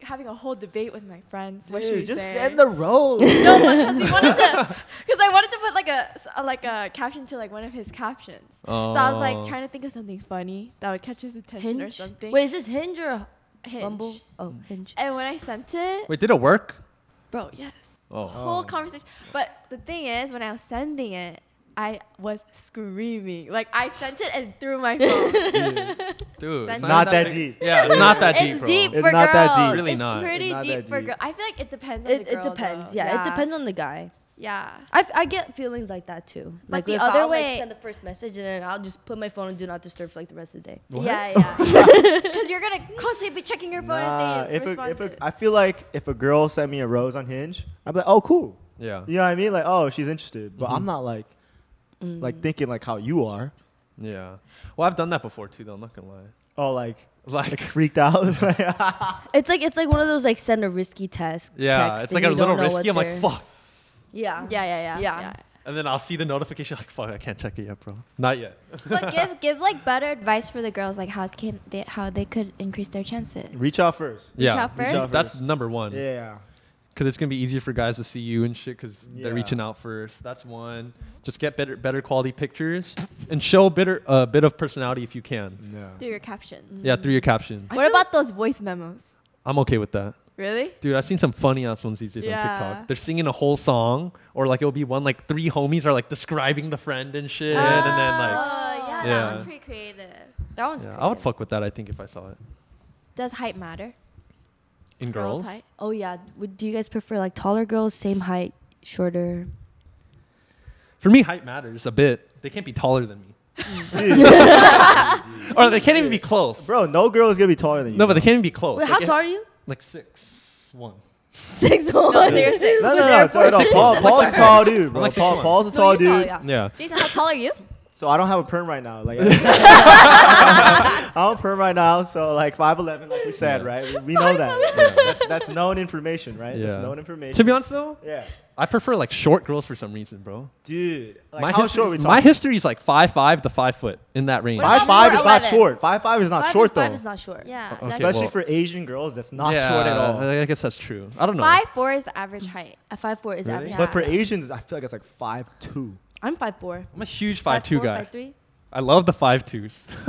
[SPEAKER 4] having a whole debate with my friends. What should we
[SPEAKER 2] Dude, just
[SPEAKER 4] say?
[SPEAKER 2] send the road.
[SPEAKER 4] no, because we wanted to, because I wanted to put like a, s- a- like a caption to like one of his captions. So I was
[SPEAKER 1] Oh.
[SPEAKER 4] like trying to think of something funny that would catch his attention
[SPEAKER 3] Hinge
[SPEAKER 4] or something.
[SPEAKER 3] Wait, is this Hinge or
[SPEAKER 4] Hinge.
[SPEAKER 3] Bumble? Oh, Hinge.
[SPEAKER 4] And when I sent it,
[SPEAKER 1] Wait, did it work?
[SPEAKER 4] bro, yes,
[SPEAKER 1] Oh.
[SPEAKER 4] whole conversation. But the thing is, when I was sending it, I was screaming. Like I sent it and threw my phone.
[SPEAKER 1] Dude,
[SPEAKER 4] Send
[SPEAKER 1] it's
[SPEAKER 4] it.
[SPEAKER 2] Not that
[SPEAKER 1] big-
[SPEAKER 2] deep.
[SPEAKER 1] Yeah, it's not that deep.
[SPEAKER 4] it's
[SPEAKER 1] bro.
[SPEAKER 4] deep for
[SPEAKER 2] It's not that
[SPEAKER 4] girls.
[SPEAKER 2] deep.
[SPEAKER 1] Really
[SPEAKER 4] it's
[SPEAKER 1] not.
[SPEAKER 4] Pretty
[SPEAKER 2] It's not
[SPEAKER 4] deep
[SPEAKER 2] that
[SPEAKER 4] for
[SPEAKER 2] deep.
[SPEAKER 4] girls. I feel like it depends. On
[SPEAKER 3] It,
[SPEAKER 4] the girl,
[SPEAKER 3] it depends.
[SPEAKER 4] though.
[SPEAKER 3] Yeah, it depends on the guy.
[SPEAKER 4] Yeah.
[SPEAKER 3] I, f- I get feelings like that too. Like
[SPEAKER 4] the
[SPEAKER 3] if
[SPEAKER 4] other
[SPEAKER 3] I'll,
[SPEAKER 4] way-
[SPEAKER 3] like, send the first message and then I'll just put my phone and do not disturb for like the rest of the day.
[SPEAKER 4] Yeah,
[SPEAKER 2] (laughs)
[SPEAKER 4] yeah. Because you're gonna constantly be checking your phone.
[SPEAKER 2] Nah,
[SPEAKER 4] and they
[SPEAKER 2] if a,
[SPEAKER 4] respond
[SPEAKER 2] if
[SPEAKER 4] to it.
[SPEAKER 2] a, I feel like if a girl sent me a rose on Hinge, I'd be like, oh cool.
[SPEAKER 1] Yeah.
[SPEAKER 2] You know what I mean? Like, oh, she's interested, but
[SPEAKER 1] Mm-hmm.
[SPEAKER 2] I'm not like, like thinking like how you are.
[SPEAKER 1] Yeah. Well, I've done that before too, though. I'm not gonna lie. (laughs)
[SPEAKER 2] Oh, like, like
[SPEAKER 1] Like,
[SPEAKER 2] freaked out. (laughs)
[SPEAKER 3] It's like it's like one of those like send a risky test.
[SPEAKER 1] yeah,
[SPEAKER 3] text
[SPEAKER 1] it's
[SPEAKER 3] and
[SPEAKER 1] like a
[SPEAKER 3] you don't
[SPEAKER 1] little
[SPEAKER 3] know what
[SPEAKER 1] risky. I'm like,
[SPEAKER 3] they're-
[SPEAKER 1] fuck.
[SPEAKER 3] Yeah.
[SPEAKER 4] yeah, yeah, yeah,
[SPEAKER 3] Yeah.
[SPEAKER 2] (laughs)
[SPEAKER 1] And then I'll see the notification, like, fuck, I can't check it yet, bro. Not yet.
[SPEAKER 4] but give give like better advice for the girls, like how can they how they could increase their chances.
[SPEAKER 2] Reach out first.
[SPEAKER 1] Yeah.
[SPEAKER 4] out
[SPEAKER 2] first.
[SPEAKER 1] That's number one.
[SPEAKER 2] Yeah.
[SPEAKER 1] because it's gonna be easier for guys to see you and shit because
[SPEAKER 2] Yeah.
[SPEAKER 1] they're reaching out first. That's one. Just get better, better quality pictures and show a bit, a bit of personality if you can.
[SPEAKER 2] Yeah.
[SPEAKER 4] Through your captions.
[SPEAKER 1] Yeah, through your caption.
[SPEAKER 4] What about those voice memos?
[SPEAKER 1] I'm okay with that,
[SPEAKER 4] Really?
[SPEAKER 1] dude. I've seen some funny ass ones these days on
[SPEAKER 4] Yeah.
[SPEAKER 1] TikTok. They're singing a whole song, or like it'll be one like three homies are like describing the friend and shit, and then like.
[SPEAKER 4] Oh yeah,
[SPEAKER 1] Yeah.
[SPEAKER 4] that one's pretty creative.
[SPEAKER 3] That one's
[SPEAKER 1] Yeah,
[SPEAKER 3] yeah,
[SPEAKER 1] I would fuck with that. I think if I saw it
[SPEAKER 4] Does height matter?
[SPEAKER 1] in girls,
[SPEAKER 4] height.
[SPEAKER 3] Oh yeah. Would, do you guys prefer like taller girls, same height, shorter?
[SPEAKER 1] for me, height matters a bit. They can't be taller than me,
[SPEAKER 2] Dude,
[SPEAKER 1] or they can't even be close.
[SPEAKER 2] bro, no girl is gonna be
[SPEAKER 1] (laughs)
[SPEAKER 2] taller than you.
[SPEAKER 1] No, but they can't even be close.
[SPEAKER 3] Wait,
[SPEAKER 1] They
[SPEAKER 3] how
[SPEAKER 1] can't-
[SPEAKER 3] tall are you?
[SPEAKER 1] Like six one.
[SPEAKER 3] (laughs) Six one. (laughs)
[SPEAKER 4] No, so you're six.
[SPEAKER 2] No, no, no, no, no. Paul, Paul's a tall dude, bro.
[SPEAKER 1] like six
[SPEAKER 2] Paul,
[SPEAKER 1] one.
[SPEAKER 2] Paul's a tall dude.
[SPEAKER 1] Yeah.
[SPEAKER 4] Jason, how tall are you?
[SPEAKER 2] So I don't have a perm right now. Like, I'm a perm right now. So like five eleven, like we said,
[SPEAKER 1] Yeah.
[SPEAKER 2] right? We, we know that.
[SPEAKER 1] Yeah.
[SPEAKER 2] That's that's known information, right?
[SPEAKER 1] Yeah.
[SPEAKER 2] That's known information.
[SPEAKER 1] To be honest though,
[SPEAKER 2] yeah,
[SPEAKER 1] I prefer like short girls for some reason, bro.
[SPEAKER 2] dude. Like, how
[SPEAKER 1] history,
[SPEAKER 2] short are we talking?
[SPEAKER 1] my history is like five five to five foot in that range.
[SPEAKER 2] Five
[SPEAKER 4] about
[SPEAKER 2] five is not
[SPEAKER 4] 4'11"?
[SPEAKER 2] short. Five five is not
[SPEAKER 3] Five
[SPEAKER 2] short
[SPEAKER 3] is,
[SPEAKER 2] though.
[SPEAKER 3] Five is not short.
[SPEAKER 4] Yeah.
[SPEAKER 1] okay.
[SPEAKER 4] that's-
[SPEAKER 2] Especially
[SPEAKER 1] well-
[SPEAKER 2] for Asian girls, that's not
[SPEAKER 1] yeah,
[SPEAKER 2] short at all.
[SPEAKER 1] I guess that's true. I don't know.
[SPEAKER 4] Five four is the average height.
[SPEAKER 3] A five four is
[SPEAKER 1] Really?
[SPEAKER 3] average.
[SPEAKER 2] But for Asians, I feel like it's like five two.
[SPEAKER 3] I'm five four.
[SPEAKER 1] I'm a huge five, two
[SPEAKER 3] four,
[SPEAKER 1] guy.
[SPEAKER 3] Five three.
[SPEAKER 1] I love the five twos. (laughs)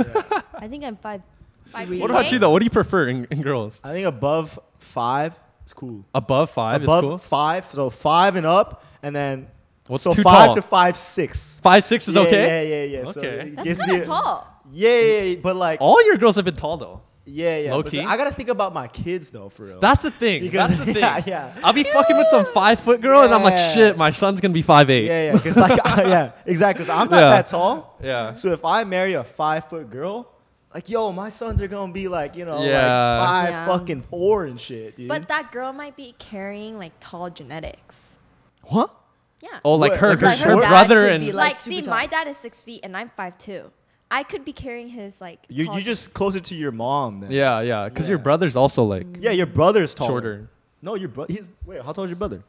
[SPEAKER 3] I think I'm five.
[SPEAKER 4] Five,
[SPEAKER 3] What
[SPEAKER 1] what about
[SPEAKER 4] eight?
[SPEAKER 1] you though? What do you prefer in, in girls?
[SPEAKER 2] I think above five is cool.
[SPEAKER 1] Above five
[SPEAKER 2] above
[SPEAKER 1] is cool.
[SPEAKER 2] five, so five and up, and then
[SPEAKER 1] What's
[SPEAKER 2] so
[SPEAKER 1] too
[SPEAKER 2] five
[SPEAKER 1] tall?
[SPEAKER 2] to five six.
[SPEAKER 1] Five six is
[SPEAKER 2] yeah,
[SPEAKER 1] okay.
[SPEAKER 2] Yeah, yeah, yeah.
[SPEAKER 1] Okay.
[SPEAKER 2] So it
[SPEAKER 4] That's
[SPEAKER 2] gives
[SPEAKER 4] kind
[SPEAKER 2] me a-
[SPEAKER 4] of tall.
[SPEAKER 2] Yeah, yeah, yeah, but like
[SPEAKER 1] All your girls have been tall though.
[SPEAKER 2] yeah, yeah.
[SPEAKER 1] Low
[SPEAKER 2] but
[SPEAKER 1] key?
[SPEAKER 2] I gotta think about my kids though, for real.
[SPEAKER 1] That's the thing.
[SPEAKER 2] Because-
[SPEAKER 1] that's the thing.
[SPEAKER 2] (laughs) yeah, yeah.
[SPEAKER 1] I'll be fucking with some five foot girl, and I'm
[SPEAKER 2] Yeah.
[SPEAKER 1] like, shit, my son's gonna be five eight.
[SPEAKER 2] yeah, yeah, because like (laughs) yeah, exactly. Because I'm not
[SPEAKER 1] Yeah.
[SPEAKER 2] that tall.
[SPEAKER 1] (laughs) Yeah.
[SPEAKER 2] So if I marry a five foot girl, like yo, my sons are gonna be like you know
[SPEAKER 1] Yeah.
[SPEAKER 2] like five
[SPEAKER 4] Yeah.
[SPEAKER 2] fucking four and shit, dude.
[SPEAKER 4] But that girl might be carrying like tall genetics.
[SPEAKER 2] what?
[SPEAKER 4] Yeah.
[SPEAKER 1] Oh, like
[SPEAKER 2] What,
[SPEAKER 1] her,
[SPEAKER 2] like her
[SPEAKER 1] her,
[SPEAKER 2] dad
[SPEAKER 1] brother
[SPEAKER 3] could
[SPEAKER 1] and
[SPEAKER 3] be,
[SPEAKER 4] like,
[SPEAKER 3] like,
[SPEAKER 4] see,
[SPEAKER 3] super
[SPEAKER 4] my
[SPEAKER 3] tall.
[SPEAKER 4] dad is six feet and I'm five two. I could be carrying his like.
[SPEAKER 2] You
[SPEAKER 4] tall-
[SPEAKER 2] you just closer to your mom. Then.
[SPEAKER 1] Yeah, yeah. Because your
[SPEAKER 2] Yeah.
[SPEAKER 1] brother's also like
[SPEAKER 2] Yeah, your brother's taller.
[SPEAKER 1] shorter.
[SPEAKER 2] No, your brother. Wait, how tall is your brother?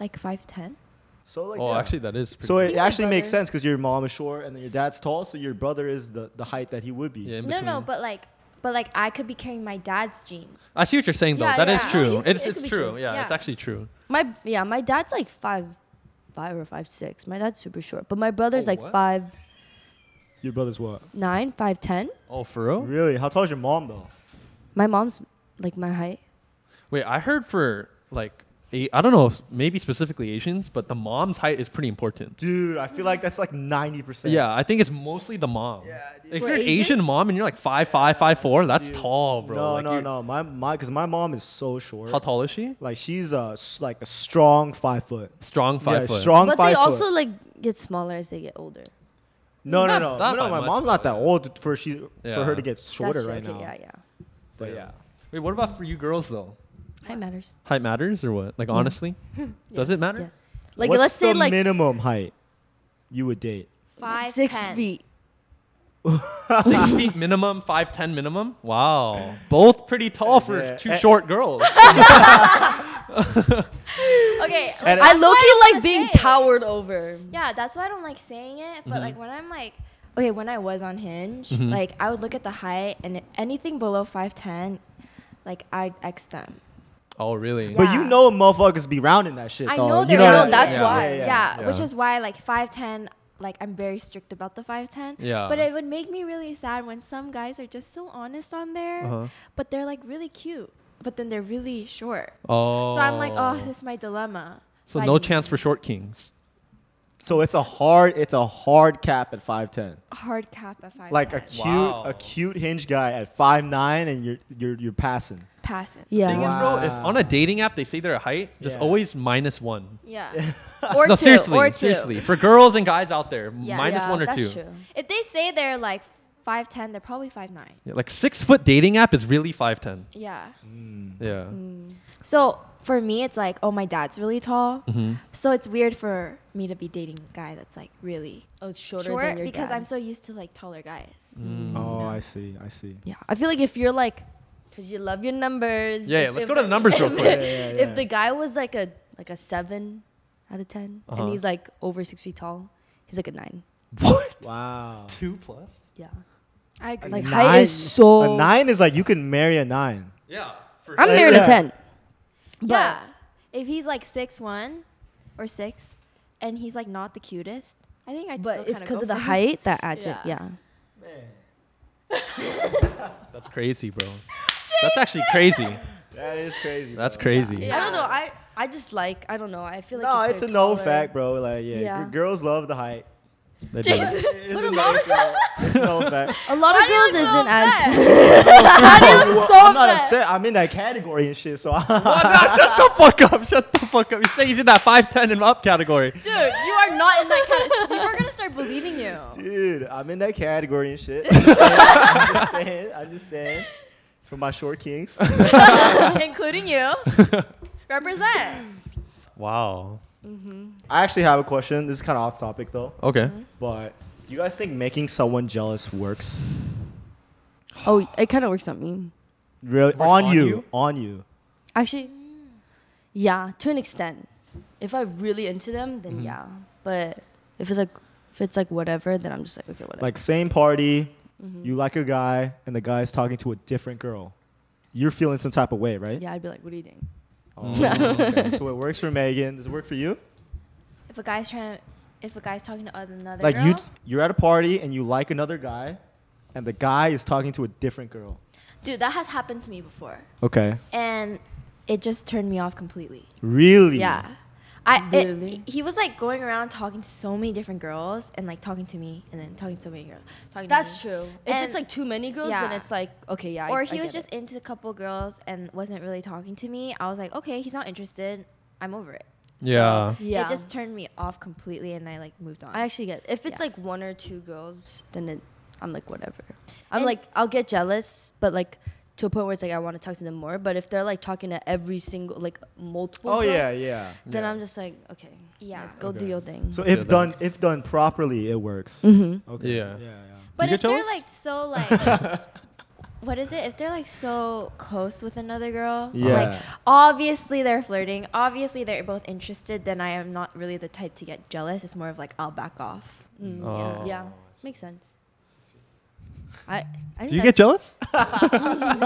[SPEAKER 4] like five ten.
[SPEAKER 2] So like.
[SPEAKER 1] oh,
[SPEAKER 2] yeah.
[SPEAKER 1] actually, that is. Pretty
[SPEAKER 2] So it
[SPEAKER 4] my
[SPEAKER 2] actually makes
[SPEAKER 4] brother.
[SPEAKER 2] sense because your mom is short and then your dad's tall, so your brother is the, the height that he would be.
[SPEAKER 1] yeah, in
[SPEAKER 4] No, no,
[SPEAKER 1] between.
[SPEAKER 4] but like, but like I could be carrying my dad's jeans.
[SPEAKER 1] I see what you're saying though.
[SPEAKER 3] Yeah,
[SPEAKER 1] That is
[SPEAKER 3] yeah.
[SPEAKER 1] true.
[SPEAKER 3] No, you could-
[SPEAKER 1] it's
[SPEAKER 3] it
[SPEAKER 1] it's
[SPEAKER 3] could be
[SPEAKER 1] true.
[SPEAKER 3] true.
[SPEAKER 1] Yeah, it's
[SPEAKER 4] Yeah.
[SPEAKER 1] actually true.
[SPEAKER 3] My yeah, my dad's like five, five or five six. My dad's super short, but my brother's
[SPEAKER 1] Oh,
[SPEAKER 3] like
[SPEAKER 1] what?
[SPEAKER 3] five
[SPEAKER 2] Your brother's what?
[SPEAKER 3] nine, five ten.
[SPEAKER 1] Oh, for real?
[SPEAKER 2] Really? How tall is your mom though?
[SPEAKER 3] My mom's like my height.
[SPEAKER 1] Wait, I heard for like a, I don't know, if maybe specifically Asians, but the mom's height is pretty important.
[SPEAKER 2] Dude, I feel like that's like ninety percent.
[SPEAKER 1] Yeah, I think it's mostly the mom.
[SPEAKER 2] Yeah, dude.
[SPEAKER 1] if
[SPEAKER 3] For
[SPEAKER 1] you're an Asian
[SPEAKER 3] Asians?
[SPEAKER 1] mom and you're like five five five four, that's
[SPEAKER 2] Dude.
[SPEAKER 1] tall, bro.
[SPEAKER 2] No,
[SPEAKER 1] Like,
[SPEAKER 2] no,
[SPEAKER 1] you're-
[SPEAKER 2] no. My my, because my mom is so short.
[SPEAKER 1] How tall is she?
[SPEAKER 2] Like she's a s- like a strong five foot.
[SPEAKER 1] Strong five
[SPEAKER 2] yeah,
[SPEAKER 1] foot.
[SPEAKER 2] Strong
[SPEAKER 3] but
[SPEAKER 2] five
[SPEAKER 3] they
[SPEAKER 2] foot.
[SPEAKER 3] also like get smaller as they get older.
[SPEAKER 2] no, no,
[SPEAKER 1] Not
[SPEAKER 2] no,
[SPEAKER 1] that
[SPEAKER 2] no.
[SPEAKER 1] by
[SPEAKER 2] My
[SPEAKER 1] much,
[SPEAKER 2] mom's not
[SPEAKER 1] though,
[SPEAKER 2] that old for she for her
[SPEAKER 1] Yeah.
[SPEAKER 2] to get shorter
[SPEAKER 3] That's true.
[SPEAKER 2] right
[SPEAKER 3] okay,
[SPEAKER 2] now.
[SPEAKER 3] Yeah, yeah.
[SPEAKER 2] But yeah.
[SPEAKER 1] Wait, what about for you girls though?
[SPEAKER 3] Height matters.
[SPEAKER 1] Height matters or what? Like
[SPEAKER 3] (laughs)
[SPEAKER 1] honestly, does it matter?
[SPEAKER 3] Yes. Like
[SPEAKER 2] What's
[SPEAKER 3] let's say
[SPEAKER 2] the
[SPEAKER 3] like
[SPEAKER 2] minimum height you would date.
[SPEAKER 4] Five
[SPEAKER 3] six
[SPEAKER 4] ten.
[SPEAKER 3] feet. (laughs)
[SPEAKER 1] Six feet minimum, five ten minimum. Wow, both pretty tall for
[SPEAKER 2] Yeah.
[SPEAKER 1] two
[SPEAKER 2] Eh.
[SPEAKER 1] short
[SPEAKER 3] (laughs)
[SPEAKER 1] girls.
[SPEAKER 2] (laughs)
[SPEAKER 4] Okay.
[SPEAKER 2] And
[SPEAKER 3] I
[SPEAKER 4] that's what was
[SPEAKER 3] low key
[SPEAKER 4] gonna
[SPEAKER 3] like being
[SPEAKER 4] say.
[SPEAKER 3] towered over.
[SPEAKER 4] Yeah, that's why I don't like saying it.
[SPEAKER 2] Mm-hmm.
[SPEAKER 4] But like when I'm like, okay, when I was on Hinge, like I would look at the height and anything below five ten, like I'd X them.
[SPEAKER 1] oh really?
[SPEAKER 2] But you
[SPEAKER 4] Yeah.
[SPEAKER 2] know motherfuckers be rounding that shit.
[SPEAKER 4] I
[SPEAKER 2] though.
[SPEAKER 4] know
[SPEAKER 2] You
[SPEAKER 4] they're
[SPEAKER 3] know
[SPEAKER 4] rounding.
[SPEAKER 3] that's why.
[SPEAKER 4] Yeah, which
[SPEAKER 1] Yeah.
[SPEAKER 4] is why like five ten. Like I'm very strict about the five ten.
[SPEAKER 1] Yeah.
[SPEAKER 4] But it would make me really sad when some guys are just so honest on there,
[SPEAKER 1] Uh-huh.
[SPEAKER 4] but they're like really cute, but then they're really short.
[SPEAKER 1] Oh.
[SPEAKER 4] So I'm like, oh, this is my dilemma.
[SPEAKER 1] So
[SPEAKER 4] My
[SPEAKER 1] no chance for short kings.
[SPEAKER 2] So it's a hard it's a hard cap at five ten.
[SPEAKER 4] hard cap at five.
[SPEAKER 2] Like a cute
[SPEAKER 1] Wow.
[SPEAKER 2] a cute hinge guy at five nine and you're you're you're passing.
[SPEAKER 4] pass it.
[SPEAKER 3] Yeah.
[SPEAKER 1] Thing is, bro, if
[SPEAKER 2] Wow.
[SPEAKER 1] on a dating app they say their height, just
[SPEAKER 2] Yeah.
[SPEAKER 1] always minus one.
[SPEAKER 4] Yeah.
[SPEAKER 3] or
[SPEAKER 1] no,
[SPEAKER 3] two,
[SPEAKER 1] seriously,
[SPEAKER 3] or two.
[SPEAKER 1] seriously, for girls and guys out there,
[SPEAKER 4] Yeah.
[SPEAKER 1] minus
[SPEAKER 3] Yeah,
[SPEAKER 1] one or
[SPEAKER 3] that's
[SPEAKER 1] two.
[SPEAKER 3] true.
[SPEAKER 4] If they say they're like five ten, they're probably five nine.
[SPEAKER 1] Yeah, like six foot dating app is really five ten.
[SPEAKER 4] Yeah.
[SPEAKER 3] Mm.
[SPEAKER 1] Yeah.
[SPEAKER 4] So for me, it's like, oh, my dad's really tall. So it's weird for me to be dating a guy that's like really
[SPEAKER 3] Oh, it's shorter
[SPEAKER 4] short
[SPEAKER 3] than your
[SPEAKER 4] because
[SPEAKER 3] dad.
[SPEAKER 4] I'm so used to like taller guys.
[SPEAKER 2] Oh, I see, I see.
[SPEAKER 3] Yeah, I feel like if you're like, cause you love your numbers.
[SPEAKER 1] Yeah, yeah,
[SPEAKER 3] if-
[SPEAKER 1] let's
[SPEAKER 3] if-
[SPEAKER 1] go to the numbers real quick.
[SPEAKER 3] (laughs)
[SPEAKER 2] Yeah, yeah, yeah.
[SPEAKER 3] If the guy was like a like a seven out of 10
[SPEAKER 1] Uh-huh.
[SPEAKER 3] and he's like over six feet tall, he's like a nine.
[SPEAKER 1] What?
[SPEAKER 2] Wow.
[SPEAKER 1] Two plus?
[SPEAKER 3] Yeah,
[SPEAKER 4] I agree.
[SPEAKER 3] like height is so.
[SPEAKER 2] a nine is like you can marry a nine.
[SPEAKER 1] Yeah. For
[SPEAKER 3] I'm
[SPEAKER 1] sure.
[SPEAKER 2] Like
[SPEAKER 3] married
[SPEAKER 2] that.
[SPEAKER 3] a ten. But
[SPEAKER 4] yeah. If he's like six one or six, and he's like not the cutest, I think I'd. still
[SPEAKER 3] but it's
[SPEAKER 4] kinda
[SPEAKER 3] because
[SPEAKER 4] go
[SPEAKER 3] of the
[SPEAKER 4] for him.
[SPEAKER 3] height that adds it.
[SPEAKER 4] Yeah.
[SPEAKER 3] Yeah.
[SPEAKER 1] That's crazy, bro. That's actually crazy.
[SPEAKER 2] That is crazy.
[SPEAKER 1] That's
[SPEAKER 2] bro.
[SPEAKER 1] crazy.
[SPEAKER 3] I don't know. I I just like I don't know. I feel like
[SPEAKER 2] No,
[SPEAKER 3] if
[SPEAKER 2] it's a
[SPEAKER 3] they're
[SPEAKER 2] known
[SPEAKER 3] taller-
[SPEAKER 2] fact, bro. Like, yeah,
[SPEAKER 3] Yeah.
[SPEAKER 2] gir- girls love the
[SPEAKER 3] (laughs)
[SPEAKER 2] height.
[SPEAKER 1] They do
[SPEAKER 4] (laughs)
[SPEAKER 1] it.
[SPEAKER 2] It's
[SPEAKER 3] a lot of girls-
[SPEAKER 2] (laughs) It's a known fact.
[SPEAKER 3] A lot of girls isn't (laughs) as
[SPEAKER 2] that
[SPEAKER 3] is so
[SPEAKER 2] I'm not
[SPEAKER 3] bad.
[SPEAKER 2] upset. I'm in that category and shit. So (laughs) I,
[SPEAKER 1] (laughs) Oh, no, shut the fuck up. Shut the fuck up. You say he's in that 5'10 and up category.
[SPEAKER 4] Dude, you are not in that category. People are gonna start believing you.
[SPEAKER 2] dude, I'm in that category and
[SPEAKER 3] (laughs)
[SPEAKER 2] shit. I'm just saying. I'm just saying. I'm just saying. For my short kings.
[SPEAKER 4] including you. Represent.
[SPEAKER 1] Wow.
[SPEAKER 2] I actually have a question. This is kind of off topic though,
[SPEAKER 1] Okay.
[SPEAKER 2] but do you guys think making someone jealous works?
[SPEAKER 3] Oh, it kind of works on me.
[SPEAKER 2] Really
[SPEAKER 1] Works
[SPEAKER 2] on,
[SPEAKER 1] on
[SPEAKER 2] you,
[SPEAKER 1] you?
[SPEAKER 2] on you.
[SPEAKER 3] Actually, yeah, to an extent. If I'm really into them, then
[SPEAKER 2] Mm-hmm.
[SPEAKER 3] yeah. But if it's like if it's like whatever, then I'm just like okay, whatever.
[SPEAKER 2] Like same party, you like a guy, and the guy's talking to a different girl. You're feeling some type of way, right?
[SPEAKER 3] yeah, I'd be like, what are you doing?
[SPEAKER 2] Oh, okay. so it works for Megan. Does it work for you?
[SPEAKER 4] If a guy's trying, if a guy's talking to another
[SPEAKER 2] like
[SPEAKER 4] girl,
[SPEAKER 2] you, you're at a party and you like another guy, and the guy is talking to a different girl.
[SPEAKER 4] dude, that has happened to me before,
[SPEAKER 2] Okay.
[SPEAKER 4] and it just turned me off completely.
[SPEAKER 2] Really?
[SPEAKER 4] Yeah, I it-
[SPEAKER 3] Really?
[SPEAKER 4] he was like going around talking to so many different girls and like talking to me and then talking to so many girls. Talking to me.
[SPEAKER 3] That's true. If
[SPEAKER 4] And-
[SPEAKER 3] it's like too many girls, then
[SPEAKER 4] yeah.
[SPEAKER 3] it's like okay, yeah. I-
[SPEAKER 4] Or
[SPEAKER 3] I
[SPEAKER 4] he was
[SPEAKER 3] get
[SPEAKER 4] just
[SPEAKER 3] it.
[SPEAKER 4] into a couple girls and wasn't really talking to me. I was like, okay, he's not interested. I'm over it.
[SPEAKER 1] Yeah.
[SPEAKER 3] yeah.
[SPEAKER 4] It just turned me off completely, and I like moved on.
[SPEAKER 3] I actually get. It. If it's
[SPEAKER 4] Yeah.
[SPEAKER 3] like one or two girls, then it, I'm like whatever. I'm
[SPEAKER 4] And-
[SPEAKER 3] like I'll get jealous, but like to a point where it's like I want to talk to them more. But if they're like talking to every single like multiple,
[SPEAKER 2] Oh
[SPEAKER 3] girls,
[SPEAKER 2] yeah, yeah.
[SPEAKER 3] Then
[SPEAKER 1] Yeah.
[SPEAKER 3] I'm just like okay,
[SPEAKER 4] yeah.
[SPEAKER 3] go
[SPEAKER 1] Okay.
[SPEAKER 3] do your thing.
[SPEAKER 2] So
[SPEAKER 1] Yeah,
[SPEAKER 2] if
[SPEAKER 1] that- Mm.
[SPEAKER 3] Mm-hmm.
[SPEAKER 2] done, if done properly, it works. Okay.
[SPEAKER 1] Yeah.
[SPEAKER 2] Yeah. yeah.
[SPEAKER 4] But
[SPEAKER 1] you
[SPEAKER 4] if
[SPEAKER 1] get
[SPEAKER 4] they're
[SPEAKER 1] jealous?
[SPEAKER 4] like so
[SPEAKER 2] (laughs)
[SPEAKER 4] like what is it? If they're like so close with another girl,
[SPEAKER 2] Yeah.
[SPEAKER 4] like obviously they're flirting. Obviously they're both interested, then I am not really the type to get jealous. It's more of like I'll back off.
[SPEAKER 3] Mm,
[SPEAKER 1] Oh.
[SPEAKER 3] Yeah, yeah, makes sense. I, I think
[SPEAKER 1] Do you
[SPEAKER 3] that's-
[SPEAKER 1] get jealous?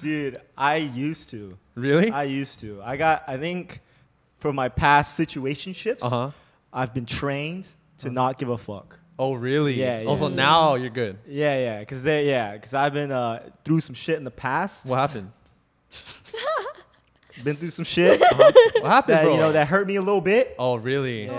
[SPEAKER 2] Dude, I used to.
[SPEAKER 1] Really?
[SPEAKER 2] I used to. I got. I think for my past situationships,
[SPEAKER 1] Uh huh.
[SPEAKER 2] I've been trained to
[SPEAKER 1] Uh-huh.
[SPEAKER 2] not give a fuck.
[SPEAKER 1] Oh, really?
[SPEAKER 2] Yeah, yeah.
[SPEAKER 1] Also, now you're good.
[SPEAKER 2] Yeah, yeah, because they, yeah, because I've been uh, through some shit in the past.
[SPEAKER 1] What happened?
[SPEAKER 2] Been through
[SPEAKER 1] (laughs)
[SPEAKER 2] some shit
[SPEAKER 1] Uh-huh. What happened,
[SPEAKER 2] that
[SPEAKER 1] bro?
[SPEAKER 2] you know that hurt me a little bit.
[SPEAKER 1] oh, really?
[SPEAKER 2] Yeah,
[SPEAKER 1] Yeah.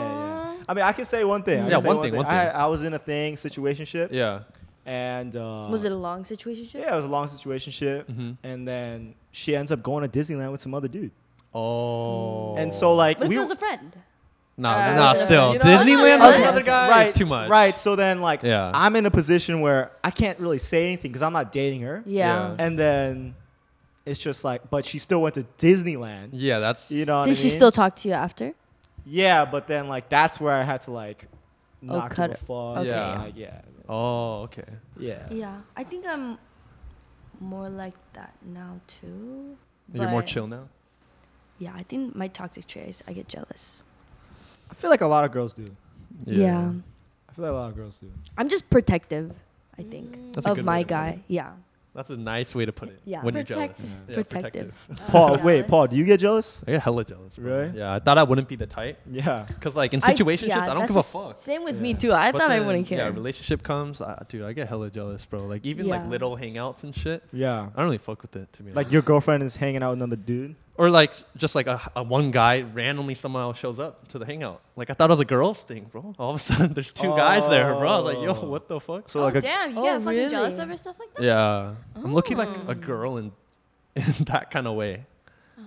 [SPEAKER 2] yeah. I mean, I can say one thing. I can
[SPEAKER 1] Yeah,
[SPEAKER 2] say
[SPEAKER 1] one thing, one
[SPEAKER 2] I,
[SPEAKER 1] thing.
[SPEAKER 2] I was in a thing, situationship, and uh,
[SPEAKER 3] Was it a long situation?
[SPEAKER 2] Yeah, it was a long situationship,
[SPEAKER 1] Mhm.
[SPEAKER 2] and then she ends up going to Disneyland with some other dude.
[SPEAKER 1] Oh.
[SPEAKER 2] And so like
[SPEAKER 3] What if
[SPEAKER 2] we
[SPEAKER 3] it was a friend?
[SPEAKER 1] No,
[SPEAKER 2] Uh,
[SPEAKER 1] no,
[SPEAKER 2] you
[SPEAKER 1] still
[SPEAKER 2] know,
[SPEAKER 1] Disneyland with
[SPEAKER 3] okay.
[SPEAKER 1] another guy.
[SPEAKER 2] Right,
[SPEAKER 1] It's too much.
[SPEAKER 2] Right. So then like
[SPEAKER 1] Yeah.
[SPEAKER 2] I'm in a position where I can't really say anything because I'm not dating her.
[SPEAKER 1] Yeah.
[SPEAKER 3] Yeah.
[SPEAKER 2] And then it's just like, but she still went to Disneyland.
[SPEAKER 1] Yeah, that's
[SPEAKER 2] You know. what I
[SPEAKER 3] Did she
[SPEAKER 2] mean?
[SPEAKER 3] still talk to you after?
[SPEAKER 2] Yeah, but then like that's where I had to like
[SPEAKER 3] Oh,
[SPEAKER 2] not
[SPEAKER 3] cut
[SPEAKER 2] give a
[SPEAKER 3] it.
[SPEAKER 2] fuck.
[SPEAKER 1] Okay.
[SPEAKER 2] and, like, yeah.
[SPEAKER 1] Oh, okay.
[SPEAKER 2] Yeah.
[SPEAKER 3] Yeah, I think I'm more like that now too.
[SPEAKER 1] You're more
[SPEAKER 3] but-
[SPEAKER 1] chill now.
[SPEAKER 3] Yeah, I think my toxic trait is I get jealous.
[SPEAKER 2] I feel like a lot of girls do.
[SPEAKER 3] Yeah,
[SPEAKER 2] I feel like a lot of girls do.
[SPEAKER 3] I'm just protective. I think
[SPEAKER 4] Mm.
[SPEAKER 1] That's a
[SPEAKER 3] of
[SPEAKER 1] good
[SPEAKER 3] my
[SPEAKER 1] way to put
[SPEAKER 3] guy.
[SPEAKER 1] it.
[SPEAKER 3] Yeah,
[SPEAKER 1] That's a nice way to put it.
[SPEAKER 3] Yeah.
[SPEAKER 1] When
[SPEAKER 4] Protect-
[SPEAKER 1] you're jealous. Yeah,
[SPEAKER 3] protective.
[SPEAKER 2] Paul, wait,
[SPEAKER 4] jealous.
[SPEAKER 2] Paul, do you get jealous?
[SPEAKER 1] I get hella jealous. bro.
[SPEAKER 2] Really?
[SPEAKER 1] Yeah, I thought I wouldn't be the type.
[SPEAKER 2] Yeah.
[SPEAKER 1] Cause like in
[SPEAKER 3] I-
[SPEAKER 1] situationships,
[SPEAKER 3] yeah,
[SPEAKER 1] I don't
[SPEAKER 3] that's
[SPEAKER 1] give a
[SPEAKER 3] the s-
[SPEAKER 1] fuck.
[SPEAKER 3] Same with
[SPEAKER 2] Yeah.
[SPEAKER 3] me too. I
[SPEAKER 1] But
[SPEAKER 3] thought I
[SPEAKER 1] then,
[SPEAKER 3] wouldn't
[SPEAKER 1] Yeah,
[SPEAKER 3] care.
[SPEAKER 1] relationship comes, uh, dude. I get hella jealous, bro. Like even like
[SPEAKER 3] Yeah.
[SPEAKER 1] little hangouts and shit.
[SPEAKER 2] Yeah.
[SPEAKER 1] I don't really fuck with it to be honest.
[SPEAKER 2] Like your girlfriend is hanging out with another dude.
[SPEAKER 1] or like just like a, a one guy randomly somehow shows up to the hangout. Like I thought it was a girls thing, bro. All of a (laughs) sudden, there's two guys there, bro. I was like, yo,
[SPEAKER 2] Oh.
[SPEAKER 1] what the fuck?
[SPEAKER 2] So like a
[SPEAKER 4] damn, you
[SPEAKER 3] Oh,
[SPEAKER 4] get fucking jealous
[SPEAKER 3] really?
[SPEAKER 4] over stuff like that?
[SPEAKER 1] Yeah. I'm looking like
[SPEAKER 3] Oh.
[SPEAKER 1] a girl in, (laughs) in that kind of way.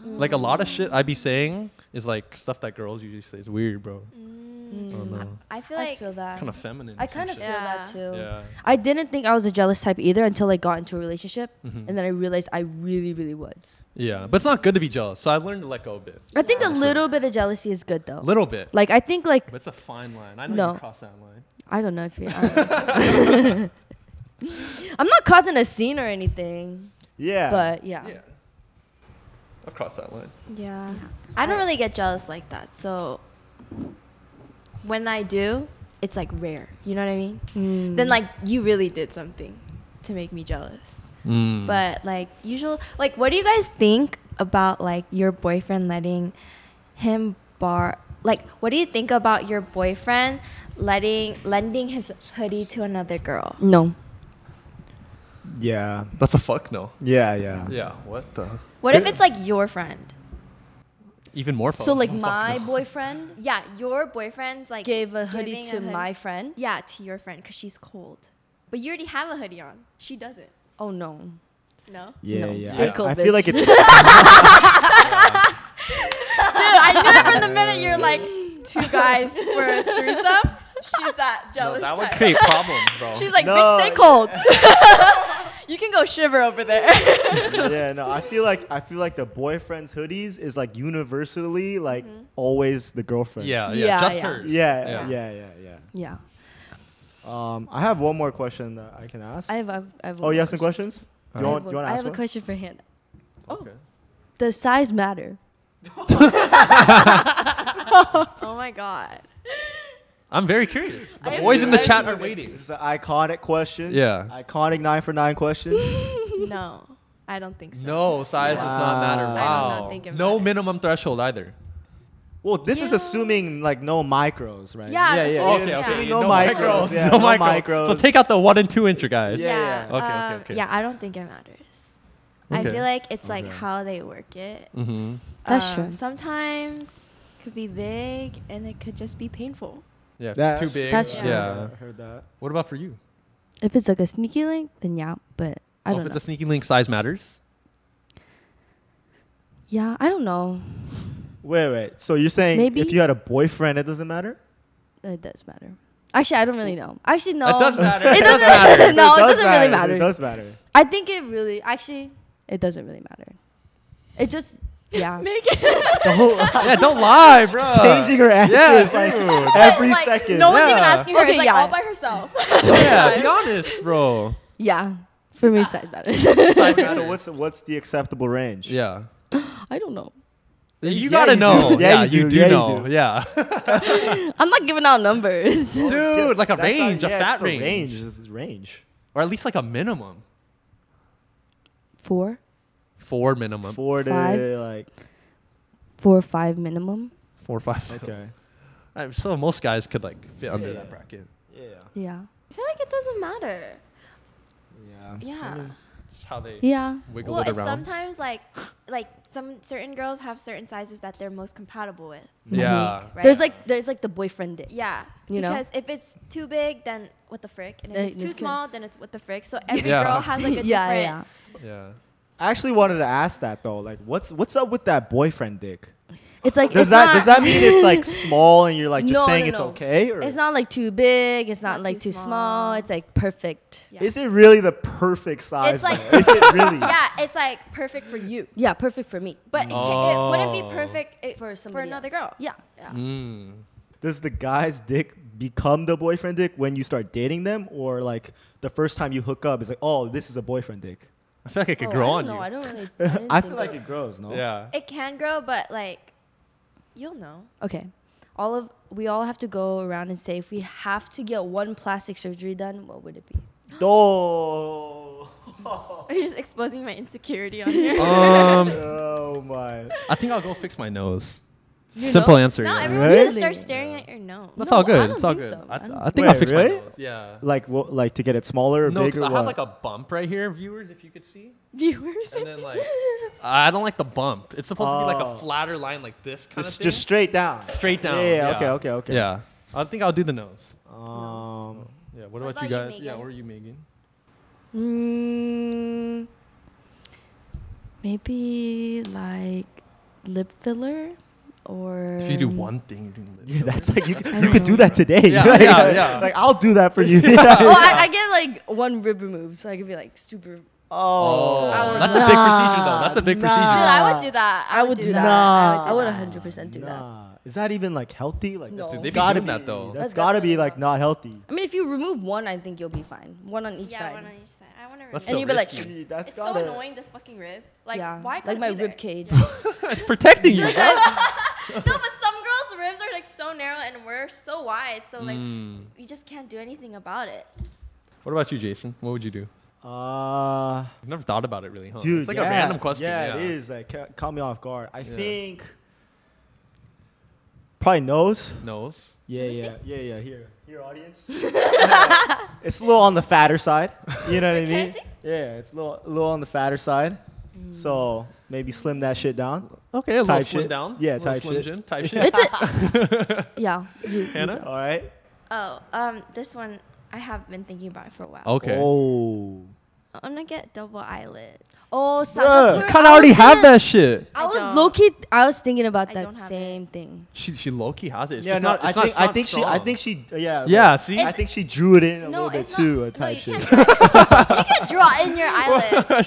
[SPEAKER 1] Like a lot
[SPEAKER 4] Oh.
[SPEAKER 1] of shit I be saying is like stuff that girls usually say. It's weird, bro. I don't know.
[SPEAKER 4] Mm. I feel
[SPEAKER 3] I
[SPEAKER 4] like
[SPEAKER 3] feel that.
[SPEAKER 1] Kind of feminine.
[SPEAKER 3] Mm. I
[SPEAKER 1] or some
[SPEAKER 3] kind of feel
[SPEAKER 1] shit.
[SPEAKER 3] that
[SPEAKER 4] Yeah.
[SPEAKER 3] too.
[SPEAKER 1] Yeah.
[SPEAKER 3] I didn't think I was a jealous type either until I got into a relationship,
[SPEAKER 1] Mm-hmm.
[SPEAKER 3] and then I realized I really, really was.
[SPEAKER 1] Yeah. But it's not good to be jealous. So I learned to let go a bit.
[SPEAKER 3] I think a little bit of jealousy is good though.
[SPEAKER 1] A little bit.
[SPEAKER 3] Like I think like
[SPEAKER 1] But it's a fine line. I know
[SPEAKER 3] No.
[SPEAKER 1] you cross that line.
[SPEAKER 3] I don't know if you're. I don't know. (laughs) I'm not causing a scene or anything,
[SPEAKER 2] Yeah.
[SPEAKER 3] but yeah.
[SPEAKER 1] Yeah. I've crossed that line.
[SPEAKER 4] yeah.
[SPEAKER 5] I don't really get jealous like that. So when I do, it's like rare. You know what I mean?
[SPEAKER 4] Mm.
[SPEAKER 5] Then like you really did something to make me jealous.
[SPEAKER 1] Mm.
[SPEAKER 4] Mm.
[SPEAKER 5] But like usual, like what do you guys think about like your boyfriend letting him bar? Like what do you think about your boyfriend letting lending his hoodie to another girl?
[SPEAKER 3] no,
[SPEAKER 2] yeah.
[SPEAKER 1] That's a fuck no.
[SPEAKER 2] Yeah, yeah.
[SPEAKER 1] Yeah. What the?
[SPEAKER 5] What if it's like your friend?
[SPEAKER 1] Even more fun.
[SPEAKER 3] so like my boyfriend
[SPEAKER 5] Yeah, your boyfriend's like
[SPEAKER 3] gave a hoodie
[SPEAKER 5] giving
[SPEAKER 3] to my friend.
[SPEAKER 5] Yeah, to your friend because she's cold. But you already have a hoodie on. She doesn't.
[SPEAKER 3] Oh no, (laughs)
[SPEAKER 5] No.
[SPEAKER 2] Yeah,
[SPEAKER 3] No,
[SPEAKER 2] yeah.
[SPEAKER 3] stay
[SPEAKER 2] I-
[SPEAKER 3] cool,
[SPEAKER 2] I, feel like
[SPEAKER 3] bitch.
[SPEAKER 2] it's
[SPEAKER 5] Dude, I knew it from the minute you're like two guys for
[SPEAKER 3] (laughs)
[SPEAKER 5] a threesome. She's that jealous
[SPEAKER 1] that would
[SPEAKER 5] type.
[SPEAKER 1] create problems, bro.
[SPEAKER 5] She's like,
[SPEAKER 2] No.
[SPEAKER 5] bitch, stay
[SPEAKER 2] Oh.
[SPEAKER 5] cold. you can go shiver over there. (laughs)
[SPEAKER 3] (laughs)
[SPEAKER 2] yeah, no, I feel like I feel like the boyfriend's hoodies is like universally like
[SPEAKER 3] Mm-hmm.
[SPEAKER 2] always the girlfriend's.
[SPEAKER 1] yeah, yeah,
[SPEAKER 3] Yeah,
[SPEAKER 1] just
[SPEAKER 3] yeah.
[SPEAKER 1] hers.
[SPEAKER 2] Yeah, yeah,
[SPEAKER 1] Yeah.
[SPEAKER 2] yeah, yeah,
[SPEAKER 3] yeah.
[SPEAKER 2] yeah. Um, I have one more question that I can ask.
[SPEAKER 3] I have. I've, I have
[SPEAKER 2] oh,
[SPEAKER 3] one
[SPEAKER 2] you
[SPEAKER 3] more
[SPEAKER 2] have some questions?
[SPEAKER 3] I
[SPEAKER 2] You
[SPEAKER 3] have
[SPEAKER 2] want,
[SPEAKER 3] one-
[SPEAKER 2] you want to
[SPEAKER 3] I
[SPEAKER 2] ask
[SPEAKER 3] have a
[SPEAKER 2] one?
[SPEAKER 3] question for Hannah.
[SPEAKER 1] Okay.
[SPEAKER 3] Does size matter?
[SPEAKER 5] oh my god.
[SPEAKER 1] I'm very curious. The boys in the chat are waiting.
[SPEAKER 2] This is an iconic question.
[SPEAKER 1] Yeah.
[SPEAKER 2] Iconic nine for nine question.
[SPEAKER 3] (laughs)
[SPEAKER 5] No, I don't think so.
[SPEAKER 1] No, size does not matter.
[SPEAKER 2] Wow. I do
[SPEAKER 5] not
[SPEAKER 1] Wow.
[SPEAKER 5] think it
[SPEAKER 1] No
[SPEAKER 5] matters.
[SPEAKER 1] minimum threshold either.
[SPEAKER 2] well, this is assuming like no micros, right?
[SPEAKER 5] Yeah,
[SPEAKER 2] yeah,
[SPEAKER 5] assuming-
[SPEAKER 2] yeah.
[SPEAKER 1] Okay,
[SPEAKER 5] Yeah.
[SPEAKER 1] okay.
[SPEAKER 2] Assuming no, micros. Yeah,
[SPEAKER 1] no micros. So take out the one and two incher guys.
[SPEAKER 2] Yeah, yeah.
[SPEAKER 1] Okay, okay, okay.
[SPEAKER 5] um, Yeah, I don't think it matters.
[SPEAKER 1] Okay.
[SPEAKER 5] I feel like it's like
[SPEAKER 2] Okay.
[SPEAKER 5] how they work it.
[SPEAKER 1] Mm-hmm.
[SPEAKER 3] That's
[SPEAKER 5] Um,
[SPEAKER 3] true.
[SPEAKER 5] Sometimes could be big and it could just be painful.
[SPEAKER 1] Yeah, if it's
[SPEAKER 2] That-
[SPEAKER 1] too big.
[SPEAKER 3] That's
[SPEAKER 1] yeah.
[SPEAKER 3] true.
[SPEAKER 2] I heard that.
[SPEAKER 1] What about for you?
[SPEAKER 3] If it's like a sneaky link, then yeah. But I
[SPEAKER 1] Oh,
[SPEAKER 3] don't
[SPEAKER 1] if
[SPEAKER 3] know.
[SPEAKER 1] it's a sneaky link, size matters.
[SPEAKER 3] yeah, I don't know.
[SPEAKER 2] Wait, wait. So you're saying
[SPEAKER 3] Maybe.
[SPEAKER 2] if you had a boyfriend, it doesn't matter?
[SPEAKER 3] It does matter. Actually, I don't really know. Actually,
[SPEAKER 1] (laughs)
[SPEAKER 3] no.
[SPEAKER 1] It does matter.
[SPEAKER 2] (laughs)
[SPEAKER 3] It doesn't
[SPEAKER 1] matter.
[SPEAKER 3] matter. (laughs) No,
[SPEAKER 2] So
[SPEAKER 3] it doesn't really
[SPEAKER 2] It
[SPEAKER 3] matter.
[SPEAKER 2] does matter.
[SPEAKER 3] I think it really, actually, it doesn't really matter. It just
[SPEAKER 4] (laughs)
[SPEAKER 3] Yeah.
[SPEAKER 4] Make
[SPEAKER 1] (laughs)
[SPEAKER 4] it.
[SPEAKER 5] (laughs)
[SPEAKER 2] The whole
[SPEAKER 1] yeah, don't
[SPEAKER 2] (laughs)
[SPEAKER 1] lie, bro.
[SPEAKER 2] changing her answers like
[SPEAKER 1] Uh, dude.
[SPEAKER 2] every
[SPEAKER 4] Like,
[SPEAKER 2] second.
[SPEAKER 4] No one's even
[SPEAKER 1] Yeah.
[SPEAKER 4] asking her.
[SPEAKER 3] Okay,
[SPEAKER 4] it's like
[SPEAKER 3] yeah.
[SPEAKER 4] all by herself.
[SPEAKER 5] (laughs)
[SPEAKER 2] (laughs)
[SPEAKER 1] yeah, be honest, bro.
[SPEAKER 3] Yeah. For me, size matters. (laughs)
[SPEAKER 1] Okay,
[SPEAKER 2] So what's what's the acceptable range?
[SPEAKER 1] yeah.
[SPEAKER 3] I don't know. (laughs)
[SPEAKER 1] You
[SPEAKER 2] yeah,
[SPEAKER 1] gotta
[SPEAKER 2] you do.
[SPEAKER 1] know.
[SPEAKER 2] (laughs) Yeah,
[SPEAKER 1] Yeah,
[SPEAKER 2] you
[SPEAKER 1] you
[SPEAKER 2] do.
[SPEAKER 1] do
[SPEAKER 2] Yeah, you
[SPEAKER 1] know.
[SPEAKER 2] do.
[SPEAKER 1] Yeah. (laughs)
[SPEAKER 3] I'm not giving out
[SPEAKER 2] (laughs)
[SPEAKER 3] numbers.
[SPEAKER 1] Dude, like a
[SPEAKER 2] That's not-
[SPEAKER 1] range, a
[SPEAKER 2] yeah,
[SPEAKER 1] fat
[SPEAKER 2] it's the
[SPEAKER 1] range.
[SPEAKER 2] range. This is range.
[SPEAKER 1] Or at least like a minimum.
[SPEAKER 3] Four,
[SPEAKER 1] Four minimum. Four,
[SPEAKER 2] Four to
[SPEAKER 3] Five.
[SPEAKER 2] like
[SPEAKER 3] four or five minimum.
[SPEAKER 1] or five.
[SPEAKER 2] okay.
[SPEAKER 1] (laughs) Alright, So most guys could like fit under
[SPEAKER 2] Yeah.
[SPEAKER 1] that bracket.
[SPEAKER 2] Yeah.
[SPEAKER 3] Yeah.
[SPEAKER 4] I feel like it doesn't matter.
[SPEAKER 2] Yeah.
[SPEAKER 4] Yeah.
[SPEAKER 1] It's how they
[SPEAKER 3] Yeah.
[SPEAKER 1] wiggle
[SPEAKER 4] Well,
[SPEAKER 1] it
[SPEAKER 4] it's
[SPEAKER 1] around.
[SPEAKER 4] sometimes like, like some certain girls have certain sizes that they're most compatible with.
[SPEAKER 1] yeah.
[SPEAKER 4] Right?
[SPEAKER 3] There's like there's like the boyfriend dip.
[SPEAKER 4] Yeah.
[SPEAKER 3] You know?
[SPEAKER 4] because if it's too big, then what the frick? And if
[SPEAKER 3] Uh,
[SPEAKER 4] it's too
[SPEAKER 3] just kidding.
[SPEAKER 4] small, then it's what the frick. So every
[SPEAKER 1] Yeah.
[SPEAKER 4] girl has like a (laughs) different.
[SPEAKER 3] (laughs) yeah, yeah.
[SPEAKER 1] Yeah.
[SPEAKER 2] I actually wanted to ask that though. Like, what's what's up with that boyfriend dick?
[SPEAKER 3] It's like
[SPEAKER 2] Does
[SPEAKER 3] it's
[SPEAKER 2] that
[SPEAKER 3] not,
[SPEAKER 2] does that mean it's
[SPEAKER 3] (laughs)
[SPEAKER 2] like small and you're like just
[SPEAKER 3] No,
[SPEAKER 2] saying
[SPEAKER 3] no,
[SPEAKER 2] it's
[SPEAKER 3] no.
[SPEAKER 2] okay? Or
[SPEAKER 3] It's not like too big. It's, not,
[SPEAKER 4] not
[SPEAKER 3] like
[SPEAKER 4] too
[SPEAKER 3] too small.
[SPEAKER 4] small.
[SPEAKER 3] It's like perfect.
[SPEAKER 4] Yeah.
[SPEAKER 2] is it really the perfect size?
[SPEAKER 4] It's like-
[SPEAKER 2] though? is it
[SPEAKER 3] (laughs)
[SPEAKER 2] really?
[SPEAKER 4] Yeah, it's like perfect for you,
[SPEAKER 3] Yeah, perfect for me.
[SPEAKER 4] but it, can, it wouldn't be
[SPEAKER 1] Oh.
[SPEAKER 4] perfect it, for for
[SPEAKER 3] somebody
[SPEAKER 4] another
[SPEAKER 3] else.
[SPEAKER 4] girl. Yeah. yeah.
[SPEAKER 1] Mm.
[SPEAKER 2] Does the guy's dick become the boyfriend dick when you start dating them, or like the first time you hook up is like, oh, this is a boyfriend dick?
[SPEAKER 1] I feel like it could
[SPEAKER 3] Oh,
[SPEAKER 1] grow
[SPEAKER 3] I
[SPEAKER 1] on
[SPEAKER 3] don't know. I
[SPEAKER 1] you.
[SPEAKER 3] don't
[SPEAKER 1] (laughs)
[SPEAKER 3] really. I didn't
[SPEAKER 2] I
[SPEAKER 3] think
[SPEAKER 2] feel like
[SPEAKER 3] of-
[SPEAKER 2] it grows. No.
[SPEAKER 1] Yeah.
[SPEAKER 4] It can grow, but like, you'll know.
[SPEAKER 3] Okay, all of we all have to go around and say if we have to get one plastic surgery done, what would it be?
[SPEAKER 2] (laughs) Oh.
[SPEAKER 4] Are you just exposing my insecurity (laughs) on
[SPEAKER 1] (laughs)
[SPEAKER 4] here?
[SPEAKER 1] Um,
[SPEAKER 2] oh my.
[SPEAKER 1] I think I'll go fix my nose.
[SPEAKER 3] Your
[SPEAKER 1] Simple
[SPEAKER 3] nose?
[SPEAKER 1] answer.
[SPEAKER 4] now
[SPEAKER 1] yeah.
[SPEAKER 4] everyone's gonna
[SPEAKER 3] Really?
[SPEAKER 4] start staring at your nose.
[SPEAKER 1] That's
[SPEAKER 3] No,
[SPEAKER 1] all
[SPEAKER 3] I
[SPEAKER 1] good.
[SPEAKER 3] don't
[SPEAKER 1] It's all
[SPEAKER 3] think
[SPEAKER 1] good.
[SPEAKER 3] so.
[SPEAKER 1] I,
[SPEAKER 3] I don't-
[SPEAKER 1] I think I'll
[SPEAKER 2] Wait,
[SPEAKER 1] fix
[SPEAKER 2] really?
[SPEAKER 1] my nose. Yeah.
[SPEAKER 2] Like what? Like to get it smaller or
[SPEAKER 1] No,
[SPEAKER 2] bigger?
[SPEAKER 1] because I
[SPEAKER 2] what?
[SPEAKER 1] have like a bump right here, viewers, if you could see.
[SPEAKER 4] Viewers.
[SPEAKER 1] And then like, I don't like the bump. It's supposed to be like
[SPEAKER 2] Oh.
[SPEAKER 1] a flatter line like this kind
[SPEAKER 2] just,
[SPEAKER 1] of thing.
[SPEAKER 2] just straight down.
[SPEAKER 1] straight down.
[SPEAKER 2] Yeah, yeah, Okay. Okay. Okay.
[SPEAKER 1] Yeah. I think I'll do the nose.
[SPEAKER 2] Um. (laughs)
[SPEAKER 1] Yeah. What,
[SPEAKER 4] What
[SPEAKER 1] about, you
[SPEAKER 4] about
[SPEAKER 1] guys?
[SPEAKER 4] you,
[SPEAKER 1] yeah.
[SPEAKER 4] Megan?
[SPEAKER 1] What are you, Megan?
[SPEAKER 3] Mm, maybe like lip filler or.
[SPEAKER 1] If you
[SPEAKER 3] (laughs)
[SPEAKER 1] do one thing, you're doing
[SPEAKER 2] Yeah,
[SPEAKER 1] lip.
[SPEAKER 2] that's like you,
[SPEAKER 3] I
[SPEAKER 2] could- you could
[SPEAKER 3] know.
[SPEAKER 2] do that today.
[SPEAKER 1] Yeah,
[SPEAKER 2] (laughs) Like,
[SPEAKER 1] yeah, yeah.
[SPEAKER 2] Like I'll do that
[SPEAKER 1] (laughs)
[SPEAKER 2] for you. (laughs)
[SPEAKER 3] Oh, I, I get like one rib removed, so I could be like super.
[SPEAKER 2] Oh,
[SPEAKER 3] Oh,
[SPEAKER 1] that's a big procedure though. That's a big
[SPEAKER 2] nah.
[SPEAKER 4] Dude,
[SPEAKER 1] procedure.
[SPEAKER 4] I would do that.
[SPEAKER 3] I would do that.
[SPEAKER 2] Nah.
[SPEAKER 3] I would 100% do that.
[SPEAKER 2] nah. Is that even like healthy? Like
[SPEAKER 3] No.
[SPEAKER 2] that's
[SPEAKER 1] They be
[SPEAKER 2] gotta
[SPEAKER 1] doing that, though.
[SPEAKER 2] That's
[SPEAKER 3] That's
[SPEAKER 2] gotta be
[SPEAKER 3] definitely
[SPEAKER 2] like not healthy.
[SPEAKER 3] I mean, if you remove one, I think you'll be fine. One on each
[SPEAKER 4] Yeah,
[SPEAKER 3] side.
[SPEAKER 4] one on each side. I want to
[SPEAKER 1] That's
[SPEAKER 4] remove.
[SPEAKER 3] And
[SPEAKER 1] still
[SPEAKER 3] you'd be like,
[SPEAKER 1] risky.
[SPEAKER 2] that's
[SPEAKER 4] It's so annoying. This fucking rib. Like,
[SPEAKER 3] yeah,
[SPEAKER 4] why?
[SPEAKER 3] like
[SPEAKER 4] couldn't
[SPEAKER 3] my
[SPEAKER 4] it be
[SPEAKER 3] rib
[SPEAKER 4] there?
[SPEAKER 3] cage.
[SPEAKER 1] (laughs) it's protecting
[SPEAKER 2] (laughs)
[SPEAKER 1] you.
[SPEAKER 4] (laughs) no, but some girls' ribs are like so narrow and we're so wide, so like
[SPEAKER 1] Mm.
[SPEAKER 4] you just can't do anything about it.
[SPEAKER 1] What about you, Jason? What would you do?
[SPEAKER 2] Uh,
[SPEAKER 1] I've never thought about it really, huh?
[SPEAKER 2] dude,
[SPEAKER 1] it's like
[SPEAKER 2] yeah,
[SPEAKER 1] a random question.
[SPEAKER 2] Yeah,
[SPEAKER 1] Yeah,
[SPEAKER 2] it is. Like ca- caught me off guard. I think probably nose.
[SPEAKER 1] Nose.
[SPEAKER 2] Yeah, yeah, yeah, yeah. Here, here, audience. it's a little on the fatter side. You know what I
[SPEAKER 4] Can I
[SPEAKER 2] mean?
[SPEAKER 4] see?
[SPEAKER 2] Yeah, it's a little, a little on the fatter side. So maybe slim that shit down.
[SPEAKER 1] Okay, a little
[SPEAKER 2] Type
[SPEAKER 1] slim
[SPEAKER 2] shit.
[SPEAKER 1] down.
[SPEAKER 2] Yeah,
[SPEAKER 1] a little
[SPEAKER 2] type
[SPEAKER 1] slim
[SPEAKER 2] shit.
[SPEAKER 1] Jim,
[SPEAKER 2] (laughs)
[SPEAKER 1] type shit.
[SPEAKER 3] it's a.
[SPEAKER 1] (laughs)
[SPEAKER 3] yeah. You,
[SPEAKER 1] Hannah.
[SPEAKER 2] All right.
[SPEAKER 4] Oh, um, this one I have been thinking about for a while.
[SPEAKER 1] Okay.
[SPEAKER 2] Oh.
[SPEAKER 4] I'm gonna get double eyelids.
[SPEAKER 3] oh,
[SPEAKER 2] Bruh,
[SPEAKER 3] Sakura.
[SPEAKER 2] you
[SPEAKER 1] kind of already have that shit.
[SPEAKER 3] I
[SPEAKER 4] I
[SPEAKER 3] was
[SPEAKER 4] don't.
[SPEAKER 3] low key. I was thinking about
[SPEAKER 4] I
[SPEAKER 3] that
[SPEAKER 4] don't have
[SPEAKER 3] same thing.
[SPEAKER 1] She she low key has it. It's
[SPEAKER 2] yeah,
[SPEAKER 1] just
[SPEAKER 2] no,
[SPEAKER 1] not,
[SPEAKER 2] I
[SPEAKER 1] it's not-
[SPEAKER 2] think
[SPEAKER 1] it's
[SPEAKER 2] I
[SPEAKER 1] not
[SPEAKER 2] think she I
[SPEAKER 1] strong.
[SPEAKER 2] think she yeah.
[SPEAKER 1] Yeah.
[SPEAKER 2] like,
[SPEAKER 1] See.
[SPEAKER 2] I think she drew it in a
[SPEAKER 4] No,
[SPEAKER 2] little bit
[SPEAKER 4] it's
[SPEAKER 2] too, a
[SPEAKER 4] not. No,
[SPEAKER 2] type
[SPEAKER 4] you
[SPEAKER 2] shit.
[SPEAKER 4] can't. you
[SPEAKER 2] (laughs)
[SPEAKER 4] can draw in your eyelids.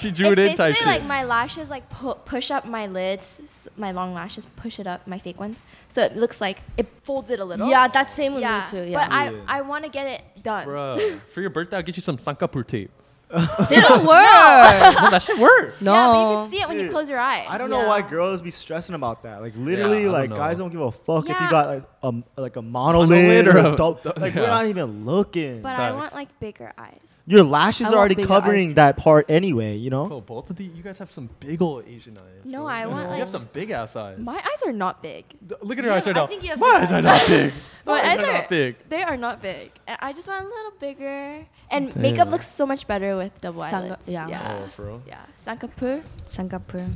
[SPEAKER 1] (laughs) she drew
[SPEAKER 4] (laughs)
[SPEAKER 1] it
[SPEAKER 4] It's
[SPEAKER 1] in
[SPEAKER 4] basically
[SPEAKER 1] type shit.
[SPEAKER 4] like my lashes, like pu- push up my lids, s- my long lashes, push it up, my fake ones, so it looks like it folds it a little.
[SPEAKER 3] Yeah, that's same with
[SPEAKER 4] yeah.
[SPEAKER 3] me too. Yeah.
[SPEAKER 4] But I, I want to get it done. (laughs)
[SPEAKER 1] Bruh, for your birthday, I'll get you some Sankapur tape. (laughs)
[SPEAKER 3] (laughs) didn't work.
[SPEAKER 1] No, that should work.
[SPEAKER 3] No.
[SPEAKER 4] Yeah, but you can see it when you
[SPEAKER 2] Dude,
[SPEAKER 4] close your eyes.
[SPEAKER 2] I don't know why
[SPEAKER 3] Yeah.
[SPEAKER 2] girls be stressing about that. Like literally,
[SPEAKER 1] I don't
[SPEAKER 2] like
[SPEAKER 1] know.
[SPEAKER 2] guys don't give a fuck if you
[SPEAKER 4] Yeah.
[SPEAKER 2] got like a like a monolid,
[SPEAKER 1] Monolid or
[SPEAKER 2] or a
[SPEAKER 1] a-
[SPEAKER 2] dou-
[SPEAKER 1] (laughs)
[SPEAKER 2] like we're
[SPEAKER 1] yeah.
[SPEAKER 2] not even looking.
[SPEAKER 4] But I
[SPEAKER 1] Facts.
[SPEAKER 4] want like bigger eyes.
[SPEAKER 2] Your lashes are
[SPEAKER 3] I want
[SPEAKER 2] already
[SPEAKER 3] bigger
[SPEAKER 2] covering
[SPEAKER 3] eyes.
[SPEAKER 2] that part anyway. You know.
[SPEAKER 1] Oh, both of the you guys have some big old Asian eyes.
[SPEAKER 4] No,
[SPEAKER 1] bro.
[SPEAKER 4] I
[SPEAKER 1] You
[SPEAKER 4] want,
[SPEAKER 1] have-
[SPEAKER 4] like-
[SPEAKER 1] you have some big ass eyes.
[SPEAKER 4] My eyes are not big.
[SPEAKER 1] Th- Look at her
[SPEAKER 3] Yeah,
[SPEAKER 1] eyes right
[SPEAKER 3] I
[SPEAKER 1] now. (laughs)
[SPEAKER 3] think you have
[SPEAKER 1] My
[SPEAKER 3] big
[SPEAKER 1] eyes are not big.
[SPEAKER 4] (laughs) My
[SPEAKER 1] eyes
[SPEAKER 4] eyes
[SPEAKER 1] are not
[SPEAKER 4] are-
[SPEAKER 1] big.
[SPEAKER 4] They are not big. I I just want a little bigger. And makeup
[SPEAKER 1] Damn.
[SPEAKER 4] looks so much better with double
[SPEAKER 3] Sanga-
[SPEAKER 4] eyelids.
[SPEAKER 3] yeah.
[SPEAKER 4] Yeah.
[SPEAKER 1] Oh, for real?
[SPEAKER 4] yeah. Sankapur.
[SPEAKER 3] (laughs) Singapore.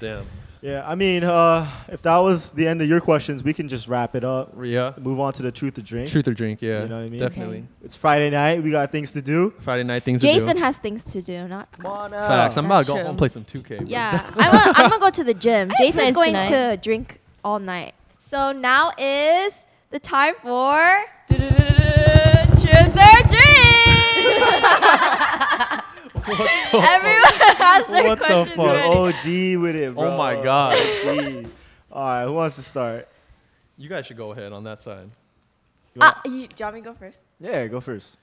[SPEAKER 1] Damn.
[SPEAKER 2] Yeah, I mean, uh, if that was the end of your questions, we can just wrap it up.
[SPEAKER 1] Yeah.
[SPEAKER 2] Move on to the truth or drink.
[SPEAKER 1] Truth or drink? Yeah.
[SPEAKER 2] You know what I mean?
[SPEAKER 1] Definitely.
[SPEAKER 3] Okay.
[SPEAKER 2] It's Friday night. We got things to do.
[SPEAKER 1] Friday night things. to
[SPEAKER 4] Jason
[SPEAKER 1] do.
[SPEAKER 4] has things to do, not
[SPEAKER 2] Come on out.
[SPEAKER 1] facts. I'm about to
[SPEAKER 3] That's
[SPEAKER 1] go home
[SPEAKER 3] true.
[SPEAKER 1] and play some 2K. bro.
[SPEAKER 4] Yeah. I'm gonna I'm gonna
[SPEAKER 1] (laughs)
[SPEAKER 4] go to the gym.
[SPEAKER 3] I have
[SPEAKER 4] Jason's
[SPEAKER 3] plans
[SPEAKER 4] going
[SPEAKER 3] tonight.
[SPEAKER 4] to drink all night. So now is the time
[SPEAKER 1] (laughs)
[SPEAKER 4] for (laughs) Truth or drink. Everyone (laughs) has their
[SPEAKER 1] What the
[SPEAKER 4] questions
[SPEAKER 1] fuck?
[SPEAKER 4] ready.
[SPEAKER 2] OD with it, bro.
[SPEAKER 1] Oh my
[SPEAKER 2] (laughs)
[SPEAKER 1] God.
[SPEAKER 2] OD. All right, who wants to start?
[SPEAKER 1] You guys should go ahead on that side.
[SPEAKER 2] You
[SPEAKER 4] Uh,
[SPEAKER 2] want-
[SPEAKER 4] you, do you want me to go first?
[SPEAKER 2] yeah, go first.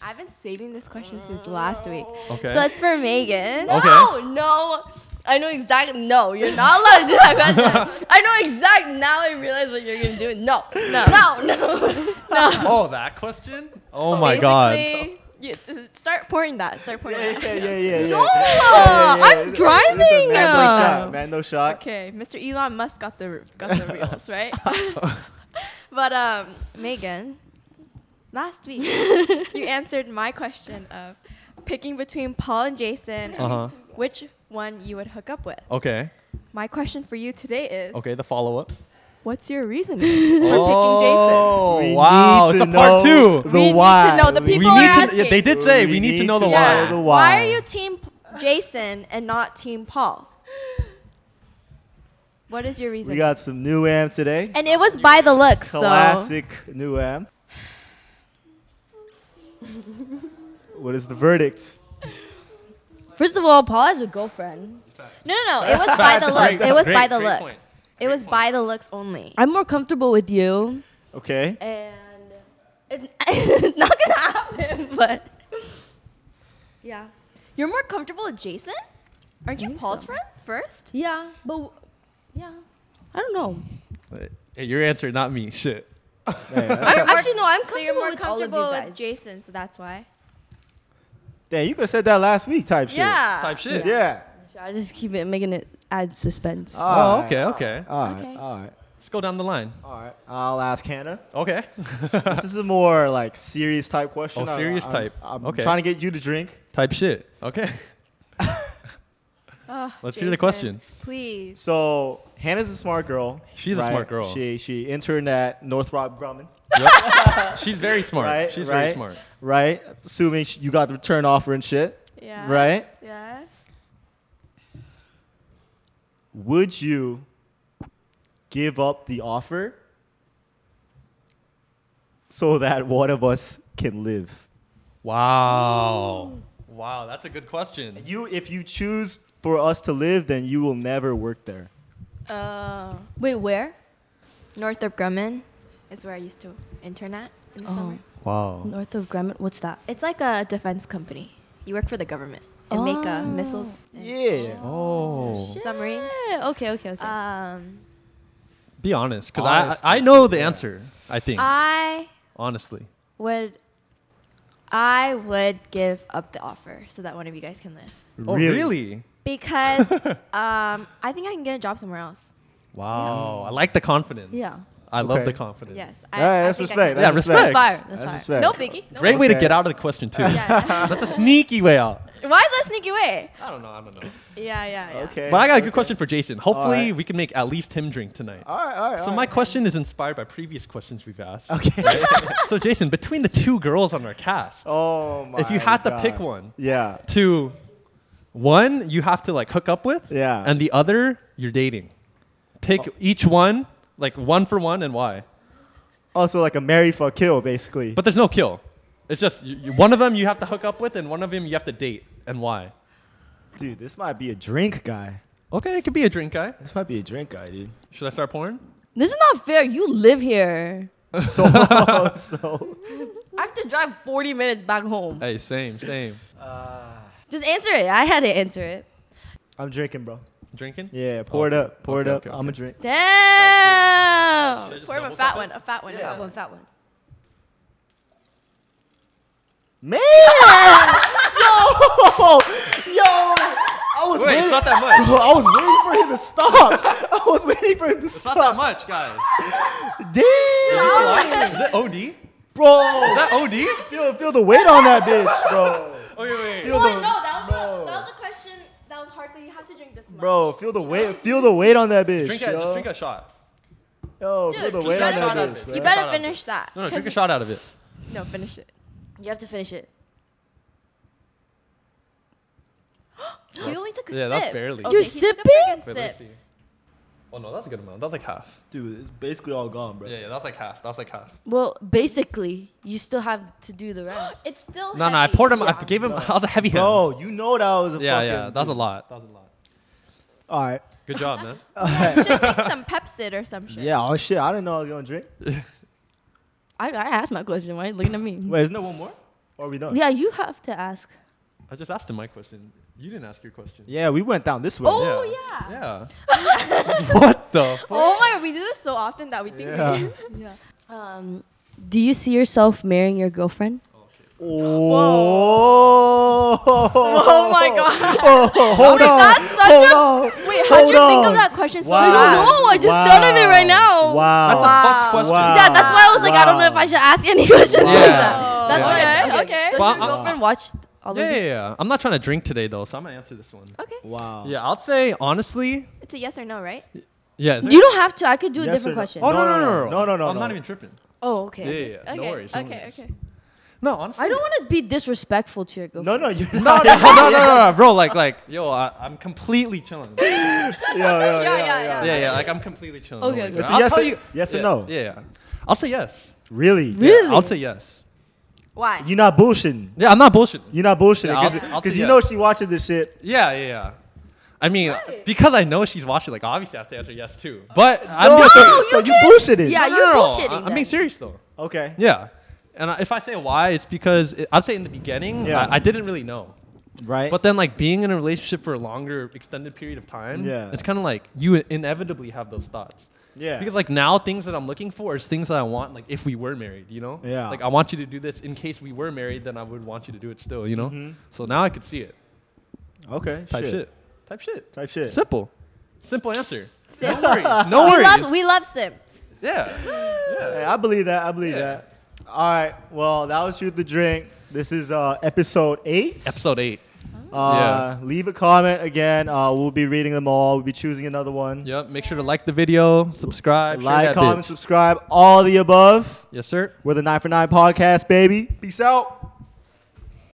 [SPEAKER 4] I've been saving this question since last week.
[SPEAKER 1] Okay.
[SPEAKER 4] So it's for Megan.
[SPEAKER 1] Okay.
[SPEAKER 3] No, no. I know exactly. No, you're not allowed to do that
[SPEAKER 1] (laughs)
[SPEAKER 3] question. I know exact. Now I realize what you're gonna do. No, no, no, (laughs) no.
[SPEAKER 4] (laughs)
[SPEAKER 1] oh, that question? Oh my god.
[SPEAKER 4] Basically, You, t- start pouring that. Start pouring
[SPEAKER 2] Yeah,
[SPEAKER 4] that.
[SPEAKER 2] yeah, yeah, yeah.
[SPEAKER 3] No, I'm driving.
[SPEAKER 2] Man, no shock. Man, no shock.
[SPEAKER 4] uh. Okay, Mr. Elon Musk got the got the reels, right? (laughs) but um, Megan, last week you answered my question of picking between Paul and Jason,
[SPEAKER 1] Uh huh.
[SPEAKER 4] which one you would hook up with.
[SPEAKER 1] Okay.
[SPEAKER 4] My question for you today is,
[SPEAKER 1] Okay. The follow up.
[SPEAKER 4] what's your reasoning for
[SPEAKER 1] Oh
[SPEAKER 2] We
[SPEAKER 1] wow!
[SPEAKER 2] need
[SPEAKER 1] It's
[SPEAKER 2] to
[SPEAKER 1] a part
[SPEAKER 2] know
[SPEAKER 1] two.
[SPEAKER 2] The
[SPEAKER 4] We need to
[SPEAKER 2] why.
[SPEAKER 4] know the
[SPEAKER 2] We
[SPEAKER 1] We
[SPEAKER 4] People
[SPEAKER 1] need
[SPEAKER 4] are
[SPEAKER 1] to. Yeah,
[SPEAKER 4] asking.
[SPEAKER 1] they did say we, need, to know the
[SPEAKER 4] picking
[SPEAKER 1] why.
[SPEAKER 2] Yeah. The
[SPEAKER 4] Jason? Why
[SPEAKER 2] why.
[SPEAKER 4] are you team P- Jason and not team Paul? What is your reason?
[SPEAKER 2] We got some new am today.
[SPEAKER 4] and it was by the looks, so
[SPEAKER 2] Classic new am. what is the verdict?
[SPEAKER 3] First of all, Paul has a girlfriend.
[SPEAKER 4] No, no, no.
[SPEAKER 1] (laughs)
[SPEAKER 4] It was by the looks.
[SPEAKER 1] Great-
[SPEAKER 4] It was
[SPEAKER 1] great-
[SPEAKER 4] by the
[SPEAKER 1] great
[SPEAKER 4] looks.
[SPEAKER 1] point.
[SPEAKER 4] It was by the looks only.
[SPEAKER 3] I'm more comfortable with you,
[SPEAKER 2] Okay.
[SPEAKER 3] and
[SPEAKER 4] (laughs)
[SPEAKER 3] it's, it's not gonna happen. But
[SPEAKER 4] Yeah. You're more comfortable with Jason? Aren't you
[SPEAKER 3] think
[SPEAKER 4] Paul's
[SPEAKER 3] so.
[SPEAKER 4] friend first?
[SPEAKER 3] yeah, but w- yeah, I don't know.
[SPEAKER 1] Hey, your answer, not me. Shit.
[SPEAKER 2] Damn,
[SPEAKER 4] You're more-
[SPEAKER 3] Actually, no, I'm
[SPEAKER 4] So
[SPEAKER 3] comfortable
[SPEAKER 4] you're more
[SPEAKER 3] with
[SPEAKER 4] comfortable
[SPEAKER 3] all of you guys.
[SPEAKER 4] with, Jason, so that's why.
[SPEAKER 2] Damn, you could have said that last week type shit.
[SPEAKER 4] Yeah.
[SPEAKER 1] Type shit.
[SPEAKER 2] Yeah.
[SPEAKER 3] I just keep it making it add suspense.
[SPEAKER 2] Uh,
[SPEAKER 1] Oh, okay, okay.
[SPEAKER 2] All right,
[SPEAKER 4] Okay.
[SPEAKER 2] all right,
[SPEAKER 1] Let's go down the line.
[SPEAKER 2] all right. I'll ask Hannah.
[SPEAKER 1] Okay. (laughs)
[SPEAKER 2] this is a more like serious type question.
[SPEAKER 1] Oh,
[SPEAKER 2] I-
[SPEAKER 1] serious
[SPEAKER 2] I'm-
[SPEAKER 1] type.
[SPEAKER 2] I'm
[SPEAKER 1] Okay.
[SPEAKER 2] trying to get you to drink.
[SPEAKER 1] Type shit. Okay. (laughs)
[SPEAKER 4] Ugh,
[SPEAKER 1] Let's hear the
[SPEAKER 4] Oh, Jason,
[SPEAKER 1] question.
[SPEAKER 4] Please.
[SPEAKER 2] So Hannah's a smart girl.
[SPEAKER 1] She's a
[SPEAKER 2] right?
[SPEAKER 1] smart girl.
[SPEAKER 2] She she interned at Northrop Grumman,
[SPEAKER 1] Yep. She's very smart.
[SPEAKER 2] Right,
[SPEAKER 1] She's very
[SPEAKER 2] right.
[SPEAKER 1] smart.
[SPEAKER 2] right? Assuming sh- you got the return offer and shit,
[SPEAKER 4] Yeah.
[SPEAKER 2] right?
[SPEAKER 4] Yes.
[SPEAKER 2] Would you give up the offer so that one of us can live?
[SPEAKER 1] Wow. Wow, that's a good question.
[SPEAKER 2] You, if you choose for us to live, then you will never work there.
[SPEAKER 4] Uh,
[SPEAKER 3] Wait, where?
[SPEAKER 4] Northrop Grumman is where I used to intern at in the
[SPEAKER 3] Oh.
[SPEAKER 4] summer.
[SPEAKER 1] Wow.
[SPEAKER 3] North of Grumman. What's that?
[SPEAKER 4] It's like a defense company. You work for the government and make uh,
[SPEAKER 3] Oh.
[SPEAKER 4] missiles, and
[SPEAKER 2] Yeah.
[SPEAKER 1] Oh.
[SPEAKER 4] submarines.
[SPEAKER 3] Yeah, okay, okay, okay.
[SPEAKER 4] Um,
[SPEAKER 1] Be honest, because
[SPEAKER 2] Honestly.
[SPEAKER 1] I, I know the answer, I think.
[SPEAKER 4] Uh, I
[SPEAKER 1] honestly.
[SPEAKER 4] would I would give up the offer so that one of you guys can live
[SPEAKER 1] Oh, really?
[SPEAKER 2] (laughs)
[SPEAKER 4] because um, I think I can get a job somewhere else.
[SPEAKER 1] Wow. I like the confidence.
[SPEAKER 3] Yeah.
[SPEAKER 1] I love
[SPEAKER 2] Okay.
[SPEAKER 1] the confidence.
[SPEAKER 4] Yes, I,
[SPEAKER 2] All right, that's
[SPEAKER 4] I think I
[SPEAKER 2] respect.
[SPEAKER 4] can-
[SPEAKER 1] Yeah,
[SPEAKER 2] That's
[SPEAKER 1] respect.
[SPEAKER 2] respect.
[SPEAKER 3] That's fire, that's fire.
[SPEAKER 4] No biggie. No
[SPEAKER 1] Great way to
[SPEAKER 2] Okay.
[SPEAKER 1] get out of the question, too.
[SPEAKER 4] biggie.
[SPEAKER 1] (laughs)
[SPEAKER 4] Yeah. (laughs)
[SPEAKER 1] That's a sneaky way out.
[SPEAKER 4] Why is that sneaky way?
[SPEAKER 1] I don't know. I don't know.
[SPEAKER 4] Yeah, yeah, yeah.
[SPEAKER 2] Okay.
[SPEAKER 1] But I got a good question for Jason. Hopefully,
[SPEAKER 2] Alright.
[SPEAKER 1] we can make at least him drink tonight.
[SPEAKER 2] All right, all right. (laughs)
[SPEAKER 1] So,
[SPEAKER 2] all
[SPEAKER 1] my
[SPEAKER 2] right.
[SPEAKER 1] question is inspired by previous questions we've asked.
[SPEAKER 2] Okay.
[SPEAKER 1] (laughs) so, Jason, between the two girls on our cast,
[SPEAKER 2] (laughs) oh my.
[SPEAKER 1] if you had to
[SPEAKER 2] God.
[SPEAKER 1] pick one,
[SPEAKER 2] Yeah.
[SPEAKER 1] to one you have to like hook up with,
[SPEAKER 2] Yeah. Oh.
[SPEAKER 1] and the other you're dating. Pick each one, like one for one, and why?
[SPEAKER 2] Also, like a marry for kill, basically.
[SPEAKER 1] But there's no kill. It's just you, you- one of them you have to hook up with, and one of them you have to date, and why?
[SPEAKER 2] dude, this might be a drink guy.
[SPEAKER 1] Okay, it could be a drink guy.
[SPEAKER 2] This might be a drink guy, dude.
[SPEAKER 1] Should I start pouring?
[SPEAKER 3] this is not fair. You live here.
[SPEAKER 2] (laughs) So, so.
[SPEAKER 3] I have to drive 40 minutes back home.
[SPEAKER 1] Hey, same, same.
[SPEAKER 3] Uh, Just answer it. I had to answer it.
[SPEAKER 2] I'm drinking, bro.
[SPEAKER 1] Drinking?
[SPEAKER 2] Yeah, pour it
[SPEAKER 1] Okay,
[SPEAKER 2] up, pour
[SPEAKER 1] okay,
[SPEAKER 2] it up.
[SPEAKER 1] okay,
[SPEAKER 2] I'm a
[SPEAKER 1] okay.
[SPEAKER 2] drink.
[SPEAKER 3] Damn.
[SPEAKER 1] Should I just
[SPEAKER 4] Pour him a
[SPEAKER 1] double
[SPEAKER 4] fat
[SPEAKER 1] cup
[SPEAKER 4] one, a fat one, a fat
[SPEAKER 3] That
[SPEAKER 4] one.
[SPEAKER 3] one, that one.
[SPEAKER 2] Man, (laughs) yo, yo, I was
[SPEAKER 1] it? Wait, it's
[SPEAKER 2] waiting.
[SPEAKER 1] not that much.
[SPEAKER 2] (laughs) Bro, I was waiting for him to stop. (laughs) I was waiting for him to
[SPEAKER 1] It's not that
[SPEAKER 2] stop.
[SPEAKER 1] much, guys.
[SPEAKER 2] Damn,
[SPEAKER 1] Is it OD? Is
[SPEAKER 2] bro.
[SPEAKER 1] that OD?
[SPEAKER 2] Feel, feel the weight on that
[SPEAKER 1] (laughs)
[SPEAKER 2] bitch, bro.
[SPEAKER 1] Okay, wait.
[SPEAKER 2] Feel
[SPEAKER 4] Wait, no,
[SPEAKER 2] the,
[SPEAKER 4] Oh, that was,
[SPEAKER 2] Bro.
[SPEAKER 4] a, that was a question that was hard, so you have to drink this
[SPEAKER 2] (laughs)
[SPEAKER 4] much.
[SPEAKER 2] bro, feel the weight, feel the weight on that bitch.
[SPEAKER 1] Drink
[SPEAKER 2] yo.
[SPEAKER 1] a, just drink a shot.
[SPEAKER 2] Yo, feel the
[SPEAKER 4] just
[SPEAKER 2] weight on
[SPEAKER 4] drink a
[SPEAKER 2] that
[SPEAKER 4] shot
[SPEAKER 1] out of
[SPEAKER 2] bitch.
[SPEAKER 1] it.
[SPEAKER 2] bro.
[SPEAKER 1] Shot
[SPEAKER 4] You
[SPEAKER 1] out
[SPEAKER 4] better
[SPEAKER 1] of it.
[SPEAKER 4] finish that.
[SPEAKER 1] No, no, drink a shot out of it.
[SPEAKER 4] No, finish it.
[SPEAKER 3] You have to finish it.
[SPEAKER 4] You only took a
[SPEAKER 1] yeah,
[SPEAKER 4] sip.
[SPEAKER 1] that's barely.
[SPEAKER 4] Okay,
[SPEAKER 3] You're
[SPEAKER 4] he took a
[SPEAKER 3] sipping?
[SPEAKER 1] Wait, let
[SPEAKER 4] friggin'
[SPEAKER 1] me
[SPEAKER 4] sip.
[SPEAKER 1] see. Oh no, that's a good amount. That's like half.
[SPEAKER 2] Dude, it's basically all gone, bro.
[SPEAKER 1] Yeah, yeah, that's like half. That's like half.
[SPEAKER 3] Well, basically, you still have to do the rest.
[SPEAKER 5] It's still
[SPEAKER 1] No, no, I
[SPEAKER 5] heavy.
[SPEAKER 1] poured him. I gave him. I was a heavy hand.
[SPEAKER 2] Bro, you know that was a
[SPEAKER 1] yeah,
[SPEAKER 2] fucking.
[SPEAKER 1] yeah, that's a lot. That was a lot.
[SPEAKER 2] All right.
[SPEAKER 1] Good job, man.
[SPEAKER 4] Yeah, you should take some Pepsid or some shit.
[SPEAKER 2] Yeah. Oh shit! I didn't know I was gonna drink.
[SPEAKER 3] (gasps) I, I asked my question. Why are you looking at me?
[SPEAKER 2] Wait, isn't there one more? Or are we done?
[SPEAKER 3] Yeah, you have to ask.
[SPEAKER 1] I just asked him my question. You didn't ask your question.
[SPEAKER 2] Yeah, we went down this way.
[SPEAKER 4] Oh
[SPEAKER 1] Yeah.
[SPEAKER 4] yeah.
[SPEAKER 1] Yeah.
[SPEAKER 3] (laughs)
[SPEAKER 1] what the? Fuck?
[SPEAKER 4] Oh my, we do this so often that we think we
[SPEAKER 3] Um, do you see yourself marrying your girlfriend?
[SPEAKER 2] Oh.
[SPEAKER 4] Oh my god.
[SPEAKER 2] Oh, hold on.
[SPEAKER 4] that's such
[SPEAKER 2] hold
[SPEAKER 4] a-
[SPEAKER 2] on.
[SPEAKER 4] Wait,
[SPEAKER 2] how'd Hold
[SPEAKER 4] you
[SPEAKER 2] you think of on.
[SPEAKER 4] that question
[SPEAKER 2] Wow.
[SPEAKER 3] I don't know. I just thought of it right now.
[SPEAKER 1] That's
[SPEAKER 2] Wow.
[SPEAKER 1] a fucked
[SPEAKER 4] Wow.
[SPEAKER 1] question.
[SPEAKER 2] Wow.
[SPEAKER 3] Yeah, that's why I was like, I don't know
[SPEAKER 2] Wow.
[SPEAKER 3] if I should ask any (laughs) questions. like
[SPEAKER 1] Yeah.
[SPEAKER 3] that. That's
[SPEAKER 4] Yeah.
[SPEAKER 3] why. I,
[SPEAKER 4] Okay, okay.
[SPEAKER 3] Does
[SPEAKER 1] But
[SPEAKER 3] your
[SPEAKER 1] I-
[SPEAKER 3] girlfriend watch all
[SPEAKER 1] Yeah,
[SPEAKER 3] of
[SPEAKER 1] yeah,
[SPEAKER 3] this?
[SPEAKER 1] yeah. I'm not trying to drink today though, so I'm gonna answer this one.
[SPEAKER 4] Okay.
[SPEAKER 2] Wow.
[SPEAKER 1] Yeah, I'd say honestly.
[SPEAKER 4] It's a yes or no, right?
[SPEAKER 1] Yeah. is there-
[SPEAKER 3] You don't have to. I could do a
[SPEAKER 2] Yes or
[SPEAKER 3] different
[SPEAKER 2] no?
[SPEAKER 3] question.
[SPEAKER 1] Oh no no no no
[SPEAKER 2] No, no, no,
[SPEAKER 1] I'm not
[SPEAKER 2] no.
[SPEAKER 1] even tripping.
[SPEAKER 3] Oh,
[SPEAKER 1] Yeah,
[SPEAKER 3] okay.
[SPEAKER 1] yeah, yeah. No worries. no
[SPEAKER 4] Okay,
[SPEAKER 1] worries.
[SPEAKER 4] okay.
[SPEAKER 1] No, honestly.
[SPEAKER 3] I don't want to be disrespectful to your
[SPEAKER 2] No,
[SPEAKER 3] girlfriend.
[SPEAKER 2] no, you're
[SPEAKER 1] No,
[SPEAKER 2] not.
[SPEAKER 1] no, no, no, no, no, bro. Like, like, yo, I, I'm completely chilling. Yeah,
[SPEAKER 2] Yo, yo,
[SPEAKER 4] Yeah,
[SPEAKER 2] yo,
[SPEAKER 4] yeah,
[SPEAKER 2] yo.
[SPEAKER 4] yeah.
[SPEAKER 1] yeah, like I'm completely chilling.
[SPEAKER 3] Okay,
[SPEAKER 1] always, man.
[SPEAKER 3] okay.
[SPEAKER 2] It's a
[SPEAKER 1] I'll
[SPEAKER 2] yes
[SPEAKER 1] tell
[SPEAKER 2] or-
[SPEAKER 1] you-
[SPEAKER 2] yes or
[SPEAKER 1] yeah,
[SPEAKER 2] no?
[SPEAKER 1] Yeah, yeah. I'll say yes.
[SPEAKER 2] Really?
[SPEAKER 1] Yeah,
[SPEAKER 3] Really?
[SPEAKER 1] I'll say yes.
[SPEAKER 4] Why?
[SPEAKER 2] You're not bullshitting.
[SPEAKER 1] Yeah, I'm not bullshitting.
[SPEAKER 2] You're not bullshitting
[SPEAKER 1] Yeah, I'll
[SPEAKER 2] because
[SPEAKER 1] s- I'll say
[SPEAKER 2] you
[SPEAKER 1] yes.
[SPEAKER 2] know she watching this shit.
[SPEAKER 1] Yeah, yeah, yeah. I mean, because I know she's watching. Like, obviously, I have to answer yes too.
[SPEAKER 3] Oh,
[SPEAKER 1] But I'm
[SPEAKER 2] No,
[SPEAKER 1] just.
[SPEAKER 2] so, so you bullshitting.
[SPEAKER 3] Yeah,
[SPEAKER 1] No, no,
[SPEAKER 3] you're
[SPEAKER 1] no,
[SPEAKER 3] bullshitting.
[SPEAKER 1] I- I'm
[SPEAKER 3] then.
[SPEAKER 1] being serious though.
[SPEAKER 2] Okay.
[SPEAKER 1] Yeah, and I, if I say why, it's because it, I'd say in the beginning,
[SPEAKER 2] Yeah.
[SPEAKER 1] I, I didn't really know.
[SPEAKER 2] Right.
[SPEAKER 1] But then, like being in a relationship for a longer, extended period of time,
[SPEAKER 2] Yeah.
[SPEAKER 1] it's kind of like you inevitably have those thoughts.
[SPEAKER 2] yeah.
[SPEAKER 1] Because like now, things that I'm looking for is things that I want. Like if we were married, you know.
[SPEAKER 2] Yeah.
[SPEAKER 1] Like I want you to do this in case we were married. Then I would want you to do it still, you know.
[SPEAKER 2] Mm-hmm.
[SPEAKER 1] So now I could see it.
[SPEAKER 2] okay.
[SPEAKER 1] Type shit. Type shit.
[SPEAKER 2] Type shit.
[SPEAKER 1] Simple. Simple answer.
[SPEAKER 4] Sim.
[SPEAKER 1] No worries. No
[SPEAKER 4] (laughs) we
[SPEAKER 1] worries.
[SPEAKER 4] love we love Sims.
[SPEAKER 1] yeah.
[SPEAKER 4] (gasps)
[SPEAKER 2] Hey, I believe that. I believe
[SPEAKER 1] Yeah.
[SPEAKER 2] that. All right. Well, that was Shoot the Drink. This is uh, episode eight.
[SPEAKER 1] Episode eight.
[SPEAKER 2] uh, Leave a comment again. Uh, we'll be reading them all. We'll be choosing another one.
[SPEAKER 1] Yep. Make sure to like the video, subscribe, share
[SPEAKER 2] Like,
[SPEAKER 1] that bitch.
[SPEAKER 2] comment, subscribe, all the above.
[SPEAKER 1] Yes, sir.
[SPEAKER 2] We're the 9 for 9 podcast, baby. Peace out.